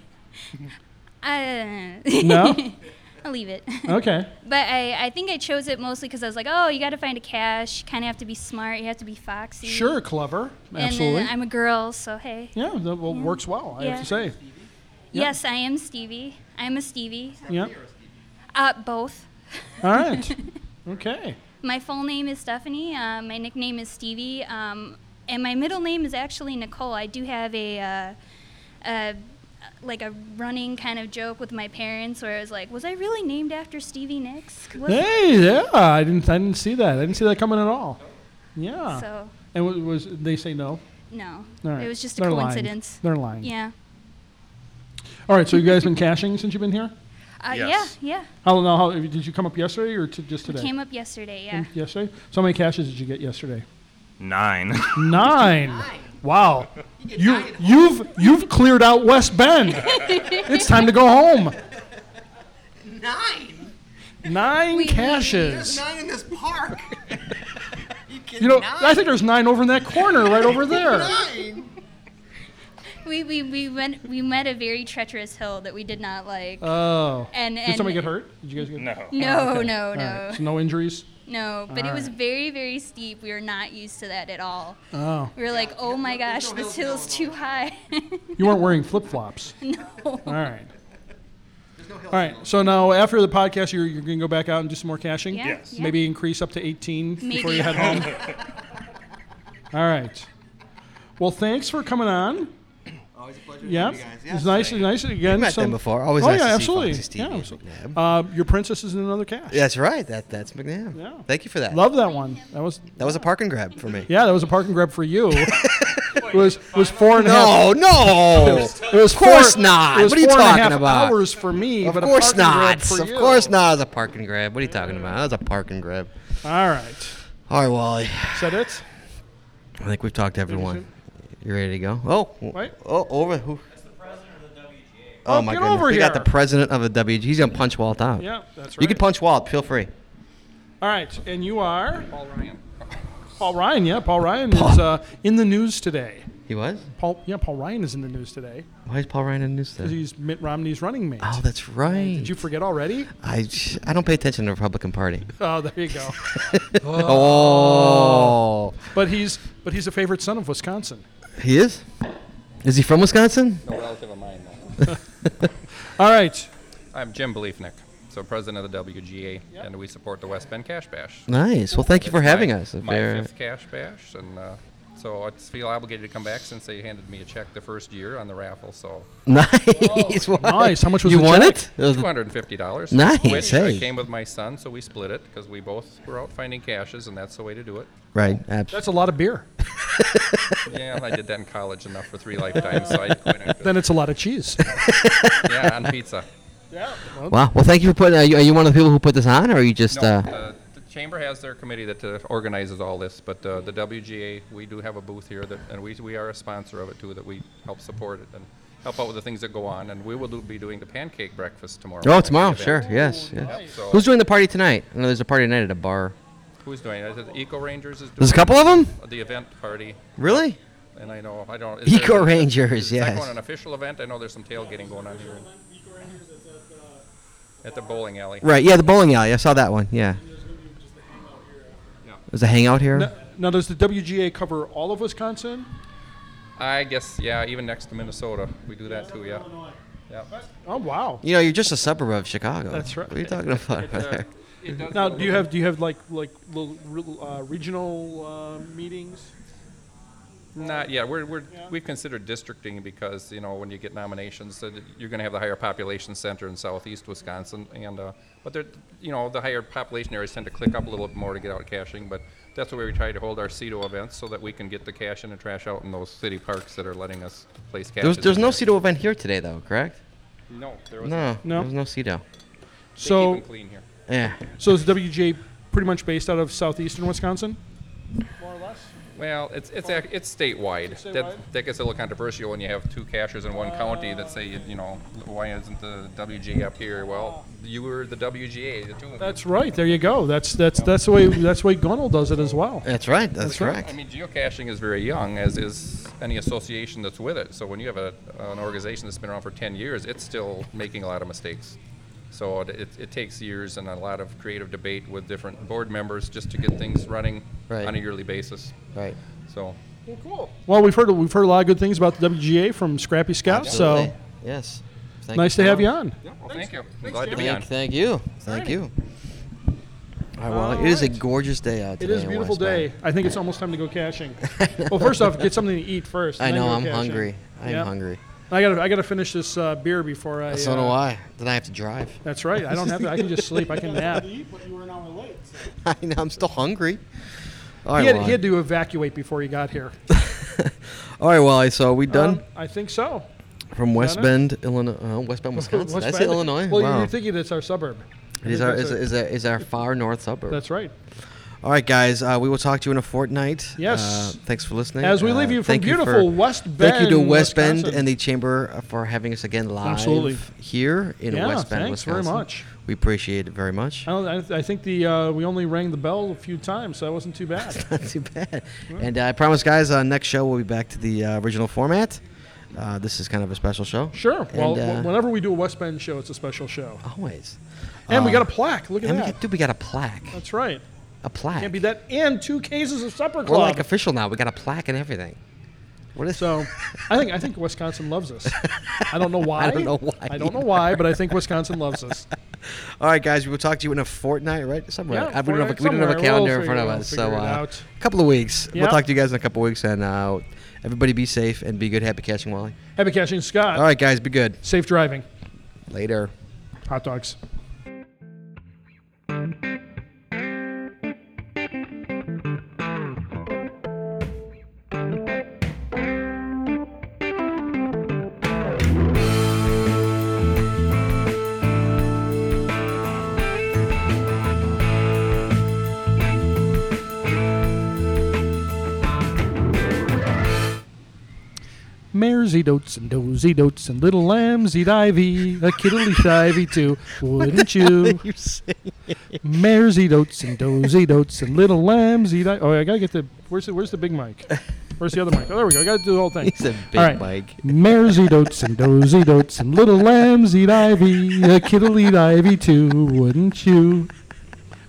[SPEAKER 8] Uh,
[SPEAKER 2] No?
[SPEAKER 8] I'll leave it.
[SPEAKER 2] Okay.
[SPEAKER 8] But I, I think I chose it mostly because I was like, oh, you got to find a cash. Kind of have to be smart. You have to be foxy.
[SPEAKER 2] Sure, clever.
[SPEAKER 8] And
[SPEAKER 2] Absolutely.
[SPEAKER 8] then I'm a girl, so hey.
[SPEAKER 2] yeah, that well,
[SPEAKER 8] Yeah.
[SPEAKER 2] works well. I have
[SPEAKER 8] Yeah.
[SPEAKER 2] to say. Yeah.
[SPEAKER 8] Yes, I am Stevie. I'm a Stevie.
[SPEAKER 2] Yeah.
[SPEAKER 8] Uh, both.
[SPEAKER 2] All right. Okay.
[SPEAKER 8] My full name is Stephanie. Uh, my nickname is Stevie. Um, and my middle name is actually Nicole. I do have a, uh, a, like a running kind of joke with my parents where I was like, was I really named after Stevie Nicks? Was-
[SPEAKER 2] Hey, yeah, I didn't, I didn't see that. I didn't see that coming at all. Yeah.
[SPEAKER 8] So,
[SPEAKER 2] and wa- was they say no?
[SPEAKER 8] no.
[SPEAKER 2] All right.
[SPEAKER 8] It was just a
[SPEAKER 2] They're lying.
[SPEAKER 8] coincidence.
[SPEAKER 2] They're lying.
[SPEAKER 8] Yeah.
[SPEAKER 2] All right. So you guys been cashing since you've been here?
[SPEAKER 8] Uh,
[SPEAKER 2] Yes.
[SPEAKER 8] Yeah, yeah.
[SPEAKER 2] I don't know. How, did you come up yesterday or to just
[SPEAKER 8] It
[SPEAKER 2] today?
[SPEAKER 8] came up yesterday, yeah.
[SPEAKER 2] Yesterday. So how many caches did you get yesterday?
[SPEAKER 19] Nine.
[SPEAKER 2] Nine. Wow. You you've you've cleared out West Bend. it's time to go home.
[SPEAKER 18] Nine.
[SPEAKER 2] Nine
[SPEAKER 18] There's
[SPEAKER 2] caches.
[SPEAKER 18] nine in this park. you get
[SPEAKER 2] You know,
[SPEAKER 18] nine.
[SPEAKER 2] I think there's nine over in that corner, right over there.
[SPEAKER 18] Nine.
[SPEAKER 8] We, we, we went we met a very treacherous hill that we did not like.
[SPEAKER 2] Oh.
[SPEAKER 8] And, and
[SPEAKER 2] did somebody get hurt? Did you guys get hurt?
[SPEAKER 8] No,
[SPEAKER 2] Oh, okay.
[SPEAKER 8] no,
[SPEAKER 2] All right.
[SPEAKER 8] no.
[SPEAKER 2] So no injuries.
[SPEAKER 8] No, but
[SPEAKER 2] All
[SPEAKER 8] it was
[SPEAKER 2] right.
[SPEAKER 8] very, very steep. We were not used to that at all.
[SPEAKER 2] Oh.
[SPEAKER 8] We were like, oh my gosh, this hill's too high.
[SPEAKER 2] You weren't wearing flip flops.
[SPEAKER 8] no.
[SPEAKER 2] All right. All right. So now after the podcast, you're, you're going to go back out and do some more caching.
[SPEAKER 8] Yeah, Yes. yeah.
[SPEAKER 2] Maybe increase up to 18 before
[SPEAKER 8] Maybe.
[SPEAKER 2] you head home. All right. Well, thanks for coming on.
[SPEAKER 18] Always a pleasure.
[SPEAKER 2] Yeah, it's nice, nice again.
[SPEAKER 3] met
[SPEAKER 2] some-
[SPEAKER 3] them before. Always
[SPEAKER 2] oh,
[SPEAKER 3] nice
[SPEAKER 2] yeah,
[SPEAKER 3] to see
[SPEAKER 2] absolutely.
[SPEAKER 3] Foxy's
[SPEAKER 2] yeah,
[SPEAKER 3] TV.
[SPEAKER 2] absolutely. Uh, your princess is in another cache.
[SPEAKER 3] That's right. That that's McNabb.
[SPEAKER 2] Yeah.
[SPEAKER 3] Thank you for that.
[SPEAKER 2] Love that one. That was
[SPEAKER 3] That was a parking grab for me.
[SPEAKER 2] yeah, that was a parking grab for you. It was was four and a
[SPEAKER 3] No,
[SPEAKER 2] half.
[SPEAKER 3] no.
[SPEAKER 2] It was, it was
[SPEAKER 3] Of course
[SPEAKER 2] four-
[SPEAKER 3] not.
[SPEAKER 2] It was
[SPEAKER 3] What are you
[SPEAKER 2] four and a
[SPEAKER 3] talking
[SPEAKER 2] half
[SPEAKER 3] about?
[SPEAKER 2] Hours for me,
[SPEAKER 3] Of
[SPEAKER 2] but a
[SPEAKER 3] course
[SPEAKER 2] parking grab
[SPEAKER 3] not.
[SPEAKER 2] for
[SPEAKER 3] Of
[SPEAKER 2] you.
[SPEAKER 3] course not. It's a parking grab. What are you talking about? That was a parking grab.
[SPEAKER 2] All right.
[SPEAKER 3] All right, Wally.
[SPEAKER 2] Is that it?
[SPEAKER 3] I think we've talked to everyone. You ready to go? Oh,
[SPEAKER 2] Right.
[SPEAKER 3] oh, over who? Oh,
[SPEAKER 2] Oh,
[SPEAKER 3] my
[SPEAKER 2] get
[SPEAKER 3] goodness!
[SPEAKER 2] over
[SPEAKER 3] we got the
[SPEAKER 2] here.
[SPEAKER 3] president of the WG. He's gonna punch Walt out.
[SPEAKER 2] Yeah, that's
[SPEAKER 3] You can
[SPEAKER 2] right.
[SPEAKER 3] punch Walt. Feel free.
[SPEAKER 2] All right, and you are Paul Ryan. Paul Ryan, yeah, Paul Ryan is uh, in the news today.
[SPEAKER 3] He was.
[SPEAKER 2] Paul, yeah, Paul Ryan is in the news today
[SPEAKER 3] Why is Paul Ryan in the news
[SPEAKER 2] because
[SPEAKER 3] today?
[SPEAKER 2] he's Mitt Romney's running mate.
[SPEAKER 3] Oh, that's right.
[SPEAKER 2] Did you forget already?
[SPEAKER 3] I I don't pay attention to the Republican Party.
[SPEAKER 2] Oh, there you go.
[SPEAKER 3] Oh.
[SPEAKER 2] but he's but he's a favorite son of Wisconsin.
[SPEAKER 3] He is. Is he from Wisconsin?
[SPEAKER 20] No relative of mine,
[SPEAKER 2] All right.
[SPEAKER 20] I'm Jim Beliefnick, so president of the WGA, and we support the West Bend Cash Bash.
[SPEAKER 3] Nice. Well, thank you
[SPEAKER 20] It's
[SPEAKER 3] for having
[SPEAKER 20] my-
[SPEAKER 3] us. If
[SPEAKER 20] My
[SPEAKER 3] you're-
[SPEAKER 20] fifth Cash Bash, and uh, so I just feel obligated to come back since they handed me a check the first year on the raffle. So
[SPEAKER 3] Nice. Wow.
[SPEAKER 2] Nice. How much was
[SPEAKER 3] you
[SPEAKER 2] the
[SPEAKER 3] won
[SPEAKER 2] check?
[SPEAKER 3] it? It was-
[SPEAKER 20] Two hundred and fifty dollars.
[SPEAKER 3] Nice,
[SPEAKER 20] Which
[SPEAKER 3] hey.
[SPEAKER 20] I came with my son, so we split it because we both were out finding caches, and that's the way to do it.
[SPEAKER 3] Right. Abs-
[SPEAKER 2] That's a lot of beer.
[SPEAKER 20] yeah, I did that in college enough for three lifetimes. So I quit after
[SPEAKER 2] Then
[SPEAKER 20] that.
[SPEAKER 2] it's a lot of cheese.
[SPEAKER 20] yeah, on pizza.
[SPEAKER 2] Yeah.
[SPEAKER 3] Wow. Well, thank you for putting. Are you, are you one of the people who put this on, or are you just?
[SPEAKER 20] no,
[SPEAKER 3] Uh,
[SPEAKER 20] the, the chamber has their committee that uh, organizes all this, but uh, the WGA we do have a booth here, that, and we we are a sponsor of it too. That we help support it and help out with the things that go on, and we will do, be doing the pancake breakfast tomorrow.
[SPEAKER 3] oh,
[SPEAKER 20] at the
[SPEAKER 3] tomorrow.
[SPEAKER 20] event.
[SPEAKER 3] Sure. Yes. yes.
[SPEAKER 20] Yep, so-
[SPEAKER 3] Who's doing the party tonight? I know there's a party tonight at a bar.
[SPEAKER 20] Who's doing it? The Eco Rangers is doing.
[SPEAKER 3] There's a couple of 'em?
[SPEAKER 20] The event party.
[SPEAKER 3] Really?
[SPEAKER 20] And I know I don't.
[SPEAKER 3] Eco
[SPEAKER 20] there-
[SPEAKER 3] Rangers,
[SPEAKER 20] Is that
[SPEAKER 3] yes.
[SPEAKER 20] one an official event? I know there's some tailgating going on here. At the bowling alley.
[SPEAKER 3] Right. Yeah, the bowling alley. I saw that one. Yeah. There's a hangout here.
[SPEAKER 2] Now, now, does the WGA cover all of Wisconsin?
[SPEAKER 20] I guess yeah. Even next to Minnesota, we do that too. Yeah. Yeah.
[SPEAKER 2] Oh wow.
[SPEAKER 3] You know, you're just a suburb of Chicago.
[SPEAKER 2] That's right. uh,
[SPEAKER 3] What are you talking about over there?
[SPEAKER 2] Now, do you have do you have like like little re- uh, regional uh, meetings?
[SPEAKER 20] Not yet. We're, we're, we've considered districting because, you know, when you get nominations, that you're going to have the higher population center in southeast Wisconsin. And, uh, but they're, you know, the higher population areas tend to click up a little bit more to get out caching. But that's where we try to hold our CETO events so that we can get the cash in and trash out in those city parks that are letting us place cash.
[SPEAKER 3] There's there's no CETO event here today though, correct?
[SPEAKER 20] No, there wasn't.
[SPEAKER 3] No.
[SPEAKER 2] No.
[SPEAKER 3] There's no CETO.
[SPEAKER 2] So
[SPEAKER 20] them clean here.
[SPEAKER 3] Yeah.
[SPEAKER 2] So is WGA pretty much based out of southeastern Wisconsin? More or less.
[SPEAKER 20] Well, it's it's ac- it's statewide.
[SPEAKER 2] Is it statewide?
[SPEAKER 20] That that gets a little controversial when you have two cashers in one county that say, you know, why isn't the WGA up here? Well, you were the WGA, the two of you.
[SPEAKER 2] That's right. There you go. That's that's that's the way that's the way Gunnell does it as well.
[SPEAKER 3] That's right.
[SPEAKER 20] I mean, geocaching is very young, as is any association that's with it. So when you have a, an organization that's been around for 10 years, it's still making a lot of mistakes. So it, it, it takes years and a lot of creative debate with different board members just to get things running
[SPEAKER 3] Right.
[SPEAKER 20] on a yearly basis.
[SPEAKER 3] Right.
[SPEAKER 20] So
[SPEAKER 2] cool. Well, we've heard we've heard a lot of good things about the WGA from Scrappy Scout. So
[SPEAKER 3] Absolutely. yes.
[SPEAKER 2] nice to have you on.
[SPEAKER 20] well, thank you. I'm glad to be
[SPEAKER 3] Thank,
[SPEAKER 20] on.
[SPEAKER 3] thank you. Thank you. All right, well, it is a gorgeous day out
[SPEAKER 2] It
[SPEAKER 3] today.
[SPEAKER 2] is a
[SPEAKER 3] in
[SPEAKER 2] beautiful
[SPEAKER 3] West Bend.
[SPEAKER 2] day. I think it's almost time to go caching. well, first off, get something to eat first. and
[SPEAKER 3] I
[SPEAKER 2] then
[SPEAKER 3] know,
[SPEAKER 2] go
[SPEAKER 3] I'm
[SPEAKER 2] caching.
[SPEAKER 3] hungry. I'm
[SPEAKER 2] Yeah.
[SPEAKER 3] hungry.
[SPEAKER 2] I gotta I gotta finish this uh, beer before I.
[SPEAKER 3] so
[SPEAKER 2] uh,
[SPEAKER 3] do I. Then I have to drive.
[SPEAKER 2] That's right. I don't have to. I can just sleep. I can nap. He
[SPEAKER 3] I know, I'm still hungry. All right,
[SPEAKER 2] had,
[SPEAKER 3] Wally.
[SPEAKER 2] he had to evacuate before he got here.
[SPEAKER 3] All right, Wally. So are we done
[SPEAKER 2] Um, I think so.
[SPEAKER 3] from West
[SPEAKER 2] Donna?
[SPEAKER 3] Bend, Illinois? Uh, West Bend, Wisconsin.
[SPEAKER 2] West
[SPEAKER 3] That's
[SPEAKER 2] Bend?
[SPEAKER 3] Illinois.
[SPEAKER 2] Well,
[SPEAKER 3] wow.
[SPEAKER 2] you're thinking it's our suburb. I
[SPEAKER 3] It is
[SPEAKER 2] think
[SPEAKER 3] our
[SPEAKER 2] that's
[SPEAKER 3] is,
[SPEAKER 2] it.
[SPEAKER 3] is, our, is our far north suburb.
[SPEAKER 2] That's right.
[SPEAKER 3] All right, guys. Uh, we will talk to you in a fortnight.
[SPEAKER 2] Yes.
[SPEAKER 3] Uh, thanks for listening.
[SPEAKER 2] As we
[SPEAKER 3] Uh,
[SPEAKER 2] leave you from
[SPEAKER 3] thank
[SPEAKER 2] beautiful
[SPEAKER 3] for-
[SPEAKER 2] West
[SPEAKER 3] Thank you to
[SPEAKER 2] Bend,
[SPEAKER 3] West Bend
[SPEAKER 2] Wisconsin.
[SPEAKER 3] and the Chamber uh, for having us again live
[SPEAKER 2] Absolutely.
[SPEAKER 3] here in
[SPEAKER 2] Yeah,
[SPEAKER 3] West Bend,
[SPEAKER 2] thanks very
[SPEAKER 3] Wisconsin.
[SPEAKER 2] much.
[SPEAKER 3] We appreciate it very much.
[SPEAKER 2] I, don't, I, th- I think the uh, we only rang the bell a few times, so that wasn't too bad.
[SPEAKER 3] Not too bad. And uh, I promise, guys, uh, next show we'll be back to the uh, original format. Uh, this is kind of a special show.
[SPEAKER 2] Sure. Well,
[SPEAKER 3] And, uh,
[SPEAKER 2] wh- whenever we do a West Bend show, it's a special show.
[SPEAKER 3] Always.
[SPEAKER 2] And we
[SPEAKER 3] Uh,
[SPEAKER 2] got a plaque. Look at
[SPEAKER 3] and we
[SPEAKER 2] that.
[SPEAKER 3] got- dude, we got a plaque.
[SPEAKER 2] That's right.
[SPEAKER 3] A plaque.
[SPEAKER 2] Can't be that. And two cases of supper
[SPEAKER 3] We're
[SPEAKER 2] club.
[SPEAKER 3] like official now. We got a plaque and everything. What is
[SPEAKER 2] so? I think I think Wisconsin loves us. I don't know why.
[SPEAKER 3] don't know why
[SPEAKER 2] I don't know
[SPEAKER 3] either.
[SPEAKER 2] why, but I think Wisconsin loves us.
[SPEAKER 3] All right, guys, we will talk to you in a fortnight, right? Somewhere.
[SPEAKER 2] Yeah,
[SPEAKER 3] Uh, we, don't have
[SPEAKER 2] fortnight
[SPEAKER 3] a, we don't have a
[SPEAKER 2] somewhere.
[SPEAKER 3] calendar
[SPEAKER 2] We'll
[SPEAKER 3] in front of
[SPEAKER 2] figure-
[SPEAKER 3] us,
[SPEAKER 2] we'll
[SPEAKER 3] so
[SPEAKER 2] figure it
[SPEAKER 3] uh,
[SPEAKER 2] out.
[SPEAKER 3] a couple of weeks.
[SPEAKER 2] Yeah.
[SPEAKER 3] We'll talk to you guys in a couple of weeks, and uh, everybody be safe and be good. Happy catching, Wally.
[SPEAKER 2] Happy catching Scott.
[SPEAKER 3] All right, guys, be good.
[SPEAKER 2] Safe driving.
[SPEAKER 3] Later.
[SPEAKER 2] Hot dogs. Mares eat oats and does eat oats and little lambs eat ivy. A kid'll eat ivy too, wouldn't you?
[SPEAKER 3] you singing?
[SPEAKER 2] Mares eat oats and does eat oats and little lambs eat. I- oh, I gotta get the where's the where's the big mic? Where's the other mic? Oh, there we go. I gotta do the whole thing.
[SPEAKER 3] He said big mic.
[SPEAKER 2] Mares eat oats and does eat oats and little lambs eat ivy. A kid'll eat ivy too, wouldn't you?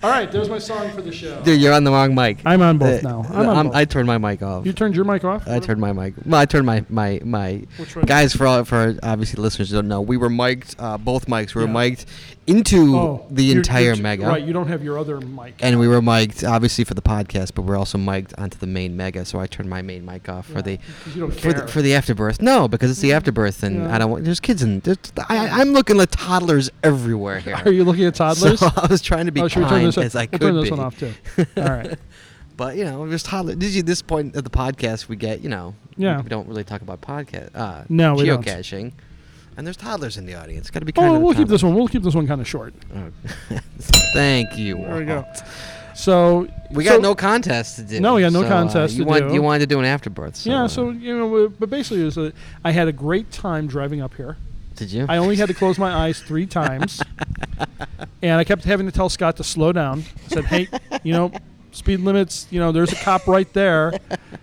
[SPEAKER 2] All right, there's my song for the show.
[SPEAKER 3] Dude, you're on the wrong mic.
[SPEAKER 2] I'm on both
[SPEAKER 3] Uh,
[SPEAKER 2] now. I'm on both.
[SPEAKER 3] I turned my mic off.
[SPEAKER 2] You turned your mic off.
[SPEAKER 3] I turned my mic. Well, I turned my my my
[SPEAKER 2] Which one?
[SPEAKER 3] guys for all, for obviously listeners who don't know. We were mic'd. Uh, both mics were
[SPEAKER 2] Yeah.
[SPEAKER 3] mic'd into
[SPEAKER 2] Oh,
[SPEAKER 3] the
[SPEAKER 2] you're-
[SPEAKER 3] entire
[SPEAKER 2] you're-
[SPEAKER 3] mega.
[SPEAKER 2] Right, you don't have your other mic.
[SPEAKER 3] and we were mic'd obviously for the podcast, but we're also mic'd onto the main mega. So I turned my main mic off for the
[SPEAKER 2] 'cause you don't
[SPEAKER 3] for the,
[SPEAKER 2] care.
[SPEAKER 3] for the afterbirth. No, because it's the afterbirth, and
[SPEAKER 2] Yeah.
[SPEAKER 3] I don't want. There's kids and there's, I, I- I'm looking at toddlers everywhere here.
[SPEAKER 2] Are you looking at toddlers?
[SPEAKER 3] So I was trying to be
[SPEAKER 2] Oh, should we
[SPEAKER 3] kind
[SPEAKER 2] turn this
[SPEAKER 3] as
[SPEAKER 2] off?
[SPEAKER 3] I
[SPEAKER 2] We'll
[SPEAKER 3] could
[SPEAKER 2] turn this
[SPEAKER 3] be.
[SPEAKER 2] one off, too. All right.
[SPEAKER 3] But you know, just toddler. This is this point of the podcast we get. You know,
[SPEAKER 2] Yeah.
[SPEAKER 3] we don't really talk about podcast. Uh,
[SPEAKER 2] No, we don't.
[SPEAKER 3] geocaching. And there's toddlers in the audience. Got to be kind
[SPEAKER 2] Oh,
[SPEAKER 3] of.
[SPEAKER 2] we'll keep this one. We'll keep this one kind of short.
[SPEAKER 3] Thank you.
[SPEAKER 2] There we
[SPEAKER 3] Walt.
[SPEAKER 2] go. So
[SPEAKER 3] We
[SPEAKER 2] so-
[SPEAKER 3] got no contest to do.
[SPEAKER 2] No, we got no
[SPEAKER 3] so, uh,
[SPEAKER 2] contest
[SPEAKER 3] you
[SPEAKER 2] to
[SPEAKER 3] want,
[SPEAKER 2] do.
[SPEAKER 3] You wanted to do an afterbirth. So,
[SPEAKER 2] yeah,
[SPEAKER 3] uh,
[SPEAKER 2] so you know, uh, but basically, it was a, I had a great time driving up here.
[SPEAKER 3] Did you?
[SPEAKER 2] I only had to close my eyes three times, and I kept having to tell Scott to slow down. I said, "Hey, you know, speed limits. You know, there's a cop right there.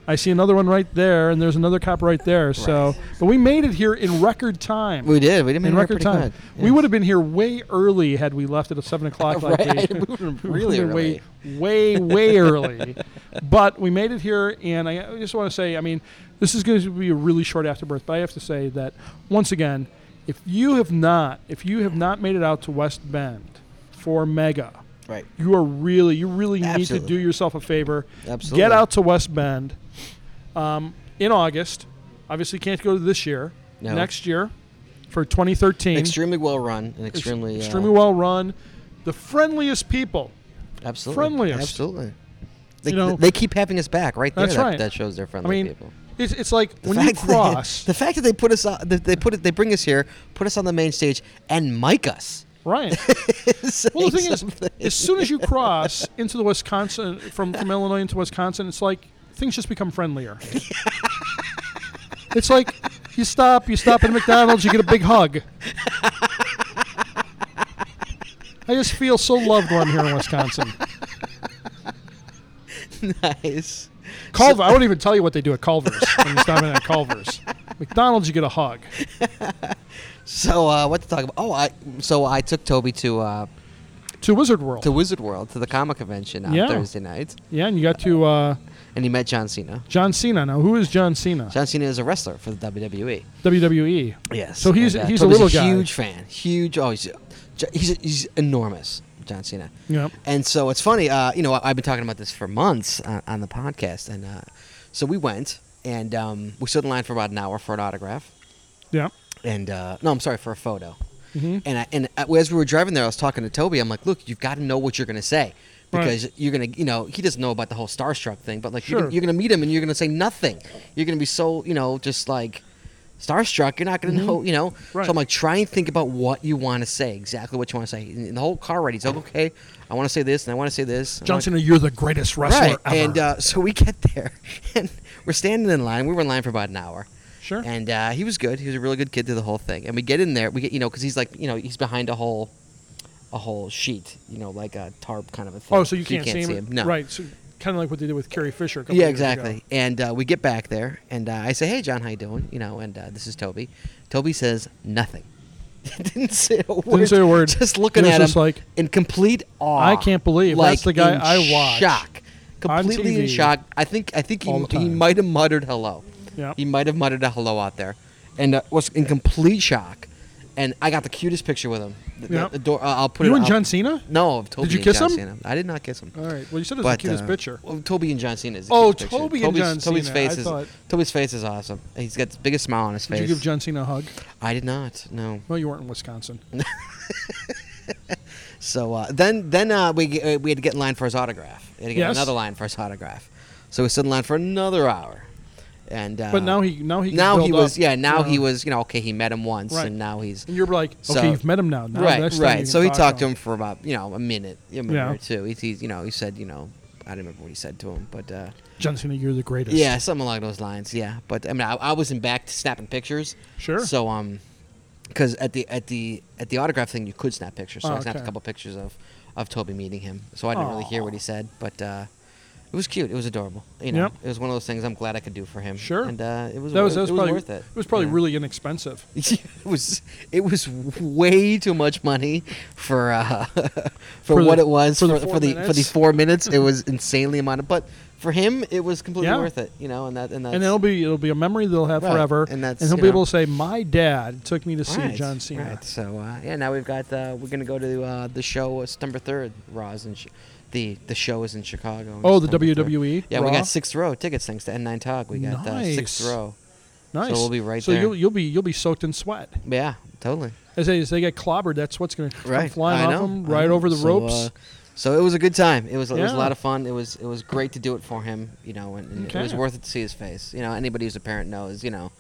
[SPEAKER 2] I see another one right there, and there's another cop right there." So, but we made it here in record time.
[SPEAKER 3] We did. We did make
[SPEAKER 2] in
[SPEAKER 3] it
[SPEAKER 2] record
[SPEAKER 3] pretty
[SPEAKER 2] time.
[SPEAKER 3] good.
[SPEAKER 2] We would have been here way early had we left it at seven o'clock. like
[SPEAKER 3] Right.
[SPEAKER 2] they-
[SPEAKER 3] We would've been
[SPEAKER 2] would've
[SPEAKER 3] really
[SPEAKER 2] been way-
[SPEAKER 3] early.
[SPEAKER 2] way, way early. But we made it here, and I just want to say, I mean, this is going to be a really short afterbirth. But I have to say that once again, if you have not, if you have not made it out to West Bend for Mega,
[SPEAKER 3] Right.
[SPEAKER 2] you are really, you really need
[SPEAKER 3] Absolutely.
[SPEAKER 2] to do yourself a favor.
[SPEAKER 3] Absolutely.
[SPEAKER 2] Get out to West Bend um, in August. Obviously, can't go to this year.
[SPEAKER 3] No.
[SPEAKER 2] Next year, for 2013.
[SPEAKER 3] Extremely well run and
[SPEAKER 2] Ex-
[SPEAKER 3] extremely.
[SPEAKER 2] extremely
[SPEAKER 3] uh,
[SPEAKER 2] well run. The friendliest people.
[SPEAKER 3] Absolutely.
[SPEAKER 2] friendliest.
[SPEAKER 3] Absolutely. They,
[SPEAKER 2] You know-
[SPEAKER 3] they keep having us back right there.
[SPEAKER 2] That's
[SPEAKER 3] that,
[SPEAKER 2] right.
[SPEAKER 3] that shows they're friendly
[SPEAKER 2] I mean,
[SPEAKER 3] people.
[SPEAKER 2] It's, it's like when you
[SPEAKER 3] fact that-
[SPEAKER 2] cross,
[SPEAKER 3] the fact that they put us on, that they put it, they bring us here, put us on the main stage, and mic us.
[SPEAKER 2] right? well, the thing is, as soon as you cross into the Wisconsin from from Illinois into Wisconsin, it's like things just become friendlier. it's like you stop, you stop at McDonald's, you get a big hug. I just feel so loved when I'm here in Wisconsin.
[SPEAKER 3] nice.
[SPEAKER 2] Culver, I won't even tell you what they do at Culver's when you stop in at Culver's. McDonald's, you get a hug.
[SPEAKER 3] So uh, what to talk about? Oh, I so I took Toby to uh,
[SPEAKER 2] to Wizard World
[SPEAKER 3] to Wizard World to the comic convention on
[SPEAKER 2] Yeah.
[SPEAKER 3] Thursday night,
[SPEAKER 2] Yeah, and you got to uh,
[SPEAKER 3] and he met John Cena.
[SPEAKER 2] John Cena. Now, who is John Cena?
[SPEAKER 3] John Cena is a wrestler for the WWE.
[SPEAKER 2] WWE.
[SPEAKER 3] Yes.
[SPEAKER 2] So he's
[SPEAKER 3] and, uh,
[SPEAKER 2] he's a
[SPEAKER 3] Toby's
[SPEAKER 2] little guy.
[SPEAKER 3] Huge fan. Huge. Oh, he's he's, he's enormous. John Cena.
[SPEAKER 2] Yep.
[SPEAKER 3] And so it's funny. Uh, you know, I- I've been talking about this for months on, on the podcast, and uh, so we went and um, we stood in line for about an hour for an autograph,
[SPEAKER 2] Yeah.
[SPEAKER 3] and uh, no, I'm sorry, for a photo.
[SPEAKER 2] Mhm.
[SPEAKER 3] And I, and I, as we were driving there, I was talking to Toby. I'm like, look, you've got to know what you're going to say
[SPEAKER 2] Right.
[SPEAKER 3] because you're going to, you know, he doesn't know about the whole starstruck thing, but like you're
[SPEAKER 2] Sure.
[SPEAKER 3] gonna- you're going to meet him and you're going to say nothing. You're going to be so, you know, just like starstruck. You're not going to
[SPEAKER 2] Mhm.
[SPEAKER 3] know, you know.
[SPEAKER 2] Right.
[SPEAKER 3] So I'm like, try and think about what you want to say, exactly what you want to say. And the whole car ride, he's like, okay, I want to say this and I want to say this. I
[SPEAKER 2] John
[SPEAKER 3] wanna-
[SPEAKER 2] Cena, you're the greatest wrestler
[SPEAKER 3] right.
[SPEAKER 2] ever.
[SPEAKER 3] And uh, so we get there, and we're standing in line. We were in line for about an hour.
[SPEAKER 2] Sure.
[SPEAKER 3] And uh, he was good. He was a really good kid through the whole thing. And we get in there. We get you know because he's like you know he's behind a whole, a whole sheet. You know like a tarp kind of a thing.
[SPEAKER 2] oh, so you can't, see, him?
[SPEAKER 3] No.
[SPEAKER 2] Right. So kind of like what they did with Carrie Fisher. A couple
[SPEAKER 3] Yeah,
[SPEAKER 2] years ago.
[SPEAKER 3] exactly. And uh, we get back there, and uh, I say, "Hey, John, how you doing?" You know, and uh, this is Toby. Toby says nothing. Didn't say a word.
[SPEAKER 2] Didn't say a word.
[SPEAKER 3] Just looking
[SPEAKER 2] He was
[SPEAKER 3] at
[SPEAKER 2] just
[SPEAKER 3] him
[SPEAKER 2] like,
[SPEAKER 3] in complete awe.
[SPEAKER 2] I can't believe
[SPEAKER 3] like,
[SPEAKER 2] that's the guy
[SPEAKER 3] in
[SPEAKER 2] I watch
[SPEAKER 3] Shock.
[SPEAKER 2] on
[SPEAKER 3] Completely in
[SPEAKER 2] TV
[SPEAKER 3] shock. I think I think he,
[SPEAKER 2] all the
[SPEAKER 3] he
[SPEAKER 2] time.
[SPEAKER 3] might have muttered hello.
[SPEAKER 2] Yeah.
[SPEAKER 3] He might have muttered a hello out there, and uh, was in complete shock. And I got the cutest picture with him. The, the-
[SPEAKER 2] Yeah.
[SPEAKER 3] the door. Uh, I'll put
[SPEAKER 2] You
[SPEAKER 3] it.
[SPEAKER 2] and
[SPEAKER 3] I'll-
[SPEAKER 2] John Cena?
[SPEAKER 3] No, Toby.
[SPEAKER 2] you
[SPEAKER 3] and
[SPEAKER 2] kiss
[SPEAKER 3] John
[SPEAKER 2] him?
[SPEAKER 3] Cena. I did not kiss him.
[SPEAKER 2] All right. Well, you said it was the
[SPEAKER 3] But,
[SPEAKER 2] cutest
[SPEAKER 3] uh,
[SPEAKER 2] picture.
[SPEAKER 3] Well, Toby and John Cena is. the
[SPEAKER 2] Oh,
[SPEAKER 3] cutest picture.
[SPEAKER 2] Toby and
[SPEAKER 3] Toby's-
[SPEAKER 2] John
[SPEAKER 3] Toby's
[SPEAKER 2] Cena.
[SPEAKER 3] Face
[SPEAKER 2] I
[SPEAKER 3] is,
[SPEAKER 2] thought-
[SPEAKER 3] Toby's face is awesome. He's got the biggest smile on his
[SPEAKER 2] Did
[SPEAKER 3] face.
[SPEAKER 2] you give John Cena a hug?
[SPEAKER 3] I did not. No.
[SPEAKER 2] Well, you weren't in Wisconsin.
[SPEAKER 3] So uh, then, then uh, we g- uh, we had to get in line for his autograph. We had to get
[SPEAKER 2] Yes.
[SPEAKER 3] another line for his autograph. So we stood in line for another hour. And uh,
[SPEAKER 2] But now he- now he can
[SPEAKER 3] now he
[SPEAKER 2] build
[SPEAKER 3] was
[SPEAKER 2] up,
[SPEAKER 3] yeah now
[SPEAKER 2] you know.
[SPEAKER 3] he was you know okay he met him once
[SPEAKER 2] Right.
[SPEAKER 3] and now he's
[SPEAKER 2] And you're like, okay, you've met him now. Now
[SPEAKER 3] right
[SPEAKER 2] next time you
[SPEAKER 3] right
[SPEAKER 2] can
[SPEAKER 3] so he
[SPEAKER 2] talk to
[SPEAKER 3] talked to
[SPEAKER 2] him.
[SPEAKER 3] him for about you know a minute a minute
[SPEAKER 2] Yeah.
[SPEAKER 3] or two he, he you know he said you know I don't remember what he said to him but uh,
[SPEAKER 2] John Cena, you're the greatest.
[SPEAKER 3] Yeah, something along those lines. Yeah, but I mean, I, I wasn't back to snapping pictures.
[SPEAKER 2] Sure.
[SPEAKER 3] So um, because at the at the at the autograph thing, you could snap pictures. So
[SPEAKER 2] Oh,
[SPEAKER 3] I snapped
[SPEAKER 2] okay.
[SPEAKER 3] a couple pictures of of Toby meeting him. So I didn't really hear what he said, but uh, it was cute. It was adorable. You know,
[SPEAKER 2] Yep.
[SPEAKER 3] it was one of those things I'm glad I could do for him. Sure. And uh, it was
[SPEAKER 2] That
[SPEAKER 3] wor-
[SPEAKER 2] was, that
[SPEAKER 3] it was
[SPEAKER 2] probably,
[SPEAKER 3] worth it.
[SPEAKER 2] was probably
[SPEAKER 3] Yeah.
[SPEAKER 2] really inexpensive.
[SPEAKER 3] it was it was way too much money for uh, for,
[SPEAKER 2] For the-
[SPEAKER 3] what it was
[SPEAKER 2] for
[SPEAKER 3] for
[SPEAKER 2] the
[SPEAKER 3] for,
[SPEAKER 2] four
[SPEAKER 3] the for the
[SPEAKER 2] minutes?
[SPEAKER 3] four minutes. It was insanely amount of, but for him, it was completely
[SPEAKER 2] Yeah.
[SPEAKER 3] worth it. You know, and that and that's
[SPEAKER 2] and it'll be it'll be a memory they'll have
[SPEAKER 3] Right,
[SPEAKER 2] forever.
[SPEAKER 3] and that's,
[SPEAKER 2] he'll
[SPEAKER 3] you
[SPEAKER 2] be
[SPEAKER 3] know.
[SPEAKER 2] able to say, "My dad took me to see
[SPEAKER 3] Right,
[SPEAKER 2] John Cena."
[SPEAKER 3] Right. So uh, yeah, now we've got uh, we're gonna go to uh, the show uh, September third. Raw's in Chi- the the show is in Chicago. on
[SPEAKER 2] Oh, the
[SPEAKER 3] September 3rd.
[SPEAKER 2] WWE
[SPEAKER 3] Yeah,
[SPEAKER 2] Raw?
[SPEAKER 3] we got sixth row tickets thanks to N9 Talk. We got uh, sixth
[SPEAKER 2] Nice.
[SPEAKER 3] row.
[SPEAKER 2] Nice.
[SPEAKER 3] So we'll be right
[SPEAKER 2] So
[SPEAKER 3] there.
[SPEAKER 2] you'll you'll be you'll be soaked in sweat.
[SPEAKER 3] yeah, totally.
[SPEAKER 2] As they, as they get clobbered, that's what's going to come
[SPEAKER 3] Right.
[SPEAKER 2] flying
[SPEAKER 3] I
[SPEAKER 2] off
[SPEAKER 3] know,
[SPEAKER 2] them,
[SPEAKER 3] I
[SPEAKER 2] right
[SPEAKER 3] know.
[SPEAKER 2] over the
[SPEAKER 3] So,
[SPEAKER 2] ropes.
[SPEAKER 3] uh, so it was a good time. It was it was a
[SPEAKER 2] Yeah.
[SPEAKER 3] lot of fun. It was it was great to do it for him. You know, and, and it was
[SPEAKER 2] Okay.
[SPEAKER 3] worth it to see his face. You know, anybody who's a parent knows. You know,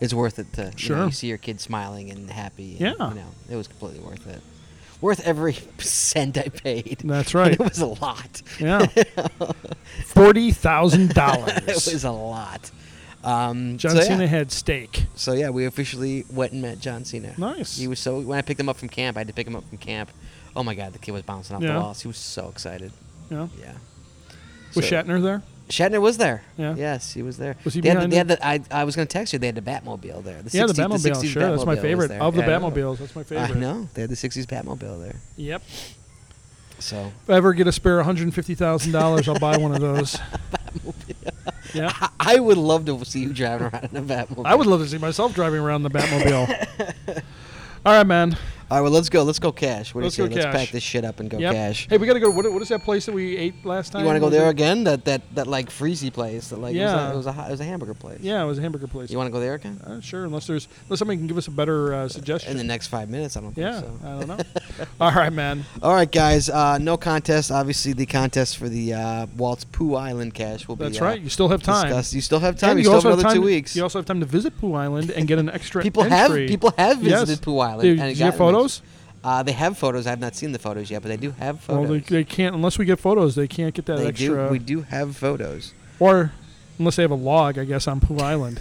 [SPEAKER 3] it's worth it to you, know,
[SPEAKER 2] Sure.
[SPEAKER 3] you see your kid smiling and happy. and,
[SPEAKER 2] Yeah.
[SPEAKER 3] you know, it was completely worth it. Worth every cent I paid.
[SPEAKER 2] That's right.
[SPEAKER 3] it was a lot.
[SPEAKER 2] Yeah. Forty thousand dollars.
[SPEAKER 3] it was a lot. Um,
[SPEAKER 2] John
[SPEAKER 3] so, yeah.
[SPEAKER 2] Cena had steak.
[SPEAKER 3] So yeah, we officially went and met John Cena.
[SPEAKER 2] Nice.
[SPEAKER 3] He was so when I picked him up from camp, I had to pick him up from camp. Oh my god, the kid was bouncing off
[SPEAKER 2] Yeah.
[SPEAKER 3] the walls. He was so excited.
[SPEAKER 2] Yeah.
[SPEAKER 3] Yeah.
[SPEAKER 2] Was
[SPEAKER 3] So-
[SPEAKER 2] Shatner there?
[SPEAKER 3] Shatner was there.
[SPEAKER 2] Yeah.
[SPEAKER 3] Yes, he was there.
[SPEAKER 2] Was he
[SPEAKER 3] they had the,
[SPEAKER 2] behind
[SPEAKER 3] they had the, I, I was going to text you. They had the Batmobile there. The
[SPEAKER 2] Yeah, the
[SPEAKER 3] 60
[SPEAKER 2] Batmobile,
[SPEAKER 3] 60s
[SPEAKER 2] sure, that's my
[SPEAKER 3] Batmobile was
[SPEAKER 2] favorite.
[SPEAKER 3] there.
[SPEAKER 2] Of the
[SPEAKER 3] Yeah, I know.
[SPEAKER 2] Batmobiles, that's my favorite.
[SPEAKER 3] I know. They had the 60s Batmobile there.
[SPEAKER 2] Yep.
[SPEAKER 3] So
[SPEAKER 2] If I ever get a spare one hundred fifty thousand dollars, I'll buy one of those. yeah.
[SPEAKER 3] I, I would love to see you driving around in a Batmobile.
[SPEAKER 2] I would love to see myself driving around the Batmobile. All right, man.
[SPEAKER 3] All right, well, let's go. Let's go cash. What
[SPEAKER 2] Let's
[SPEAKER 3] do you
[SPEAKER 2] go
[SPEAKER 3] say? Let's
[SPEAKER 2] cash.
[SPEAKER 3] pack this shit up and go
[SPEAKER 2] Yep.
[SPEAKER 3] cash.
[SPEAKER 2] Hey, we gotta go. What, what is that place that we ate last time?
[SPEAKER 3] You want to go
[SPEAKER 2] Was it-
[SPEAKER 3] there again? That that that like freezy place. That like it was
[SPEAKER 2] Yeah.
[SPEAKER 3] a- it was a ha- it was a hamburger place.
[SPEAKER 2] Yeah, it was a hamburger place.
[SPEAKER 3] You want to go there again?
[SPEAKER 2] Uh, sure, unless there's unless somebody can give us a better uh, suggestion.
[SPEAKER 3] In the next five minutes, I don't think
[SPEAKER 2] yeah,
[SPEAKER 3] so.
[SPEAKER 2] I don't know. All right, man.
[SPEAKER 3] All right, guys. Uh, no contest. Obviously, the contest for the uh, Waltz Pooh Island cash will be.
[SPEAKER 2] That's
[SPEAKER 3] uh,
[SPEAKER 2] right. You still have time.
[SPEAKER 3] discussed. You still have time.
[SPEAKER 2] And
[SPEAKER 3] you, still
[SPEAKER 2] also
[SPEAKER 3] have another
[SPEAKER 2] time-
[SPEAKER 3] two weeks.
[SPEAKER 2] You also have time to visit Pooh Island and get an extra.
[SPEAKER 3] people
[SPEAKER 2] entry.
[SPEAKER 3] have people have
[SPEAKER 2] Yes.
[SPEAKER 3] visited Pooh Island.
[SPEAKER 2] Did,
[SPEAKER 3] and
[SPEAKER 2] did you get
[SPEAKER 3] gotten them.
[SPEAKER 2] photos?
[SPEAKER 3] Uh, they have photos. I have not seen the photos yet, but they do have
[SPEAKER 2] Well,
[SPEAKER 3] photos.
[SPEAKER 2] they, they can't unless we get photos. They can't get that
[SPEAKER 3] They do.
[SPEAKER 2] extra.
[SPEAKER 3] We do have photos.
[SPEAKER 2] Or Unless they have a log, I guess, on Pooh Island.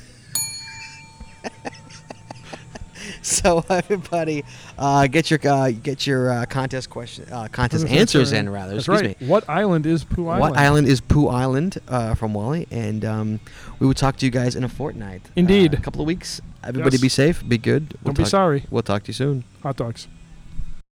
[SPEAKER 3] So everybody, uh, get your uh, get your uh, contest question uh, contest
[SPEAKER 2] That's
[SPEAKER 3] answers
[SPEAKER 2] right.
[SPEAKER 3] in rather.
[SPEAKER 2] That's
[SPEAKER 3] Excuse
[SPEAKER 2] right.
[SPEAKER 3] me.
[SPEAKER 2] What island is Pooh Island?
[SPEAKER 3] What island is Pooh Island uh, from Wally? And um, we will talk to you guys in a fortnight.
[SPEAKER 2] Indeed.
[SPEAKER 3] a couple of weeks. Everybody
[SPEAKER 2] Yes.
[SPEAKER 3] be safe. Be good.
[SPEAKER 2] Don't be
[SPEAKER 3] talk-
[SPEAKER 2] sorry.
[SPEAKER 3] We'll talk to you soon.
[SPEAKER 2] Hot dogs.